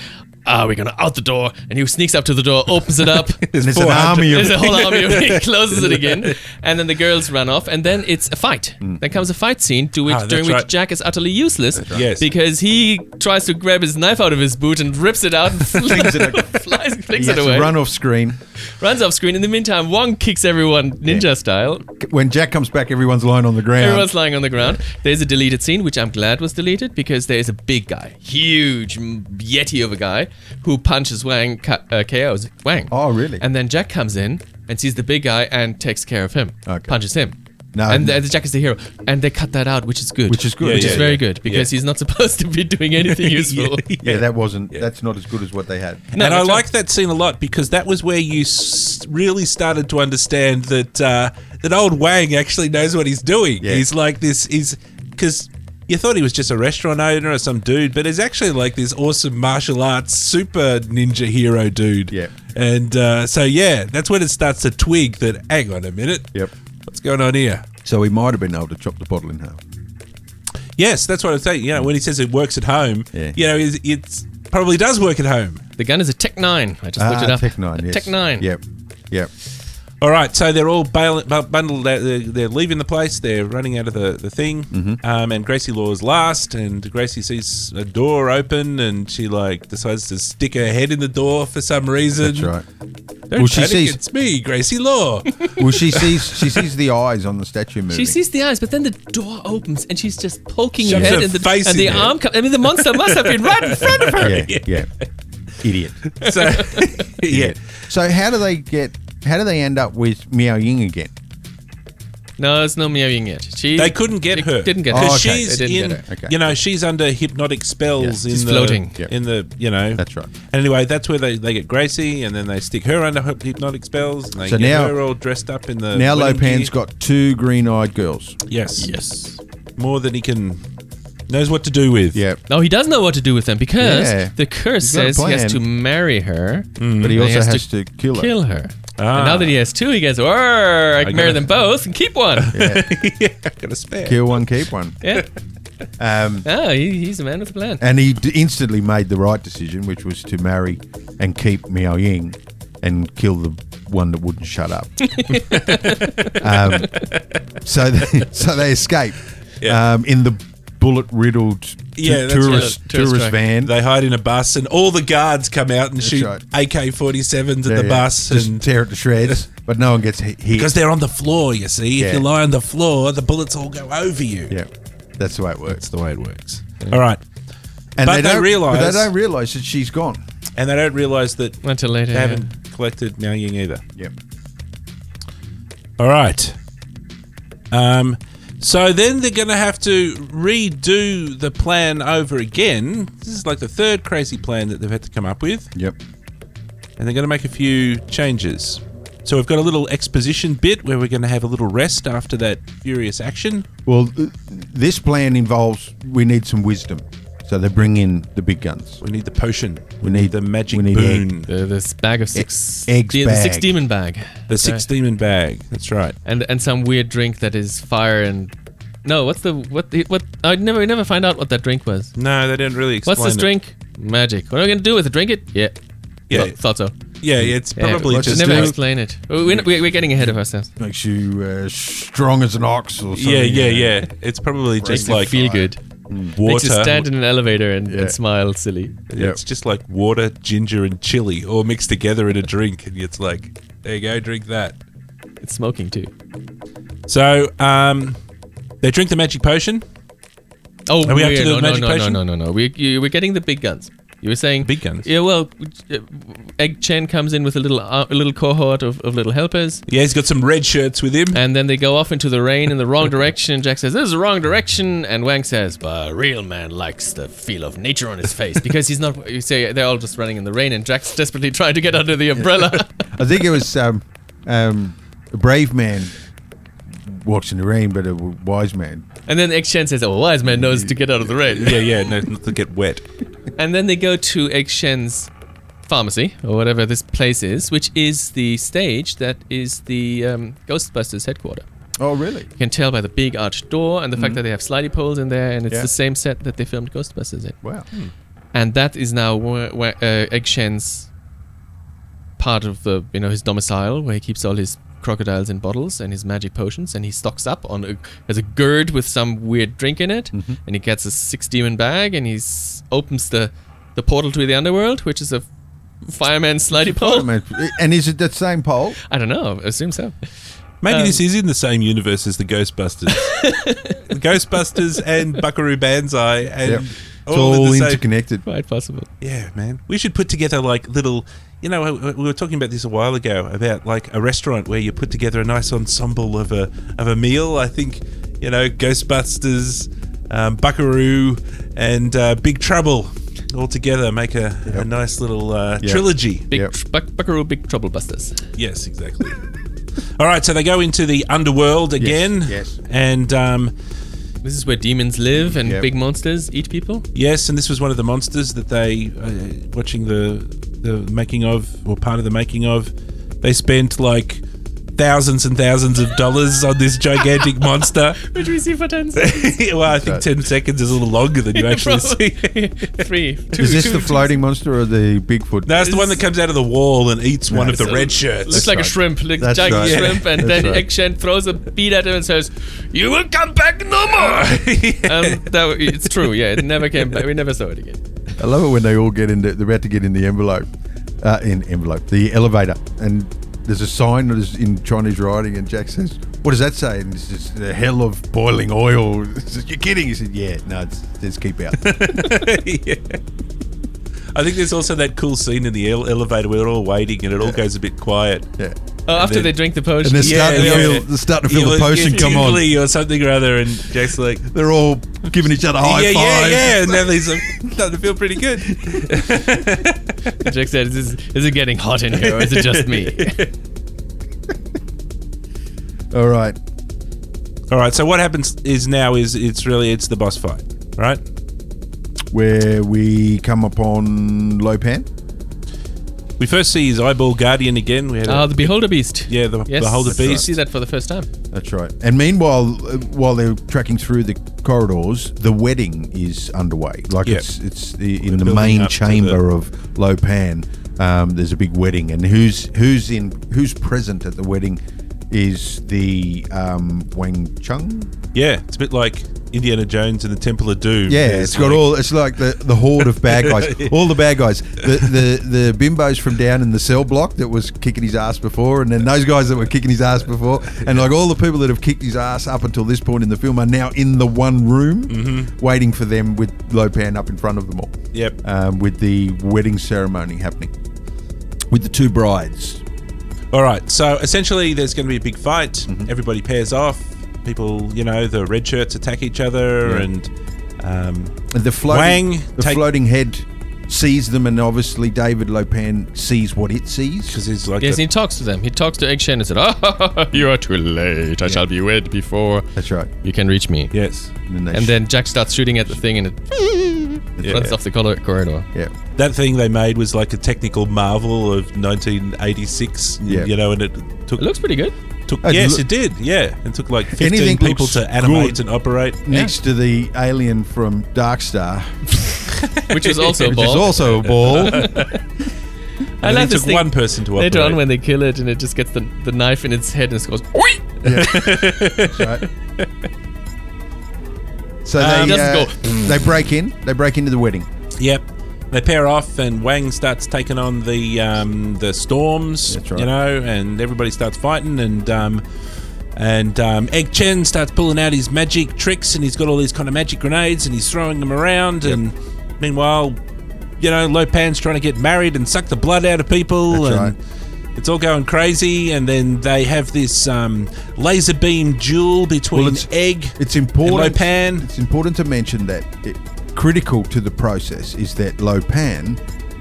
Speaker 2: Ah, we're gonna out the door." And he sneaks up to the door, opens it up.
Speaker 1: and there's an
Speaker 3: 400.
Speaker 1: army
Speaker 2: There's a
Speaker 1: of
Speaker 2: whole army of it, closes it again, and then the girls run off, and then it's a fight.
Speaker 1: Mm.
Speaker 2: Then comes a fight scene to which
Speaker 3: Ah, that's
Speaker 2: during which
Speaker 3: right.
Speaker 2: Jack is utterly useless
Speaker 3: right. Yes.
Speaker 2: because he tries to grab his knife out of his boot and rips it out and flings it, flies, flings
Speaker 1: He has
Speaker 2: it
Speaker 1: to
Speaker 2: away,
Speaker 1: run off screen.
Speaker 2: runs off screen. In the meantime, Wong kicks everyone ninja style,
Speaker 1: When Jack comes back, everyone's lying on the ground.
Speaker 2: Everyone's lying on the ground. There's a deleted scene, which I'm glad was deleted because there is a big guy, huge m- yeti of a guy, who punches Wang, ca- uh, KOs Wang.
Speaker 1: Oh, really?
Speaker 2: And then Jack comes in and sees the big guy and takes care of him,
Speaker 1: Okay.
Speaker 2: punches him.
Speaker 1: No,
Speaker 2: and
Speaker 1: no.
Speaker 2: the, Jack is the hero, and they cut that out, which is good.
Speaker 1: Which is good.
Speaker 2: Which
Speaker 1: Yeah,
Speaker 2: is
Speaker 1: yeah,
Speaker 2: very
Speaker 3: yeah.
Speaker 2: good because he's not supposed to be doing anything useful.
Speaker 1: yeah, that wasn't. That's not as good as what they had.
Speaker 2: No,
Speaker 3: and I
Speaker 2: that's
Speaker 3: like that scene a lot because that was where you s- really started to understand that uh, that old Wang actually knows what he's doing.
Speaker 1: Yeah.
Speaker 3: He's like this is because you thought he was just a restaurant owner or some dude, but he's actually like this awesome martial arts super ninja hero dude.
Speaker 1: Yeah.
Speaker 3: and uh, so yeah, that's when it starts to twig that. Hang on a minute.
Speaker 1: Yep.
Speaker 3: what's going on here?
Speaker 1: So he might have been able to chop the bottle in half.
Speaker 3: Yes, that's what I'm saying. You know, when he says it works at home,
Speaker 1: Yeah.
Speaker 3: you know, it's, it's probably does work at home.
Speaker 2: The gun is a Tech 9. I just looked
Speaker 1: Ah,
Speaker 2: it up.
Speaker 1: Tech nine.
Speaker 2: A
Speaker 1: Yes.
Speaker 2: Tech 9.
Speaker 1: Yep. Yep.
Speaker 3: All right, so they're all bail- bu- bundled. Out, they're, they're leaving the place. They're running out of the, the thing.
Speaker 1: Mm-hmm.
Speaker 3: Um, and Gracie Law's last, and Gracie sees a door open, and she like decides to stick her head in the door for some reason.
Speaker 1: That's right.
Speaker 3: Don't
Speaker 1: Well, she
Speaker 3: panic,
Speaker 1: sees-
Speaker 3: it's me, Gracie Law.
Speaker 1: Well, she sees she sees the eyes on the statue moving.
Speaker 2: She sees the eyes, but then the door opens and she's just poking her
Speaker 3: Shoves
Speaker 2: head
Speaker 3: her
Speaker 2: in the
Speaker 3: face
Speaker 2: and
Speaker 3: in
Speaker 2: the
Speaker 3: there.
Speaker 2: arm. Co- I mean, the monster must have been right in front of her.
Speaker 1: Yeah. Yeah. Idiot.
Speaker 3: so yeah,
Speaker 1: So how do they get? How do they end up with Miao Ying again?
Speaker 2: No, it's not meowing yet. She
Speaker 3: they couldn't get
Speaker 2: they
Speaker 3: her.
Speaker 2: Didn't get her.
Speaker 1: Oh,
Speaker 3: Because
Speaker 1: okay.
Speaker 3: she's
Speaker 2: They
Speaker 3: in,
Speaker 2: didn't get
Speaker 1: her. Okay.
Speaker 3: you know, she's under hypnotic spells
Speaker 2: Yeah,
Speaker 3: in
Speaker 2: she's
Speaker 3: the
Speaker 2: floating.
Speaker 1: Yep.
Speaker 3: in the, you know.
Speaker 1: That's right.
Speaker 3: And anyway, that's where they, they get Gracie, and then they stick her under hy- hypnotic spells, and they
Speaker 1: So
Speaker 3: get
Speaker 1: now-
Speaker 3: her all dressed up in the
Speaker 1: Now
Speaker 3: wedding
Speaker 1: Lopan's
Speaker 3: gear.
Speaker 1: got two green-eyed girls.
Speaker 3: yes,
Speaker 2: Yes.
Speaker 3: more than he can knows what to do with.
Speaker 1: Yep.
Speaker 2: No, he does know what to do with them because
Speaker 1: Yeah.
Speaker 2: the curse
Speaker 1: He's got a
Speaker 2: says he has to
Speaker 1: plan. Mm.
Speaker 2: marry her,
Speaker 1: But he
Speaker 2: and
Speaker 1: also has, to, kill her.
Speaker 2: kill her.
Speaker 3: Ah.
Speaker 2: And now that he has two, he goes, "Arr, I can marry
Speaker 3: gotta-
Speaker 2: them both and keep one." Yeah.
Speaker 3: yeah, I've got a spare.
Speaker 1: Kill one, keep one. Um, uh,
Speaker 2: Ah, he, he's a man with a plan.
Speaker 1: and he d- instantly made the right decision, which was to marry and keep Miao Ying, and kill the one that wouldn't shut up. um, so, they, so they escape
Speaker 3: Yeah.
Speaker 1: um, in the bullet-riddled t-
Speaker 3: Yeah,
Speaker 1: tourist
Speaker 2: right.
Speaker 3: that's
Speaker 2: Tourist
Speaker 1: tourist
Speaker 2: truck.
Speaker 1: van.
Speaker 3: They hide in a bus, and all the guards come out and shoot
Speaker 1: right.
Speaker 3: AK-47s at
Speaker 1: Yeah, yeah.
Speaker 3: the bus,
Speaker 1: just
Speaker 3: and
Speaker 1: tear it to shreds, but no one gets hi- hit.
Speaker 3: because they're on the floor, you see. If
Speaker 1: Yeah.
Speaker 3: you lie on the floor, the bullets all go over you.
Speaker 1: yeah, that's the way it works.
Speaker 3: That's the way it works. All right,
Speaker 1: And
Speaker 3: But they
Speaker 1: don't but
Speaker 3: realise-
Speaker 1: they don't realise that she's gone.
Speaker 3: and they don't realize that
Speaker 2: Until later.
Speaker 3: they
Speaker 2: yeah.
Speaker 3: haven't collected Miao Ying either.
Speaker 1: Yep.
Speaker 3: All right. Um, so then they're going to have to redo the plan over again. This is like the third crazy plan that they've had to come up with,
Speaker 1: Yep.
Speaker 3: and they're going to make a few changes. So we've got a little exposition bit where we're going to have a little rest after that furious action.
Speaker 1: Well, th- this plan involves we need some wisdom, so they bring in the big guns.
Speaker 3: We need the potion. We,
Speaker 1: We
Speaker 3: need,
Speaker 1: need-
Speaker 3: the magic
Speaker 1: we need
Speaker 3: boon.
Speaker 2: The, this bag of six,
Speaker 1: E- eggs
Speaker 2: the, the six
Speaker 1: bag.
Speaker 2: demon bag,
Speaker 3: The six demon bag. That's right.
Speaker 2: and and some weird drink that is fire and no, what's the what the, what? I never we never find out what that drink was.
Speaker 3: No, they didn't really explain.
Speaker 2: What's this
Speaker 3: it.
Speaker 2: drink? Magic. What are we gonna do with it? Drink it? Yeah.
Speaker 3: Yeah.
Speaker 2: Th- thought so.
Speaker 3: Yeah, it's
Speaker 2: Yeah,
Speaker 3: probably
Speaker 1: let's
Speaker 2: just
Speaker 3: just
Speaker 2: never
Speaker 1: do it.
Speaker 2: explain it. We're, not- we're, we're getting ahead of ourselves.
Speaker 1: Makes you uh, strong as an ox, or something.
Speaker 3: yeah, yeah,
Speaker 1: you know.
Speaker 3: yeah. It's probably just
Speaker 2: Makes you
Speaker 3: like
Speaker 2: feel good.
Speaker 3: water.
Speaker 2: Makes you stand in an elevator and,
Speaker 1: Yeah.
Speaker 2: and smile silly.
Speaker 1: Yep.
Speaker 3: It's just like water, ginger, and chili all mixed together in a drink, and it's like, there you go, drink that.
Speaker 2: It's smoking too.
Speaker 3: So um, they drink the magic potion,
Speaker 2: Oh,
Speaker 3: Are we up
Speaker 2: yeah,
Speaker 3: to the
Speaker 2: no, no,
Speaker 3: magic
Speaker 2: no, no,
Speaker 3: potion?
Speaker 2: no, no, no. We you, we're getting the big guns. You were saying
Speaker 3: Big guns?
Speaker 2: Yeah, well, uh, Egg Chen comes in with a little uh, a little cohort of, of little helpers,
Speaker 3: Yeah, he's got some red shirts with him.
Speaker 2: and then they go off into the rain in the wrong direction. Jack says, "This is the wrong direction," and Wang says, "But a real man likes the feel of nature on his face because he's not." You say they're all just running in the rain, and Jack's desperately trying to get under the umbrella.
Speaker 1: I think it was um, um, a brave man walks in the rain, but a w- wise man.
Speaker 2: And then Egg Shen says, "Oh, wise man knows to get out of the rain."
Speaker 3: Yeah, yeah, no, not to get wet.
Speaker 2: And then they go to Egg Shen's pharmacy or whatever this place is, which is the stage that is the um, Ghostbusters headquarter.
Speaker 1: Oh, really?
Speaker 2: You can tell by the big arched door and the fact that they have slidey poles in there, and it's
Speaker 1: Yeah.
Speaker 2: the same set that they filmed Ghostbusters in.
Speaker 1: Wow.
Speaker 2: And that is now where, where uh, Egg Shen's part of the you know his domicile where he keeps all his crocodiles in bottles and his magic potions and he stocks up on a, has a gourd with some weird drink in it
Speaker 1: Mm-hmm.
Speaker 2: and he gets a six demon bag and he s- opens the the portal to the underworld which is a fireman slidey pole
Speaker 1: And is it that same pole?
Speaker 2: i don't know I assume so
Speaker 3: Maybe this is in the same universe as the Ghostbusters. the Ghostbusters and Buckaroo Banzai and
Speaker 1: Yep. It's
Speaker 3: all, in
Speaker 1: all
Speaker 3: the same.
Speaker 1: interconnected.
Speaker 2: quite possible
Speaker 3: yeah, man. We should put together like little. You know, we were talking about this a while ago about like a restaurant where you put together a nice ensemble of a of a meal. I think you know Ghostbusters, um, Buckaroo, and uh, Big Trouble all together make a, a nice little uh, trilogy.
Speaker 2: big
Speaker 1: Yep.
Speaker 2: tr- buck- buckaroo big trouble busters
Speaker 3: Yes, exactly. All right, so they go into the underworld again.
Speaker 1: yes.
Speaker 3: And um,
Speaker 2: this is where demons live and
Speaker 1: Yep.
Speaker 2: big monsters eat people
Speaker 3: yes, and this was one of the monsters that they, uh, watching the the making of or part of the making of, they spent like thousands and thousands of dollars on this gigantic monster.
Speaker 2: which we see for 10
Speaker 3: well, I think ten seconds is a little longer than you actually see.
Speaker 2: three two
Speaker 1: Is this
Speaker 2: two-
Speaker 1: the floating monster or the Bigfoot?
Speaker 3: That's the one that comes out of the wall and eats one of the
Speaker 2: So,
Speaker 3: red shirts.
Speaker 2: Looks like a shrimp, like a
Speaker 1: That's
Speaker 2: giant
Speaker 1: right.
Speaker 2: shrimp, and
Speaker 1: That's
Speaker 2: then
Speaker 1: right.
Speaker 2: Egg Shen throws a bead at him and says, "You will come back no more." um, that w- it's true. Yeah, it never came back. We never saw it again.
Speaker 1: I love it when they all get in. The, they're about to get in the envelope, uh, in envelope, the elevator, and there's a sign that is in Chinese writing, and Jack says, "What does that say?" And it's just the hell of boiling oil. He says, You're kidding? He said, "Yeah, no, it's, it's keep out."
Speaker 3: yeah. I think there's also that cool scene in the ele- elevator where they're all waiting and it all goes a bit quiet.
Speaker 1: yeah.
Speaker 2: Oh, after
Speaker 3: then-
Speaker 2: they drink the
Speaker 1: And
Speaker 2: potion,
Speaker 1: they're starting
Speaker 3: yeah.
Speaker 1: to feel, they're starting to feel
Speaker 3: You
Speaker 1: the
Speaker 3: look-
Speaker 1: potion
Speaker 3: you're
Speaker 1: come on.
Speaker 3: tingly or something or other, and Jack's like,
Speaker 1: They're all giving each other high
Speaker 3: yeah, yeah,
Speaker 1: fives.
Speaker 3: yeah, and then he's like, starting to feel pretty good.
Speaker 2: Jack said, is, this- "Is it getting hot in here, or is it just me?"
Speaker 1: All right.
Speaker 3: All right, so what happens is now is it's really it's the boss fight, right?
Speaker 1: Where we come upon Lopan.
Speaker 3: We first see his eyeball guardian again. We had a-
Speaker 2: Ah, the Beholder Beast.
Speaker 3: yeah, the,
Speaker 2: Yes,
Speaker 3: the holder
Speaker 2: we
Speaker 3: beast.
Speaker 2: see that for the first time.
Speaker 1: That's right. And meanwhile, uh, while they're trekking through the corridors, the wedding is underway. Like
Speaker 3: Yeah.
Speaker 1: it's it's the, in
Speaker 3: They're
Speaker 1: the
Speaker 3: building
Speaker 1: main
Speaker 3: up to
Speaker 1: chamber of Lopan. Um, there's a big wedding, and who's who's in who's present at the wedding is the um, Wang Chung.
Speaker 3: Yeah, it's a bit like Indiana Jones and the Temple of Doom.
Speaker 1: Yeah,
Speaker 3: There's
Speaker 1: it's got
Speaker 3: like-
Speaker 1: all. It's like the, the horde of bad guys. All the bad guys. The, the the bimbos from down in the cell block that was kicking his ass before, and then those guys that were kicking his ass before, and like all the people that have kicked his ass up until this point in the film are now in the one room,
Speaker 3: Mm-hmm.
Speaker 1: waiting for them with Lopan up in front of them all.
Speaker 3: Yep.
Speaker 1: Um, with the wedding ceremony happening, with the two brides.
Speaker 3: All right, so essentially there's going to be a big fight.
Speaker 1: Mm-hmm.
Speaker 3: Everybody pairs off. People, you know, the red shirts attack each other,
Speaker 1: Yeah.
Speaker 3: and um,
Speaker 1: The floating,
Speaker 3: Wang
Speaker 1: the
Speaker 3: take-
Speaker 1: floating head sees them, and obviously David Lopan sees what it sees.
Speaker 3: because he's like
Speaker 2: Yes,
Speaker 3: the-
Speaker 2: he talks to them. He talks to Egg Shen and said, "Ah, you are too late. I shall be wed before
Speaker 1: That's right.
Speaker 2: you can reach me."
Speaker 3: yes.
Speaker 1: then they
Speaker 2: And
Speaker 1: sh-
Speaker 2: then Jack starts shooting at the thing, and it runs off the colo- corridor.
Speaker 1: yeah.
Speaker 3: That thing they made was like a technical marvel of 1986.
Speaker 1: Yeah.
Speaker 3: you know, and it took
Speaker 2: It looks pretty good.
Speaker 3: took
Speaker 1: it
Speaker 3: yes,
Speaker 1: loo-
Speaker 3: it did. Yeah, it took like 15
Speaker 1: Anything
Speaker 3: people
Speaker 1: looks
Speaker 3: to animate
Speaker 1: good.
Speaker 3: and operate.
Speaker 1: next to the alien from Dark Star,
Speaker 2: which is also a
Speaker 1: which is
Speaker 2: ball.
Speaker 1: also a ball.
Speaker 2: I like
Speaker 3: And it
Speaker 2: this
Speaker 3: took
Speaker 2: thing.
Speaker 3: one person to operate.
Speaker 2: Later on, when they kill it and it just gets the, the knife in its head and it goes, "Oink!"
Speaker 1: right? So
Speaker 3: Um,
Speaker 1: they
Speaker 2: Ah, Doesn't
Speaker 1: uh,
Speaker 2: go-
Speaker 1: they break in. They break into the wedding.
Speaker 3: Yep. They pair off, and Wang starts taking on the um, the storms,
Speaker 1: That's right.
Speaker 3: you know, and everybody starts fighting, and um, And um, Egg Chen starts pulling out his magic tricks, and he's got all these kind of magic grenades, and he's throwing them around. And meanwhile, you know, Lopan's trying to get married and suck the blood out of people.
Speaker 5: That's
Speaker 3: and It's all going crazy, and then they have this um, laser beam duel between
Speaker 1: it's-
Speaker 3: Egg
Speaker 1: It's important.
Speaker 3: and Lopan.
Speaker 1: It's important to mention that it, critical to the process is that Lopan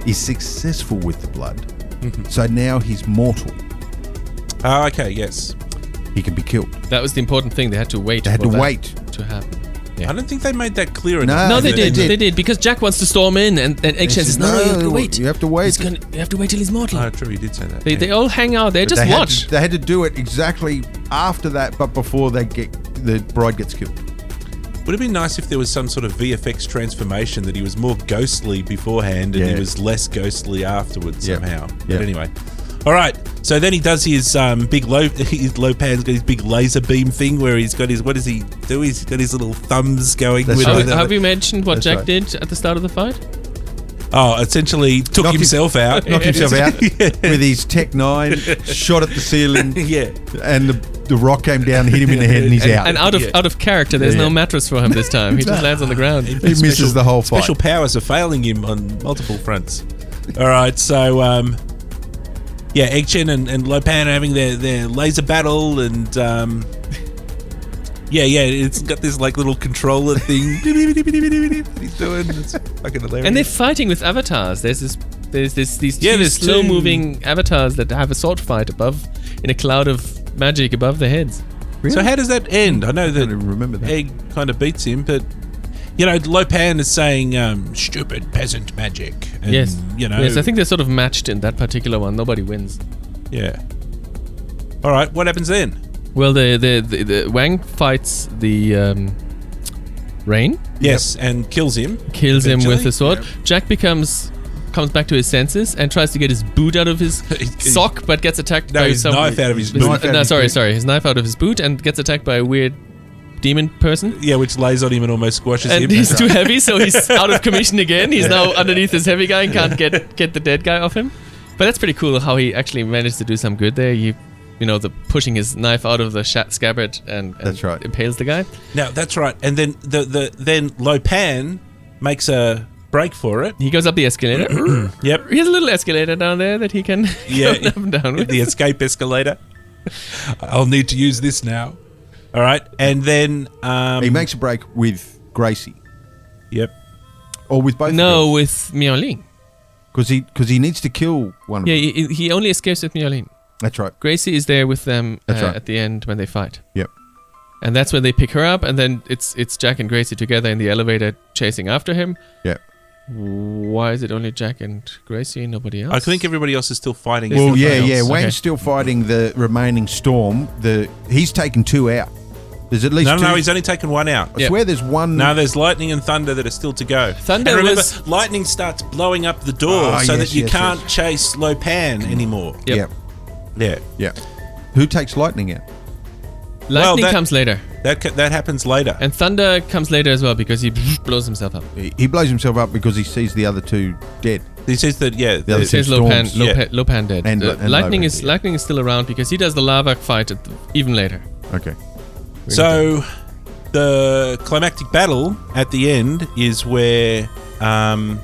Speaker 1: is successful with the blood,
Speaker 2: Mm-hmm.
Speaker 1: so now he's mortal.
Speaker 3: Oh, okay, yes.
Speaker 1: He can be killed.
Speaker 2: That was the important thing. They had to wait.
Speaker 1: They had
Speaker 2: for
Speaker 1: to
Speaker 2: that
Speaker 1: wait.
Speaker 2: to happen.
Speaker 3: I don't think they made that clear.
Speaker 1: No.
Speaker 2: No,
Speaker 1: Uh,
Speaker 2: they,
Speaker 1: they
Speaker 2: did.
Speaker 1: did.
Speaker 2: They did because Jack wants to storm in, and and Egg
Speaker 1: They
Speaker 2: Chen says,
Speaker 1: said,
Speaker 2: "No, no, you have to
Speaker 1: "No,
Speaker 2: wait.
Speaker 1: you have to wait."
Speaker 2: It's gonna, you have to wait till he's mortal."
Speaker 3: Oh, true, he did say that.
Speaker 2: they,
Speaker 3: yeah.
Speaker 2: they all hang out. They just
Speaker 1: they
Speaker 2: watch.
Speaker 1: Had to, they had to do it exactly after that, but before they get the bride gets killed.
Speaker 3: Would it be nice if there was some sort of VFX transformation that he was more ghostly beforehand and he
Speaker 1: Yeah.
Speaker 3: was less ghostly afterwards
Speaker 1: Yeah.
Speaker 3: somehow?
Speaker 1: Yeah.
Speaker 3: But anyway. All right. So then he does his um, big low. His low pan's got his big laser beam thing where he's got his. What does he do? He's got his little thumbs going.
Speaker 1: That's
Speaker 3: with
Speaker 1: right.
Speaker 2: have,
Speaker 3: it.
Speaker 2: we, have we mentioned what
Speaker 1: That's
Speaker 2: Jack
Speaker 1: right.
Speaker 2: did at the start of the fight?
Speaker 3: Oh, essentially took
Speaker 1: Knocked him-
Speaker 3: himself out.
Speaker 1: Knocked himself out
Speaker 3: Yeah.
Speaker 1: with his Tech Nine, shot at the ceiling,
Speaker 3: yeah.
Speaker 1: and the, the rock came down, hit him in the head, and he's
Speaker 2: And,
Speaker 1: out.
Speaker 2: and out of
Speaker 3: Yeah.
Speaker 2: out of character, there's
Speaker 1: Uh, Yeah,
Speaker 2: no
Speaker 1: yeah.
Speaker 2: mattress for him this time. He just lands on the ground.
Speaker 1: he misses the whole fight.
Speaker 3: Special powers are failing him on multiple fronts. All right, so um, yeah, Egg Chen and, and Lopan are having their, their laser battle, and um, yeah, yeah, it's got this like little controller thing. He's doing it's fucking hilarious.
Speaker 2: And they're fighting with avatars. There's this, there's this, these
Speaker 3: Yeah,
Speaker 2: two
Speaker 3: there's two-
Speaker 2: slow-moving avatars that have a sword fight above in a cloud of magic above their heads.
Speaker 3: So how does that end? I know that
Speaker 1: don't remember that.
Speaker 3: Egg kind of beats him, but you know, Lopan is saying um, stupid peasant magic. And,
Speaker 2: yes,
Speaker 3: you know,
Speaker 2: Yes, I think they're sort of matched in that particular one. Nobody wins.
Speaker 3: yeah. All right, what happens then?
Speaker 2: Well, the the, the, the Wang fights the um, rain,
Speaker 3: Yes, and kills him.
Speaker 2: kills him with
Speaker 3: Eventually.
Speaker 2: the sword. Jack becomes comes back to his senses and tries to get his boot out of his
Speaker 3: His-
Speaker 2: sock, but gets attacked
Speaker 3: No,
Speaker 2: by
Speaker 3: his
Speaker 2: Oh, some
Speaker 3: knife out of his
Speaker 2: his-
Speaker 3: boot.
Speaker 1: Knife out
Speaker 2: no,
Speaker 1: of his
Speaker 2: sorry,
Speaker 1: boot.
Speaker 2: sorry, his knife out of his boot and gets attacked by a weird demon person.
Speaker 3: Yeah, which lays on him and almost squashes him.
Speaker 2: And he's too heavy, so he's out of commission again. He's now underneath this heavy guy and can't get get the dead guy off him. But that's pretty cool how he actually managed to do some good there. You, you know, the pushing his knife out of the sha scabbard and, and
Speaker 1: That's right.
Speaker 2: impales the guy.
Speaker 3: Now that's right. And then the, the then Lopan makes a break for it.
Speaker 2: He goes up the escalator.
Speaker 3: Yep.
Speaker 2: he has a little escalator down there that he can
Speaker 3: Yeah.
Speaker 2: go up and down with.
Speaker 3: The escape escalator. I'll need to use this now. All right. And then um
Speaker 1: he makes a break with Gracie,
Speaker 3: Yep.
Speaker 1: or with both.
Speaker 2: no, with Miaolin.
Speaker 1: because he because he needs to kill one.
Speaker 2: Yeah,
Speaker 1: of them.
Speaker 2: he, he only escapes with Miaolin.
Speaker 1: that's right.
Speaker 2: Gracie is there with them uh,
Speaker 1: That's right.
Speaker 2: at the end when they fight.
Speaker 1: Yep.
Speaker 2: And that's when they pick her up, and then it's it's Jack and Gracie together in the elevator chasing after him.
Speaker 1: Yeah.
Speaker 2: Why is it only Jack and Gracie, nobody else?
Speaker 3: I think everybody else is still fighting.
Speaker 1: Well, Oh, yeah,
Speaker 2: fighting
Speaker 1: yeah.
Speaker 2: else.
Speaker 1: Wayne's
Speaker 2: Okay.
Speaker 1: still fighting the remaining storm. The he's taken two out. There's at least
Speaker 3: No,
Speaker 1: two.
Speaker 3: no, no, he's only taken one out.
Speaker 1: I swear, there's one.
Speaker 3: No, there's lightning and thunder that are still to go.
Speaker 2: Thunder
Speaker 3: and remember,
Speaker 2: was-
Speaker 3: lightning starts blowing up the door
Speaker 1: Oh,
Speaker 3: so
Speaker 1: yes,
Speaker 3: that you
Speaker 1: yes,
Speaker 3: can't chase Lopan anymore.
Speaker 2: Yep.
Speaker 1: Yeah,
Speaker 3: Yeah.
Speaker 1: yeah. Who takes lightning out?
Speaker 2: Lightning
Speaker 3: that-
Speaker 2: comes later,
Speaker 3: That ca- that happens later.
Speaker 2: and Thunder comes later as well because he blows himself up.
Speaker 1: He he blows himself up because he sees the other two dead.
Speaker 3: he says that yeah,
Speaker 1: The other
Speaker 3: there's-
Speaker 1: two
Speaker 2: Says Lopan,
Speaker 1: storms.
Speaker 3: yeah.
Speaker 2: Lopan, Lopan dead.
Speaker 1: And Lo-
Speaker 2: Uh,
Speaker 1: and
Speaker 2: lightning
Speaker 1: Lopan,
Speaker 2: is
Speaker 1: yeah.
Speaker 2: lightning is still around because he does the lava fight at the, even later.
Speaker 1: Okay.
Speaker 3: So, the climactic battle at the end is where um,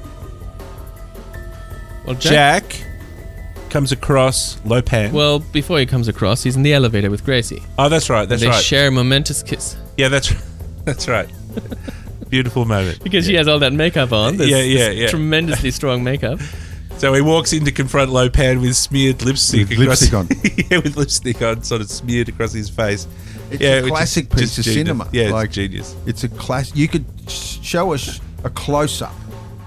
Speaker 2: Well, Jack,
Speaker 3: Jack comes across Lopan.
Speaker 2: Well, before he comes across, he's in the elevator with Gracie.
Speaker 3: oh, that's right. That's
Speaker 2: they
Speaker 3: right.
Speaker 2: share a momentous kiss
Speaker 3: yeah, that's that's right. Beautiful moment.
Speaker 2: because she has all that makeup on. This,
Speaker 3: Yeah, yeah,
Speaker 2: this
Speaker 3: yeah.
Speaker 2: Tremendously strong makeup.
Speaker 3: So he walks in to confront Lopan with smeared lipstick.
Speaker 1: With
Speaker 3: across-
Speaker 1: lipstick on.
Speaker 3: yeah, with lipstick on, sort of smeared across his face.
Speaker 1: It's
Speaker 3: yeah,
Speaker 1: a
Speaker 3: which is
Speaker 1: classic
Speaker 3: just
Speaker 1: piece of
Speaker 3: genius.
Speaker 1: cinema.
Speaker 3: Yeah,
Speaker 1: Like-
Speaker 3: like genius.
Speaker 1: It's a class. You could sh- show us a close up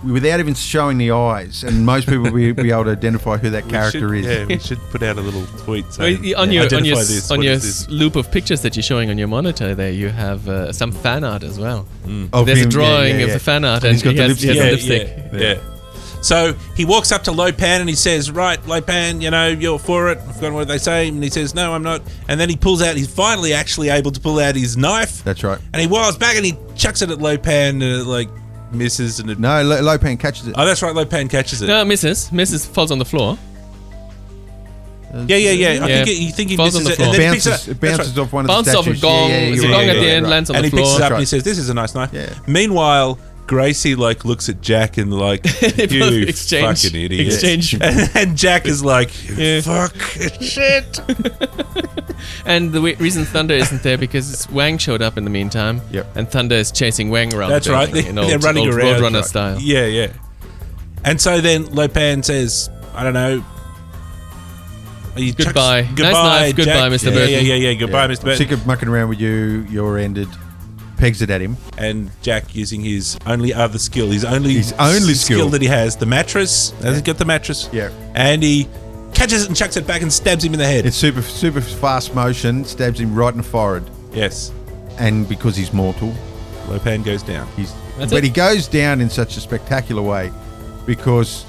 Speaker 1: without even showing the eyes, and most people will be, be able to identify who that
Speaker 3: We
Speaker 1: character
Speaker 3: should-
Speaker 1: is.
Speaker 3: Yeah, we should put out a little tweet.
Speaker 2: Well,
Speaker 3: Saying,
Speaker 2: y- on
Speaker 3: yeah,
Speaker 2: your on your
Speaker 3: identify
Speaker 2: s-
Speaker 3: this.
Speaker 2: on
Speaker 3: What
Speaker 2: your
Speaker 3: is this?
Speaker 2: s- loop of pictures that you're showing on your monitor, there you have uh, some fan art as well.
Speaker 1: Of
Speaker 2: There's
Speaker 1: him,
Speaker 2: a
Speaker 1: yeah,
Speaker 2: drawing
Speaker 1: yeah,
Speaker 2: of
Speaker 1: yeah.
Speaker 2: the fan art, and
Speaker 1: He's got
Speaker 2: he
Speaker 1: the
Speaker 2: has, he has
Speaker 1: lipstick.
Speaker 2: a
Speaker 1: Yeah,
Speaker 2: lipstick.
Speaker 3: Mm. Yeah, yeah. So he walks up to Lopan and he says, "Right, Lopan, you know you're for it." I've forgotten what they say, and he says, "No, I'm not." And then he pulls out. He's finally actually able to pull out his knife,
Speaker 1: That's right.
Speaker 3: and he whirls back and he chucks it at Lopan, and it like misses. And it,
Speaker 1: No, Lo- Lopan catches it.
Speaker 3: oh, that's right, Lopan catches it.
Speaker 2: No, Mrs. Mrs. falls on the floor.
Speaker 3: Yeah, yeah, yeah. I
Speaker 2: Yeah.
Speaker 3: think it, you think he
Speaker 2: Falls
Speaker 3: misses
Speaker 2: on the
Speaker 3: it, and
Speaker 2: floor.
Speaker 3: then it picks
Speaker 1: bounces,
Speaker 3: it up.
Speaker 1: it bounces
Speaker 3: That's right.
Speaker 1: off one of
Speaker 2: Bounce
Speaker 1: the
Speaker 2: off a
Speaker 1: statues.
Speaker 2: gong.
Speaker 1: Yeah, yeah,
Speaker 2: It's a
Speaker 1: yeah,
Speaker 2: gong
Speaker 1: yeah,
Speaker 2: at the
Speaker 1: yeah,
Speaker 2: end,
Speaker 1: right.
Speaker 2: lands on
Speaker 3: and
Speaker 2: the
Speaker 3: he picks
Speaker 2: floor.
Speaker 3: it up and he
Speaker 1: That's
Speaker 3: says, "This is a nice knife."
Speaker 1: Yeah.
Speaker 3: Meanwhile, Gracie like looks at Jack and like,
Speaker 2: They both
Speaker 3: "You
Speaker 2: exchange-
Speaker 3: fucking idiot!"
Speaker 2: exchange-
Speaker 3: And, and Jack is like, "You
Speaker 2: Yeah.
Speaker 3: "Fuck shit."
Speaker 2: And the w- reason Thunder isn't there because it's Wang showed up in the meantime.
Speaker 1: Yep.
Speaker 2: And Thunder is chasing Wang around.
Speaker 3: That's
Speaker 2: the
Speaker 3: right.
Speaker 2: building
Speaker 3: They,
Speaker 2: in old,
Speaker 3: are running
Speaker 2: old
Speaker 3: around.
Speaker 2: Roadrunner
Speaker 3: Right.
Speaker 2: style.
Speaker 3: Yeah, yeah. And so then Lopan says, "I don't know." Are you chucks-
Speaker 2: Goodbye. Nice
Speaker 3: goodbye,
Speaker 2: knife.
Speaker 3: Jack.
Speaker 2: Goodbye, Mr.
Speaker 3: Yeah,
Speaker 2: Burton.
Speaker 3: Yeah, yeah, yeah. Goodbye, Mr.
Speaker 1: I'm
Speaker 3: Burton.
Speaker 1: sick of mucking around with you. You're ended. Pegs it at him.
Speaker 3: and Jack using his only other skill, his only
Speaker 1: His only skill.
Speaker 3: that he has, the mattress. Hasn't got the mattress.
Speaker 1: Yeah.
Speaker 3: And he catches it and chucks it back and stabs him in the head.
Speaker 1: It's super super fast motion. Stabs him right in the forehead.
Speaker 3: yes.
Speaker 1: And because he's mortal,
Speaker 3: Lopan goes down.
Speaker 1: he's
Speaker 2: That's
Speaker 1: but
Speaker 2: it.
Speaker 1: he goes down in such a spectacular way because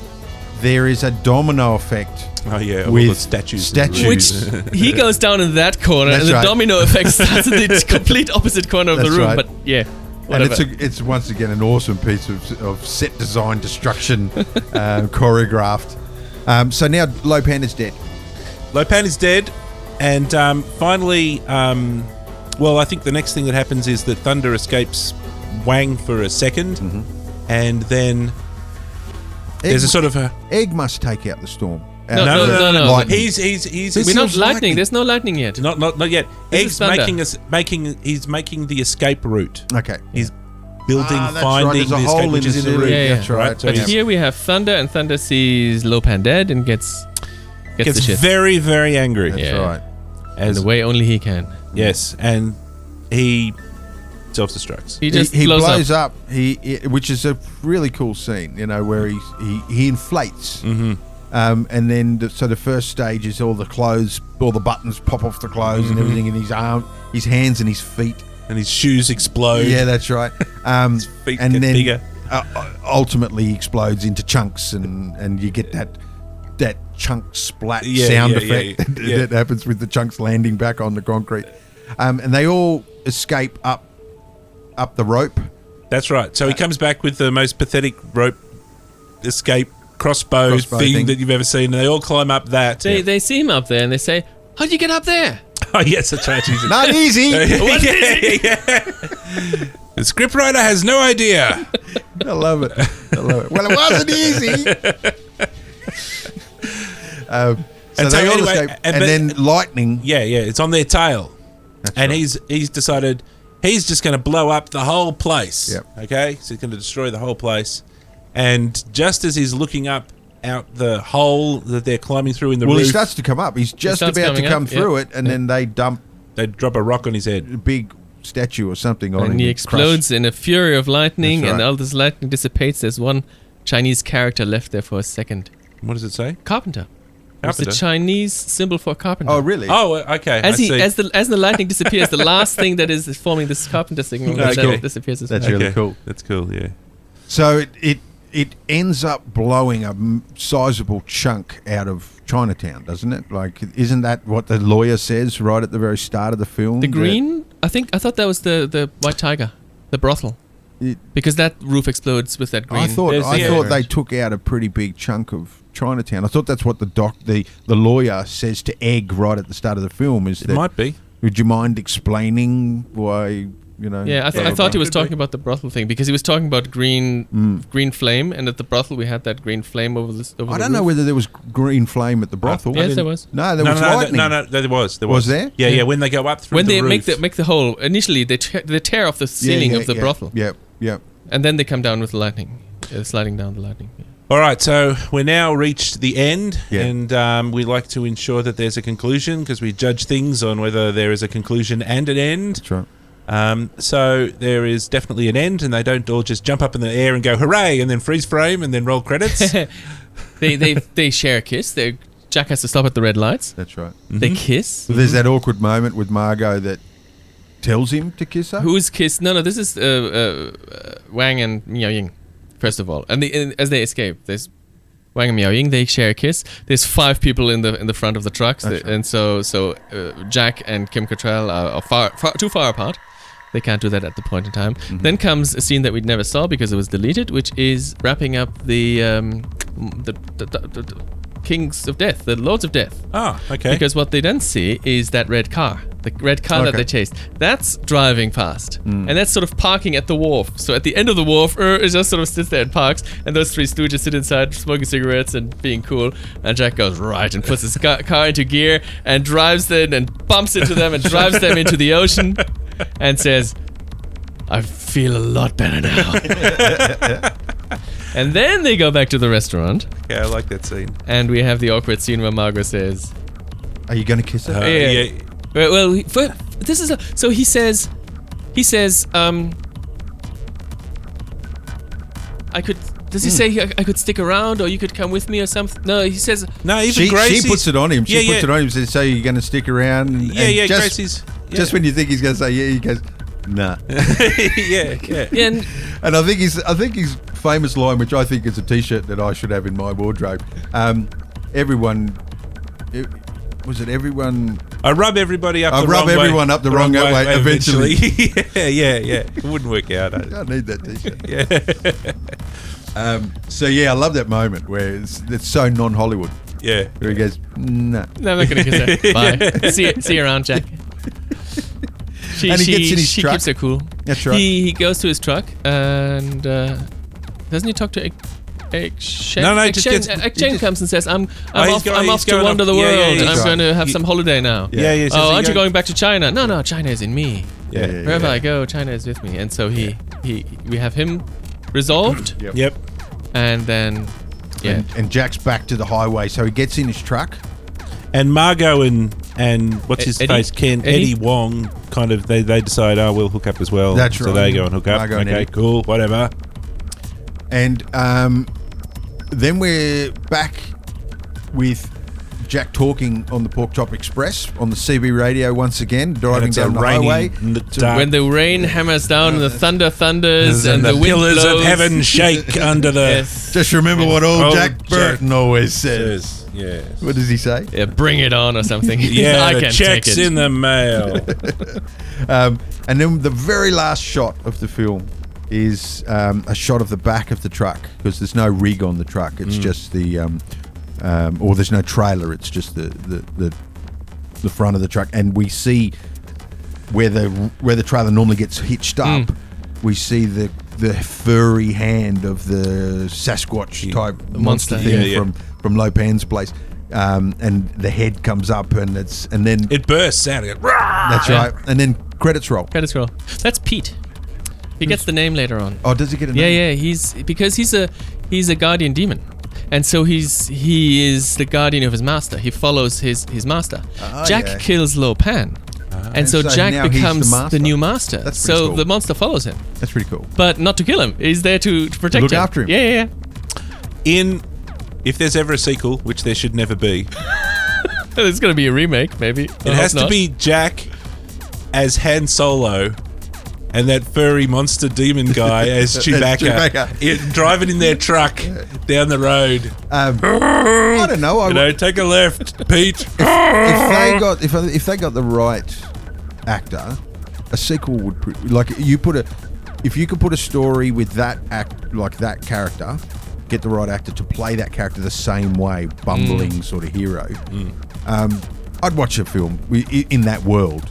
Speaker 1: there is a domino effect.
Speaker 3: Oh yeah, all
Speaker 1: With
Speaker 3: the statues. in the
Speaker 1: statues.
Speaker 3: room.
Speaker 2: Which he goes down in that corner,
Speaker 1: That's
Speaker 2: and the
Speaker 1: right.
Speaker 2: domino effect starts in the complete opposite corner of the
Speaker 1: That's
Speaker 2: room.
Speaker 1: right.
Speaker 2: But yeah,
Speaker 1: And
Speaker 2: whatever.
Speaker 1: it's, a, it's once again an awesome piece of, of set design destruction um, choreographed. Um, so now Lopan is dead.
Speaker 3: Lopan is dead, and um, finally, um, well, I think the next thing that happens is that Thunder escapes Wang for a 2nd
Speaker 1: Mm-hmm.
Speaker 3: and then there's a sort of a
Speaker 1: Egg must take out the storm. Uh,
Speaker 2: No, no, no, no, no.
Speaker 1: Lightning.
Speaker 3: he's he's he's,
Speaker 2: We're
Speaker 3: he's
Speaker 2: not
Speaker 1: it's
Speaker 2: lightning.
Speaker 1: lightning.
Speaker 2: There's no lightning yet.
Speaker 3: not not not yet.
Speaker 2: This
Speaker 3: Egg's
Speaker 2: is Thunder.
Speaker 3: making us making he's making the escape route.
Speaker 1: Okay.
Speaker 3: He's building
Speaker 1: Ah, that's right,
Speaker 3: finding
Speaker 1: there's a
Speaker 3: the
Speaker 1: hole
Speaker 3: escape
Speaker 1: in
Speaker 3: which
Speaker 1: the
Speaker 3: is in the
Speaker 1: ceiling.
Speaker 3: room.
Speaker 2: Yeah, yeah.
Speaker 1: That's right.
Speaker 3: So
Speaker 2: But
Speaker 3: he's-
Speaker 2: here we have Thunder, and Thunder sees Lopan dead and gets gets,
Speaker 3: gets
Speaker 2: the shit.
Speaker 3: very very angry.
Speaker 1: That's
Speaker 2: Yeah.
Speaker 1: right.
Speaker 2: in
Speaker 3: As
Speaker 2: the way only he can.
Speaker 3: yes, and he self destructs.
Speaker 2: He just
Speaker 1: he, he
Speaker 2: blows, up.
Speaker 1: up. He, i- which is a really cool scene, you know, where he he, he inflates, mm-hmm. um, and then the, so the first stage is all the clothes, all the buttons pop off the clothes
Speaker 3: Mm-hmm.
Speaker 1: and everything in his arm, his hands and his feet.
Speaker 3: and his shoes explode.
Speaker 1: Yeah, that's right. Um,
Speaker 3: feet
Speaker 1: and
Speaker 3: get
Speaker 1: then
Speaker 3: bigger.
Speaker 1: Uh, uh, ultimately he explodes into chunks, and and you get that that chunk splat
Speaker 3: Yeah,
Speaker 1: sound
Speaker 3: yeah, yeah,
Speaker 1: effect
Speaker 3: yeah, yeah.
Speaker 1: that happens with the chunks landing back on the concrete, um, and they all escape up up the rope.
Speaker 3: That's right.
Speaker 1: Uh,
Speaker 3: So he comes back with the most pathetic rope escape crossbow,
Speaker 1: Crossbow
Speaker 3: thing,
Speaker 1: thing.
Speaker 3: that you've ever seen, and they all climb up that.
Speaker 2: They, they see him up there, and they say, "How'd you get up there?"
Speaker 3: oh yes, that's right. He's a-
Speaker 1: Not easy.
Speaker 2: What
Speaker 3: Yeah,
Speaker 2: is
Speaker 3: yeah. The scriptwriter has no idea.
Speaker 1: I love it. I love it. Well, it wasn't easy. um, so
Speaker 3: And so
Speaker 1: they all
Speaker 3: anyway,
Speaker 1: escape,
Speaker 3: and
Speaker 1: and,
Speaker 3: but-
Speaker 1: then lightning.
Speaker 3: Yeah, yeah, it's on their tail, and he's he's decided he's just going to blow up the whole place.
Speaker 1: Yep.
Speaker 3: Okay, so he's going to destroy the whole place, and just as he's looking up out the hole that they're climbing through in the
Speaker 1: Well, he
Speaker 3: roof,
Speaker 1: starts to come up. He's just
Speaker 2: starts
Speaker 1: about to
Speaker 2: coming up,
Speaker 1: come
Speaker 2: yeah.
Speaker 1: through it, and then they dump
Speaker 3: they drop a rock on his head.
Speaker 1: a big statue or something on him.
Speaker 2: and he
Speaker 1: It's crushed.
Speaker 2: explodes in a fury of lightning,
Speaker 1: That's
Speaker 2: and
Speaker 1: right.
Speaker 2: all this lightning dissipates. There's one Chinese character left there for a second.
Speaker 3: What does it say?
Speaker 2: Carpenter. It's the
Speaker 3: Carpenter?
Speaker 2: Chinese symbol for carpenter.
Speaker 1: Oh, really?
Speaker 3: Oh, okay.
Speaker 2: As
Speaker 3: I
Speaker 2: he
Speaker 3: see.
Speaker 2: as the as the lightning disappears, the last thing that is forming this carpenter signal
Speaker 3: That's
Speaker 2: that
Speaker 3: cool.
Speaker 2: disappears as
Speaker 1: That's
Speaker 2: well.
Speaker 1: really cool.
Speaker 3: That's cool. Yeah.
Speaker 1: So it it it ends up blowing a m- sizable chunk out of Chinatown, doesn't it? Like, isn't that what the lawyer says right at the very start of the film?
Speaker 2: The
Speaker 1: That-
Speaker 2: green, I think I thought that was the the white tiger, the brothel,
Speaker 1: It-
Speaker 2: because that roof explodes with that green.
Speaker 1: Oh, I thought
Speaker 3: There's
Speaker 1: I
Speaker 3: the
Speaker 1: thought
Speaker 3: average.
Speaker 1: they took out a pretty big chunk of Chinatown. I thought that's what the doc the, the lawyer says to Egg right at the start of the film is
Speaker 3: It
Speaker 1: that
Speaker 3: might be.
Speaker 1: would you mind explaining why you know
Speaker 2: Yeah, I, th-
Speaker 3: Yeah,
Speaker 2: I thought he was
Speaker 3: could be.
Speaker 2: talking about the brothel thing because he was talking about green green flame, and at the brothel we had that green flame over this. Over
Speaker 1: Mm. I
Speaker 2: the
Speaker 1: don't know
Speaker 2: roof.
Speaker 1: whether there was green flame at the brothel.
Speaker 2: Yes, there was.
Speaker 1: No, there
Speaker 3: no,
Speaker 1: was
Speaker 3: no, no,
Speaker 1: lightning.
Speaker 3: no, no, there was. There
Speaker 1: Was
Speaker 3: was.
Speaker 1: there?
Speaker 3: Yeah, yeah. When they go up through
Speaker 2: When
Speaker 3: the
Speaker 2: they make
Speaker 3: roof.
Speaker 2: the make the hole initially, they te- they tear off the
Speaker 1: Yeah,
Speaker 2: ceiling
Speaker 1: yeah,
Speaker 2: of the
Speaker 1: yeah,
Speaker 2: brothel,
Speaker 1: Yep, yep.
Speaker 2: and then they come down with the lightning, uh, sliding down the lightning. Yeah.
Speaker 3: All right, so we're now reached the end,
Speaker 1: Yeah.
Speaker 3: and um, we like to ensure that there's a conclusion because we judge things on whether there is a conclusion and an end.
Speaker 1: That's right.
Speaker 3: Um, so there is definitely an end, and they don't all just jump up in the air and go hooray, and then freeze frame, and then roll credits.
Speaker 2: They they they share a kiss. They Jack has to stop at the red lights.
Speaker 1: That's right.
Speaker 2: They kiss.
Speaker 1: Well, there's that awkward moment with Margot that tells him to kiss her.
Speaker 2: Who's kissed? No, no, this is uh, uh, uh, Wang and Miao Ying, first of all. And, the, and as they escape, there's Wang and Miao Ying. They share a kiss. There's five people in the in the front of the trucks,
Speaker 1: That's right.
Speaker 2: and so so uh, Jack and Kim Cattrall are, are far, far too far apart. They can't do that at the point in time. Then comes a scene that we never saw because it was deleted, which is wrapping up the um, the, the, the, the Kings of Death, the Lords of Death.
Speaker 3: Ah, okay.
Speaker 2: Because what they don't see is that red car, the red car that
Speaker 1: Okay.
Speaker 2: they chased. That's driving fast, and that's sort of parking at the wharf. So at the end of the wharf, er, it just sort of sits there and parks. And those three stooges sit inside, smoking cigarettes and being cool. And Jack goes right and puts his ca- car into gear and drives in and bumps into them and drives them into the ocean, and says, "I feel a lot better now." and then they go back to the restaurant,
Speaker 3: yeah, I like that scene.
Speaker 2: and we have the awkward scene where Margot says.
Speaker 6: Are you going to kiss her?
Speaker 3: Uh,
Speaker 2: Yeah.
Speaker 3: yeah.
Speaker 2: Well, well he, for, this is a, so he says, he says, um, I could. Does
Speaker 3: Hmm.
Speaker 2: he say I, I could stick around or you could come with me or something? No, he says.
Speaker 3: No, even
Speaker 1: She,
Speaker 3: Gracie's,
Speaker 1: she puts it on him. She
Speaker 3: Yeah, yeah.
Speaker 1: puts it on him and says, So you're going to stick around? And,
Speaker 3: Yeah,
Speaker 1: and
Speaker 3: yeah,
Speaker 1: just,
Speaker 3: Gracie's. Yeah.
Speaker 1: Just when you think he's going to say, Yeah, he goes, Nah.
Speaker 3: yeah, yeah.
Speaker 2: Yeah, and
Speaker 1: And I think he's I think his famous line, which I think is a T-shirt that I should have in my wardrobe. Um, everyone, it, was it everyone?
Speaker 3: I rub everybody up.
Speaker 1: I
Speaker 3: the
Speaker 1: rub
Speaker 3: wrong way-
Speaker 1: everyone up the wrong way eventually.
Speaker 3: yeah, yeah, yeah. It wouldn't work out. I-
Speaker 1: I don't need that T-shirt.
Speaker 3: yeah,
Speaker 1: um, so yeah, I love that moment where it's, it's so non-Hollywood.
Speaker 3: yeah.
Speaker 1: Where he goes, Nah.
Speaker 2: no, I'm not gonna kiss her. Bye. see, you- see you around, Jack. She,
Speaker 1: And he
Speaker 2: she,
Speaker 1: gets in his
Speaker 2: she
Speaker 1: truck.
Speaker 2: keeps her cool.
Speaker 1: That's right.
Speaker 2: He, he goes to his truck and uh, doesn't he talk to Egg? Egg
Speaker 3: No, no, he just gets- he just- Oh,
Speaker 2: comes and says, "I'm, I'm
Speaker 3: he's
Speaker 2: off,
Speaker 3: go-
Speaker 2: I'm
Speaker 3: he's
Speaker 2: off to
Speaker 3: going
Speaker 2: wander
Speaker 3: off-
Speaker 2: the
Speaker 3: yeah,
Speaker 2: world,
Speaker 3: yeah, yeah,
Speaker 2: and I'm
Speaker 3: he's
Speaker 2: going to have
Speaker 3: right.
Speaker 2: some holiday now."
Speaker 3: Yeah, yeah. so
Speaker 2: oh,
Speaker 3: he
Speaker 2: aren't you
Speaker 3: goes-
Speaker 2: going back to China? No, no, China is in me.
Speaker 1: Yeah, yeah,
Speaker 2: Wherever I go, China is with me. And so he, he, we have him resolved,
Speaker 1: Yep.
Speaker 3: Yep.
Speaker 2: and then, yeah,
Speaker 1: And, and Jack's back to the highway, so he gets in his truck.
Speaker 3: And Margot and and what's
Speaker 2: E-
Speaker 3: his
Speaker 2: Eddie?
Speaker 3: face? Ken
Speaker 2: Eddie?
Speaker 3: Eddie? Wong kind of they, they decide oh we'll hook up as well.
Speaker 1: That's
Speaker 3: so
Speaker 1: right.
Speaker 3: they go and hook up.
Speaker 1: Margot and
Speaker 3: okay,
Speaker 1: Eddie.
Speaker 3: cool, whatever.
Speaker 1: And um, then we're back with Jack talking on the Pork Chop Express on the CB radio once again,
Speaker 3: And
Speaker 1: driving
Speaker 3: it's a
Speaker 1: down the
Speaker 3: rainy,
Speaker 1: highway.
Speaker 3: n-
Speaker 1: to-
Speaker 3: dark
Speaker 2: when the rain hammers down and the thunder thunders and,
Speaker 3: and the,
Speaker 2: wind
Speaker 3: pillars
Speaker 2: blows,
Speaker 3: of heaven shake under the.
Speaker 2: yes,
Speaker 1: Just remember what old
Speaker 3: Old
Speaker 1: Jack
Speaker 3: Oh, Jack.
Speaker 1: Burton always says.
Speaker 3: Yes, yes.
Speaker 1: What does he say?
Speaker 2: yeah, bring it on or something.
Speaker 3: Yeah,
Speaker 2: I
Speaker 3: the
Speaker 2: can
Speaker 3: check's
Speaker 2: take it.
Speaker 3: in the mail.
Speaker 1: Um, and then the very last shot of the film is um, a shot of the back of the truck because there's no rig on the truck. It's just the, um, um, or there's no trailer. It's just the, the the the front of the truck, and we see where the where the trailer normally gets hitched up. We see the the furry hand of the Sasquatch type monster,
Speaker 2: monster.
Speaker 1: thing
Speaker 3: Yeah, yeah.
Speaker 1: from from Lopan's place. Um, and the head comes up, and it's and then
Speaker 3: it bursts out. It, rah!
Speaker 1: that's
Speaker 2: Yeah.
Speaker 1: right, and then credits roll.
Speaker 2: Credits roll. That's Pete. He gets the name later on.
Speaker 1: Oh, does he get a
Speaker 2: Yeah,
Speaker 1: name?
Speaker 2: yeah. He's because he's a he's a guardian demon, and so he's he is the guardian of his master. He follows his his master.
Speaker 1: Ah,
Speaker 2: Jack
Speaker 1: yeah.
Speaker 2: kills Lopan, and so,
Speaker 1: And so now
Speaker 2: Jack
Speaker 1: he's the
Speaker 2: becomes the,
Speaker 1: master.
Speaker 2: new master.
Speaker 1: That's pretty
Speaker 2: so
Speaker 1: cool.
Speaker 2: the monster follows him,
Speaker 1: That's pretty cool.
Speaker 2: but not to kill him. He's there to, to protect
Speaker 1: Look
Speaker 2: him.
Speaker 1: after him.
Speaker 2: Yeah, yeah, yeah.
Speaker 3: In if there's ever a sequel, which there should never be,
Speaker 2: There's gonna be a remake, maybe.
Speaker 3: it has to be Jack as Han Solo. And that furry monster demon guy as Chewbacca,
Speaker 1: Chewbacca.
Speaker 3: in- driving in their truck down the road.
Speaker 1: Um, I don't know. I,
Speaker 3: You know, take a left, Pete.
Speaker 1: if they got if if they got the right actor, a sequel would pre- like you put a if you could put a story with that act like that character, get the right actor to play that character the same way, bumbling
Speaker 3: Mm.
Speaker 1: sort of hero. Um, I'd watch a film wi- i- in that world.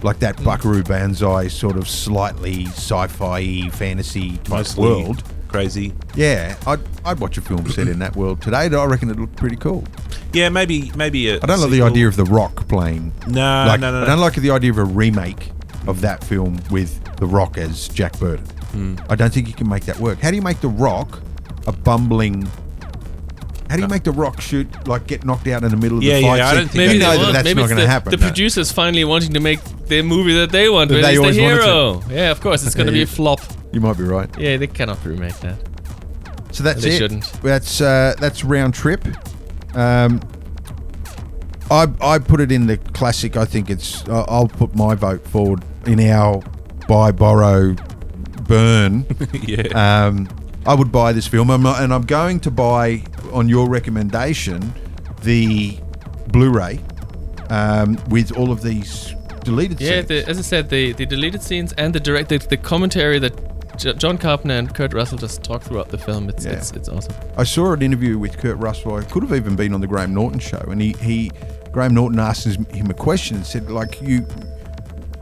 Speaker 1: Like
Speaker 3: Mm.
Speaker 1: that Buckaroo Banzai sort of slightly sci-fi fantasy type
Speaker 3: Mostly
Speaker 1: world.
Speaker 3: crazy.
Speaker 1: Yeah, I'd, I'd watch a film set in that world today. and I reckon it looked pretty cool.
Speaker 3: Yeah, maybe maybe a
Speaker 1: I don't like the
Speaker 3: sequel.
Speaker 1: idea of The Rock playing.
Speaker 3: No,
Speaker 1: like,
Speaker 3: no, no,
Speaker 1: I don't
Speaker 3: no.
Speaker 1: like the idea of a remake of that film with The Rock as Jack Burton.
Speaker 3: Hmm.
Speaker 1: I don't think you can make that work. How do you make The Rock a bumbling? How do you make The Rock shoot like get knocked out in the middle of
Speaker 3: Yeah,
Speaker 1: the
Speaker 3: yeah,
Speaker 1: fight?
Speaker 3: I
Speaker 1: scene?
Speaker 3: don't think
Speaker 2: Maybe
Speaker 1: you
Speaker 2: they
Speaker 1: know that
Speaker 2: want-
Speaker 1: that's
Speaker 2: maybe
Speaker 1: not
Speaker 2: it's
Speaker 1: going to
Speaker 2: the,
Speaker 1: happen.
Speaker 2: The
Speaker 1: no.
Speaker 2: producers finally wanting to make their movie that they want,
Speaker 1: That
Speaker 2: but
Speaker 1: they
Speaker 2: he's the
Speaker 1: always wanted to.
Speaker 2: hero. Yeah, of course, it's gonna be a flop.
Speaker 1: You might be right.
Speaker 2: Yeah, they cannot remake that.
Speaker 1: So that's
Speaker 2: They
Speaker 1: it.
Speaker 2: shouldn't.
Speaker 1: That's uh, that's round trip. Um, I I put it in the classic. I think it's. I- I'll put my vote forward in our buy, borrow, burn.
Speaker 3: yeah.
Speaker 1: um, I would buy this film, I'm not, and I'm going to buy on your recommendation the Blu-ray um, with all of these deleted
Speaker 2: Yeah,
Speaker 1: scenes.
Speaker 2: the, as I said, the, the deleted scenes and the direct the, the commentary that J- John Carpenter and Kurt Russell just talk throughout the film. It's
Speaker 1: Yeah.
Speaker 2: it's, it's awesome.
Speaker 1: I saw an interview with Kurt Russell. I could have even been on the Graham Norton show, and he, he Graham Norton asked his- him a question and said, like, you,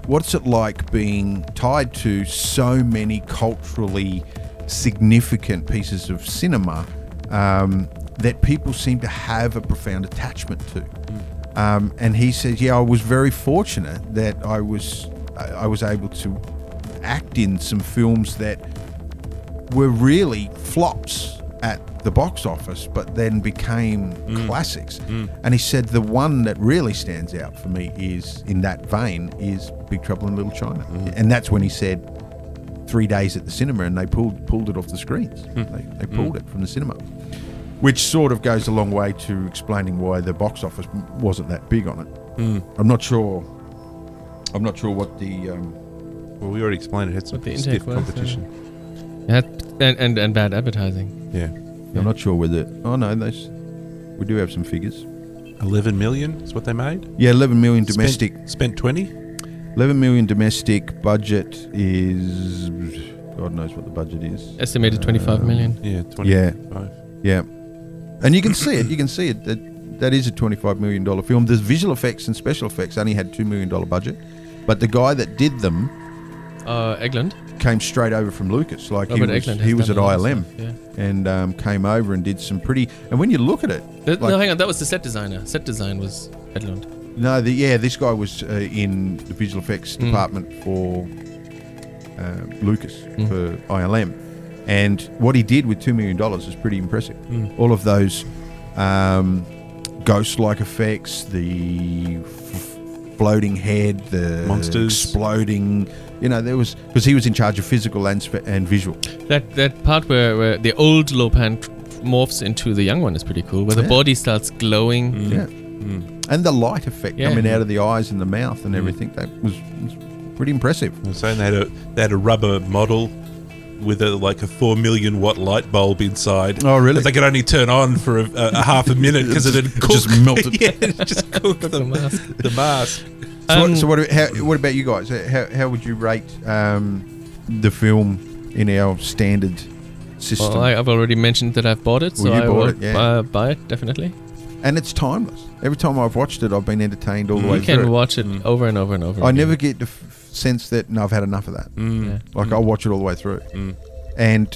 Speaker 1: what's it like being tied to so many culturally significant pieces of cinema um, that people seem to have a profound attachment to? Um, and he says, yeah, I was very fortunate that I was I I was able to act in some films that were really flops at the box office, but then became classics. And he said the one that really stands out for me is in that vein is Big Trouble in Little China, and that's when he said three days at the cinema, and they pulled pulled it off the screens. They, they pulled it from the cinema, which sort of goes a long way to explaining why the box office m- wasn't that big on it. I'm not sure. I'm not sure what the um,
Speaker 3: Well, we already explained it had some
Speaker 2: What the
Speaker 3: stiff
Speaker 2: intake was, yeah.
Speaker 3: competition.
Speaker 2: Yeah, and, and and bad advertising.
Speaker 3: Yeah.
Speaker 1: I'm not sure whether. Oh no, those we do have some figures.
Speaker 3: 11 million is what they made.
Speaker 1: Yeah, 11 million
Speaker 3: Spent-
Speaker 1: domestic.
Speaker 3: Spent 20.
Speaker 1: 11 million domestic budget is. God knows what the budget is.
Speaker 2: Estimated 25 million.
Speaker 3: Yeah, 20.
Speaker 1: Yeah.
Speaker 3: Five.
Speaker 1: Yeah. And you can see it. You can see it. That that is a 25 million dollar film. The visual effects and special effects only had 2 million dollar budget, but the guy that did them
Speaker 2: Uh, Eglund.
Speaker 1: came straight over from Lucas. Like
Speaker 2: Robert
Speaker 1: he was,
Speaker 2: Eglund.
Speaker 1: he was at ILM
Speaker 2: Yeah.
Speaker 1: and um, came over and did some pretty. And when you look at it,
Speaker 2: Th-
Speaker 1: like-
Speaker 2: no, hang on. That was the set designer. Set design was Eglund.
Speaker 1: No, the, yeah, this guy was uh, in the visual effects department for uh, Lucas for ILM, and what he did with two million dollars is pretty impressive. All of those um, ghost-like effects, the f- floating head, the
Speaker 3: Monsters.
Speaker 1: exploding. You know, there was because he was in charge of physical and spe- and visual.
Speaker 2: That that part where, where the old Lopan tr- morphs into the young one is pretty cool. Where the
Speaker 1: Yeah. Mm.
Speaker 2: body starts glowing.
Speaker 1: Yeah. And the light effect
Speaker 2: Yeah.
Speaker 1: coming out of the eyes and the mouth and everything that was, was pretty impressive.
Speaker 3: I was saying they had a they had a rubber model with a like a four million watt light bulb inside.
Speaker 1: Oh, really?
Speaker 3: That they could only turn on for a, a, a half a minute because it had cooked.
Speaker 1: just melted.
Speaker 3: yeah, it just cooked the,
Speaker 2: The mask.
Speaker 3: the mask.
Speaker 1: So,
Speaker 2: Um,
Speaker 1: what, so what, how, what about you guys? How, how would you rate um, the film in our standard system?
Speaker 2: Well, I, have already mentioned that I've bought it, so
Speaker 1: Well, you
Speaker 2: I
Speaker 1: bought
Speaker 2: will
Speaker 1: it, yeah.
Speaker 2: uh, buy it definitely.
Speaker 1: and it's timeless. Every time I've watched it, I've been entertained all the way
Speaker 2: You can
Speaker 1: through.
Speaker 2: watch it Mm. over and over and over.
Speaker 1: I
Speaker 2: again.
Speaker 1: never get the f- sense that no, I've had enough of that.
Speaker 2: Yeah.
Speaker 1: Like I'll watch it all the way through. And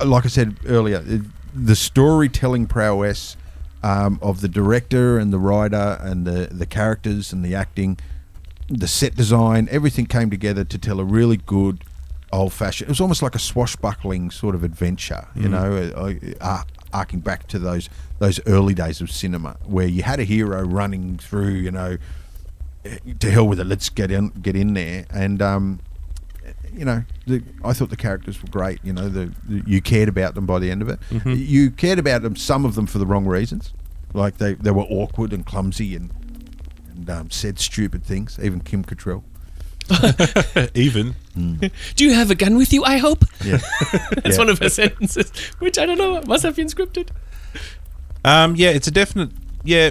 Speaker 1: uh, like I said earlier, i- the storytelling prowess um, of the director and the writer and the the characters and the acting, the set design, everything came together to tell a really good old fashioned. It was almost like a swashbuckling sort of adventure, you know, uh, uh, arcing back to those those early days of cinema where you had a hero running through, you know eh, to hell with it. Let's get in, get in there. And um, you know, the, I thought the characters were great. You know, the, the- you cared about them by the end of it. You cared about them, some of them for the wrong reasons, like they they were awkward and clumsy and and um, said stupid things. Even Kim Cattrall.
Speaker 3: Uh, Even
Speaker 2: Do you have a gun with you? I hope.
Speaker 1: Yeah,
Speaker 2: That's
Speaker 1: Yeah.
Speaker 2: one of her sentences, which I don't know must have been scripted.
Speaker 3: um, yeah, it's a definite. Yeah,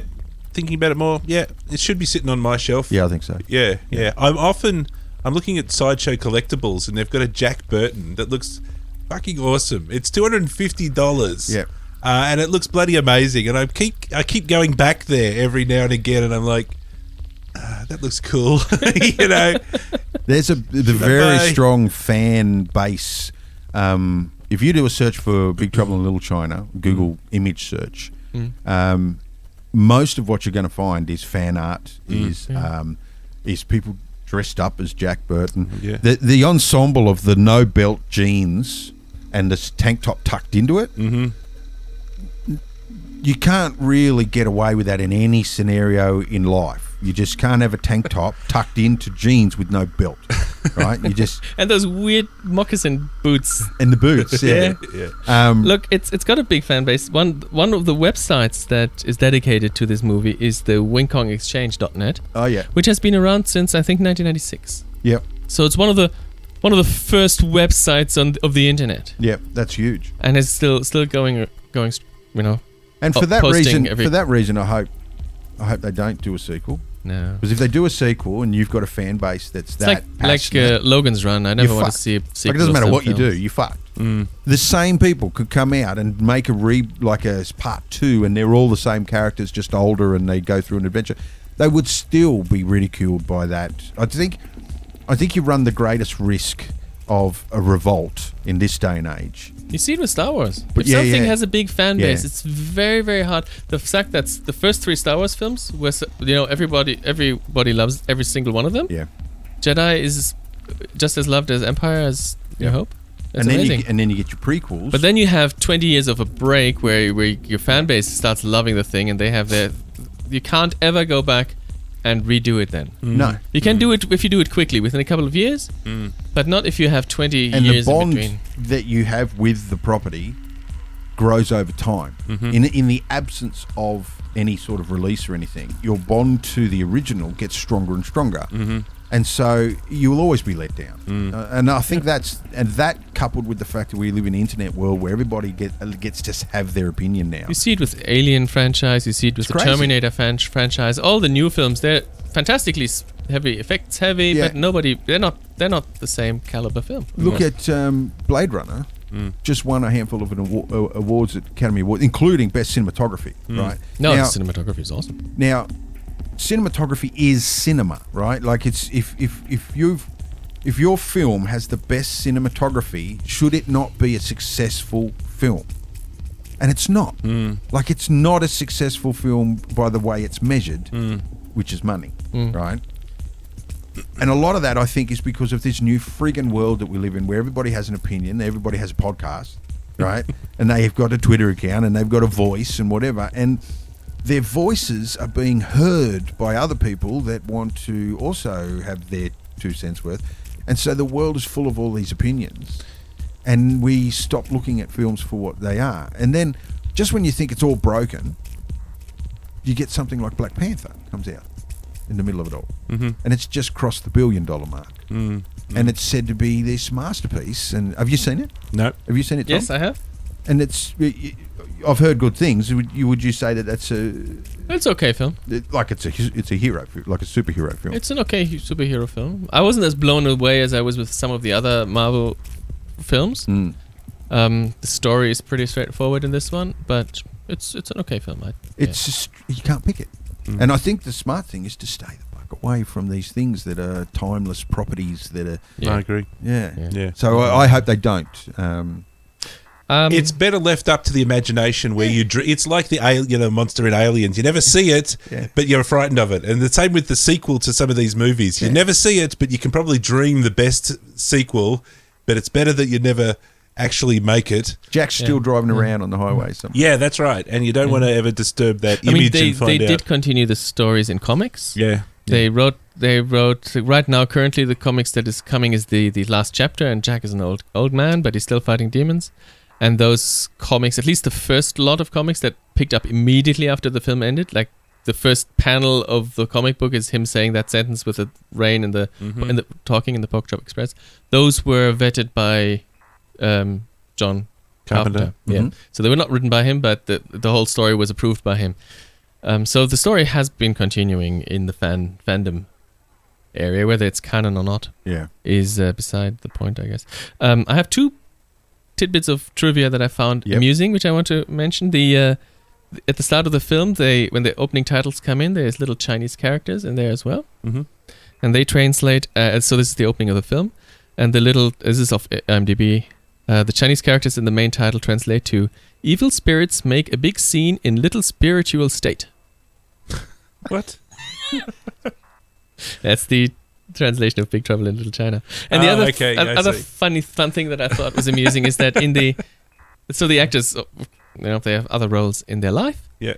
Speaker 3: thinking about it more. Yeah, it should be sitting on my shelf.
Speaker 1: yeah, I think so.
Speaker 3: Yeah, yeah. I'm often I'm looking at sideshow collectibles, and they've got a Jack Burton that looks fucking awesome. It's two hundred and fifty dollars.
Speaker 1: Yep.
Speaker 3: Uh, and it looks bloody amazing, and I keep I keep going back there every now and again, and I'm like, ah, that looks cool, you know.
Speaker 1: There's a the very
Speaker 3: Bye-bye.
Speaker 1: strong fan base. Um, if you do a search for Big Trouble in Little China, Google image search, um, most of what you're going to find is fan art. Is um, is people dressed up as Jack Burton?
Speaker 3: Yeah.
Speaker 1: The the ensemble of the no belt jeans and this tank top tucked into it. Mm-hmm. You can't really get away with that in any scenario in life. You just can't have a tank top tucked into jeans with no belt, right? You just
Speaker 2: And those weird moccasin boots.
Speaker 1: and the boots, yeah.
Speaker 3: yeah.
Speaker 1: Um,
Speaker 2: Look, it's it's got a big fan base. One one of the websites that is dedicated to this movie is the WingKongExchange.net,
Speaker 1: oh yeah,
Speaker 2: which has been around since I think 1996.
Speaker 1: yep,
Speaker 2: So it's one of the one of the first websites on of the internet,
Speaker 1: yep. That's huge.
Speaker 2: and it's still still going going. You know,
Speaker 1: And
Speaker 2: Oh,
Speaker 1: for that
Speaker 2: posting
Speaker 1: reason,
Speaker 2: every-
Speaker 1: for that reason, I hope, I hope they don't do a sequel.
Speaker 2: No.
Speaker 1: Because if they do a sequel and you've got a fan base that's
Speaker 2: It's
Speaker 1: that
Speaker 2: like like
Speaker 1: passionate,
Speaker 2: uh, Logan's Run. I never
Speaker 1: You're
Speaker 2: want
Speaker 1: fucked.
Speaker 2: to see a
Speaker 1: like
Speaker 2: sequel.
Speaker 1: it doesn't matter
Speaker 2: to
Speaker 1: what you
Speaker 2: film. Mm.
Speaker 1: do, you fucked. The same people could come out and make a re like a part two, and they're all the same characters, just older, and they go through an adventure. They would still be ridiculed by that. I think, I think you run the greatest risk of a revolt in this day and age.
Speaker 2: You see it with Star Wars.
Speaker 1: But
Speaker 2: if
Speaker 1: yeah,
Speaker 2: something
Speaker 1: yeah.
Speaker 2: has a big fan base,
Speaker 1: Yeah.
Speaker 2: it's very, very hard. The fact that the first three Star Wars films, where you know everybody, everybody loves every single one of them.
Speaker 1: Yeah,
Speaker 2: Jedi is just as loved as Empire as New
Speaker 1: Yeah.
Speaker 2: Hope. That's
Speaker 1: and then
Speaker 2: amazing.
Speaker 1: you and then you get your prequels.
Speaker 2: but then you have 20 years of a break where where your fan base starts loving the thing, and they have their. You can't ever go back and redo it. Then
Speaker 1: no,
Speaker 2: you can do it if you do it quickly within a couple of years, but not if you have 20
Speaker 1: and the
Speaker 2: years in
Speaker 1: bond
Speaker 2: between.
Speaker 1: that you have with the property grows over time.
Speaker 2: Mm-hmm.
Speaker 1: In in the absence of any sort of release or anything, your bond to the original gets stronger and stronger,
Speaker 2: Mm-hmm.
Speaker 1: and so you will always be let down.
Speaker 2: Mm.
Speaker 1: Uh, and I think that's and that coupled with the fact that we live in an internet world where everybody get, uh, gets to have their opinion now.
Speaker 2: You see it with Alien franchise. You see it with
Speaker 1: It's
Speaker 2: the
Speaker 1: crazy.
Speaker 2: Terminator fan- franchise. All the new films, they're fantastically s- heavy, effects heavy,
Speaker 1: Yeah.
Speaker 2: but nobody. They're not. They're not the same caliber film.
Speaker 1: Look at um, Blade Runner.
Speaker 2: Mm.
Speaker 1: Just won a handful of an award, awards at Academy Awards, including Best Cinematography. Right
Speaker 2: Mm. no,
Speaker 1: Now-
Speaker 2: the cinematography is awesome.
Speaker 1: Now, cinematography is cinema, right? Like it's if if if you've if your film has the best cinematography, should it not be a successful film? And it's not. Like it's not a successful film by the way it's measured, which is money, right? And a lot of that I think is because of this new friggin' world that we live in where everybody has an opinion, everybody has a podcast, right? and they've got a Twitter account and they've got a voice and whatever. And their voices are being heard by other people that want to also have their two cents worth. And so the world is full of all these opinions. And we stop looking at films for what they are. And then just when you think it's all broken, you get something like Black Panther comes out in the middle of it all, mm-hmm. and it's just crossed the billion dollar mark, mm and it's said to be this masterpiece. And have you seen it?
Speaker 3: No.
Speaker 1: Have you seen it? Tom?
Speaker 2: Yes, I have.
Speaker 1: and it's y- y- I've heard good things. Would you would you say that that's a
Speaker 2: It's okay film.
Speaker 1: it- like it's a hu- it's a hero fi- like a superhero film?
Speaker 2: It's an okay hu- superhero film. I wasn't as blown away as I was with some of the other Marvel films.
Speaker 1: Mm.
Speaker 2: Um, the story is pretty straightforward in this one, but it's it's an okay film. I, yeah. Mm.
Speaker 1: It's just you can't pick it. And I think the smart thing is to stay the fuck away from these things that are timeless properties that are
Speaker 3: I
Speaker 2: Yeah.
Speaker 3: agree.
Speaker 1: yeah.
Speaker 2: Yeah.
Speaker 3: Yeah.
Speaker 1: So I, I hope they don't. Um,
Speaker 2: Um,
Speaker 3: it's better left up to the imagination where you dr- it's like the alien you know, monster in aliens you never see it
Speaker 1: Yeah.
Speaker 3: but you're frightened of it and the same with the sequel to some of these movies you
Speaker 1: Yeah.
Speaker 3: never see it but you can probably dream the best sequel but it's better that you never actually make it
Speaker 1: Jack's still driving
Speaker 2: Mm.
Speaker 1: around on the highway. Somewhere.
Speaker 3: yeah that's right and you don't want to ever disturb that
Speaker 2: I
Speaker 3: image
Speaker 2: mean, they
Speaker 3: and find
Speaker 2: they
Speaker 3: out
Speaker 2: did continue the stories in comics.
Speaker 3: yeah
Speaker 2: They wrote. They wrote right now. Currently, the comics that is coming is the the last chapter, and Jack is an old old man, but he's still fighting demons. And those comics, at least the first lot of comics that picked up immediately after the film ended, like the first panel of the comic book is him saying that sentence with the rain and the
Speaker 3: Mm-hmm.
Speaker 2: and the talking in the Pork Chop Express. Those were vetted by um, John
Speaker 3: Carpenter.
Speaker 1: Mm-hmm.
Speaker 2: Yeah,
Speaker 3: Mm-hmm.
Speaker 2: so they were not written by him, but the the whole story was approved by him. Um, so the story has been continuing in the fan fandom area, whether it's canon or not
Speaker 1: Yeah.
Speaker 2: is uh, beside the point, I guess. Um, I have two tidbits of trivia that I found
Speaker 1: Yep.
Speaker 2: amusing, which I want to mention. The uh, th- at the start of the film, they when the opening titles come in, there's little Chinese characters in there as well,
Speaker 3: Mhm.
Speaker 2: and they translate. Uh, so this is the opening of the film, and the little this is off IMDb. Uh, the Chinese characters in the main title translate to "Evil spirits make a big scene in little spiritual state."
Speaker 3: what
Speaker 2: That's the translation of Big Trouble in Little China. And the
Speaker 3: Oh,
Speaker 2: other
Speaker 3: okay,
Speaker 2: a-
Speaker 3: I
Speaker 2: other
Speaker 3: see.
Speaker 2: funny fun thing that I thought was amusing is that in the so the actors oh, you know they have other roles in their life.
Speaker 3: yeah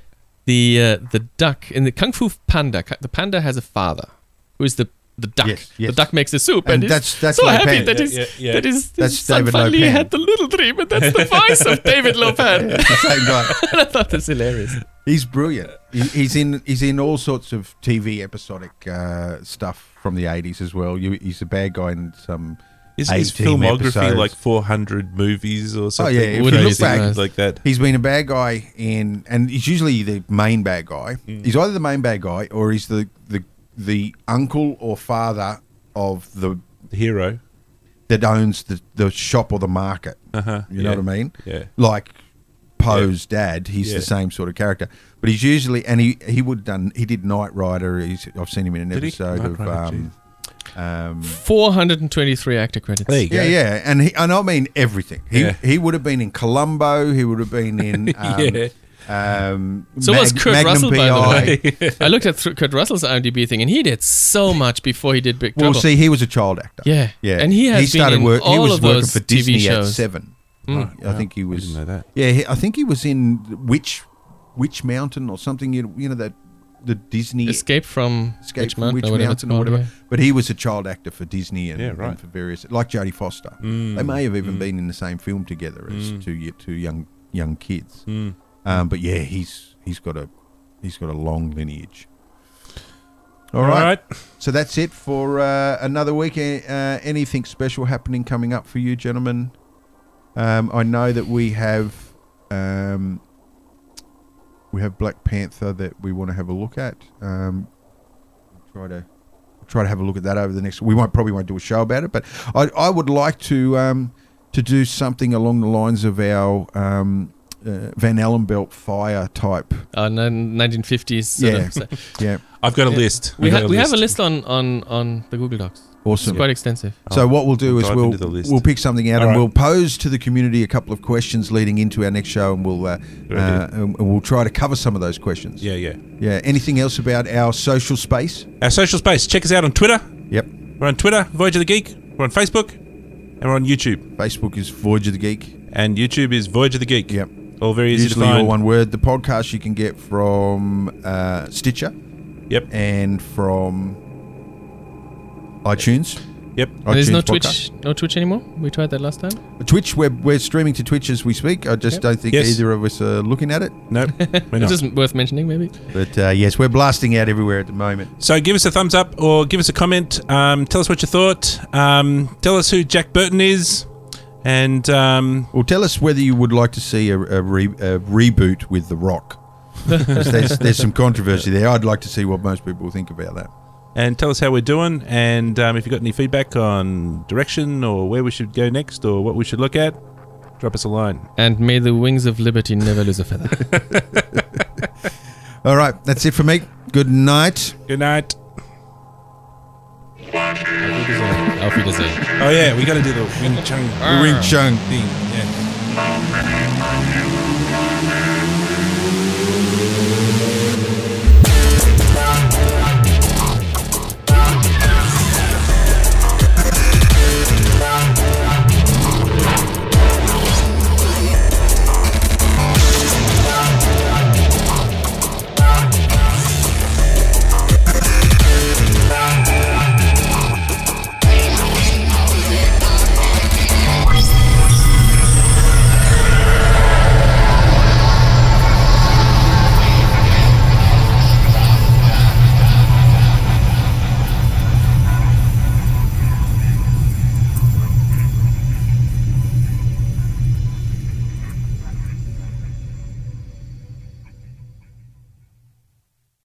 Speaker 2: The uh, the duck in the Kung Fu Panda, ca- the panda has a father who is the the duck.
Speaker 1: Yes, yes.
Speaker 2: The duck makes the soup, and,
Speaker 1: And
Speaker 2: he's
Speaker 1: that's- that's
Speaker 2: so
Speaker 1: Lo
Speaker 2: happy
Speaker 1: Pan.
Speaker 2: that
Speaker 3: Yeah,
Speaker 2: his
Speaker 3: yeah, yeah.
Speaker 2: that his, his
Speaker 1: That's
Speaker 2: son
Speaker 1: David Lo
Speaker 2: finally
Speaker 1: Pan.
Speaker 2: had the little dream, and that's the voice of David Lopan.
Speaker 1: It's the same guy.
Speaker 2: I thought that's hilarious.
Speaker 1: He's brilliant. He- He's in he's in all sorts of TV episodic uh, stuff from the eighties as well. You, he's a bad guy in some.
Speaker 3: is his
Speaker 1: 18
Speaker 3: filmography
Speaker 1: episodes. Oh,
Speaker 3: like 400 movies or something
Speaker 1: yeah, if you
Speaker 2: Would
Speaker 3: Crazy
Speaker 2: look back-
Speaker 3: like that
Speaker 1: He's been a bad
Speaker 3: Mm.
Speaker 1: guy in, and he's usually the main bad guy. He's either the main bad guy or he's the the the uncle or father of the
Speaker 3: Hero.
Speaker 1: that owns the, the shop or the market.
Speaker 3: Uh-huh,
Speaker 1: You know
Speaker 3: yeah,
Speaker 1: what I mean?
Speaker 3: yeah.
Speaker 1: Like Poe's dad, he's
Speaker 3: Yeah.
Speaker 1: the same sort of character, but he's usually and he he would done he did Knight Rider. He's I've seen him in an
Speaker 3: Did he? Oh,
Speaker 1: episode
Speaker 3: Knight
Speaker 1: of
Speaker 3: Rider,
Speaker 1: um, um
Speaker 2: 423 actor credits.
Speaker 3: There you go.
Speaker 1: yeah yeah, and he and I mean everything. He
Speaker 3: Yeah.
Speaker 1: he would have been in Columbo. He would have been in um,
Speaker 3: Yeah.
Speaker 1: um
Speaker 2: So was Kurt
Speaker 1: Magnum
Speaker 2: Russell, by the
Speaker 1: PI.
Speaker 2: way. I looked at th- Kurt Russell's IMDb thing, and he did so much before he did Big
Speaker 1: Well,
Speaker 2: Trouble.
Speaker 1: see, he was a child actor.
Speaker 2: Yeah.
Speaker 1: yeah,
Speaker 2: And he has
Speaker 1: he
Speaker 2: been
Speaker 1: started
Speaker 2: in
Speaker 1: work. he
Speaker 2: all
Speaker 1: was
Speaker 2: of
Speaker 1: working
Speaker 2: those
Speaker 1: for
Speaker 2: TV
Speaker 1: Disney
Speaker 2: shows.
Speaker 1: at seven.
Speaker 2: Mm.
Speaker 1: I think he was.
Speaker 3: didn't know that.
Speaker 1: Yeah, he, I think he was in which which mountain or something. You you know that the Disney
Speaker 2: Escape from
Speaker 1: Escape
Speaker 2: Witch
Speaker 1: from
Speaker 2: Mountain,
Speaker 1: Witch
Speaker 2: or whatever. it's
Speaker 1: Mountain or
Speaker 2: called,
Speaker 1: whatever. But he was a child actor for Disney and,
Speaker 3: Yeah,
Speaker 1: and
Speaker 3: right.
Speaker 1: for various like Jodie Foster.
Speaker 3: Mm.
Speaker 1: They may have even been in the same film together as two ye- two young young kids.
Speaker 3: Mm.
Speaker 1: Um, but yeah, he's he's got a he's got a long lineage. All right. So that's it for uh, another week. A- Uh, anything special happening coming up for you, gentlemen? Um, I know that we have um, we have Black Panther that we want to have a look at. Um, try to try to have a look at that over the next. We won't probably won't do a show about it, but I, I would like to um, to do something along the lines of our um, uh, Van Allenbelt fire type.
Speaker 2: Uh, nin- 1950s. sort
Speaker 1: Yeah.
Speaker 2: of stuff.
Speaker 1: Yeah,
Speaker 3: I've got a
Speaker 2: Yeah.
Speaker 3: list.
Speaker 2: we,
Speaker 3: I've
Speaker 2: ha-
Speaker 3: got
Speaker 2: we have a list on, on, on the Google Docs. It's
Speaker 1: awesome.
Speaker 2: quite extensive.
Speaker 1: So
Speaker 3: I'll-
Speaker 1: what we'll do
Speaker 3: Oh, I'll
Speaker 1: is
Speaker 3: dive
Speaker 1: we'll
Speaker 3: into the list.
Speaker 1: we'll pick something out
Speaker 3: All
Speaker 1: and
Speaker 3: right.
Speaker 1: we'll pose to the community a couple of questions leading into our next show, and we'll uh,
Speaker 3: Good
Speaker 1: uh,
Speaker 3: idea.
Speaker 1: and and we'll try to cover some of those questions.
Speaker 3: Yeah, yeah.
Speaker 1: Yeah. Anything else about our social space?
Speaker 3: Our social space. Check us out on Twitter.
Speaker 1: Yep.
Speaker 3: We're on Twitter, Voyager the Geek. We're on Facebook, and we're on YouTube.
Speaker 1: Facebook is Voyage of the Geek.
Speaker 3: And YouTube is Voyager the Geek.
Speaker 1: Yep.
Speaker 3: All very easy
Speaker 1: Usually
Speaker 3: to find.
Speaker 1: all one word. The podcast you can get from uh, Stitcher
Speaker 3: Yep.
Speaker 1: and from iTunes.
Speaker 3: Yep.
Speaker 2: And there's no
Speaker 1: iTunes podcast.
Speaker 2: Twitch, no Twitch anymore. We tried that last time.
Speaker 1: Twitch. We're, we're streaming to Twitch as we speak. I just
Speaker 2: Yep.
Speaker 1: don't think
Speaker 3: Yes.
Speaker 1: either of us are looking at it.
Speaker 3: Nope. We're
Speaker 2: It's
Speaker 3: not.
Speaker 2: just worth mentioning, maybe.
Speaker 1: But uh, yes, we're blasting out everywhere at the moment.
Speaker 3: So give us a thumbs up or give us a comment. Um, tell us what you thought. Um, tell us who Jack Burton is. And um,
Speaker 1: Well, tell us whether you would like to see a, a, re, a reboot with The Rock. 'Cause there's, there's some controversy there. I'd like to see what most people think about that.
Speaker 3: and tell us how we're doing. And um, if you've got any feedback on direction or where we should go next or what we should look at, drop us a line.
Speaker 2: And may the wings of liberty never lose a feather.
Speaker 1: All right, that's it for me. Good night.
Speaker 3: Good night.
Speaker 2: Auf Wiedersehen.
Speaker 3: Oh yeah, we got to do the Wing Chun
Speaker 1: Ring Chung.
Speaker 3: Ah. thing. Yeah.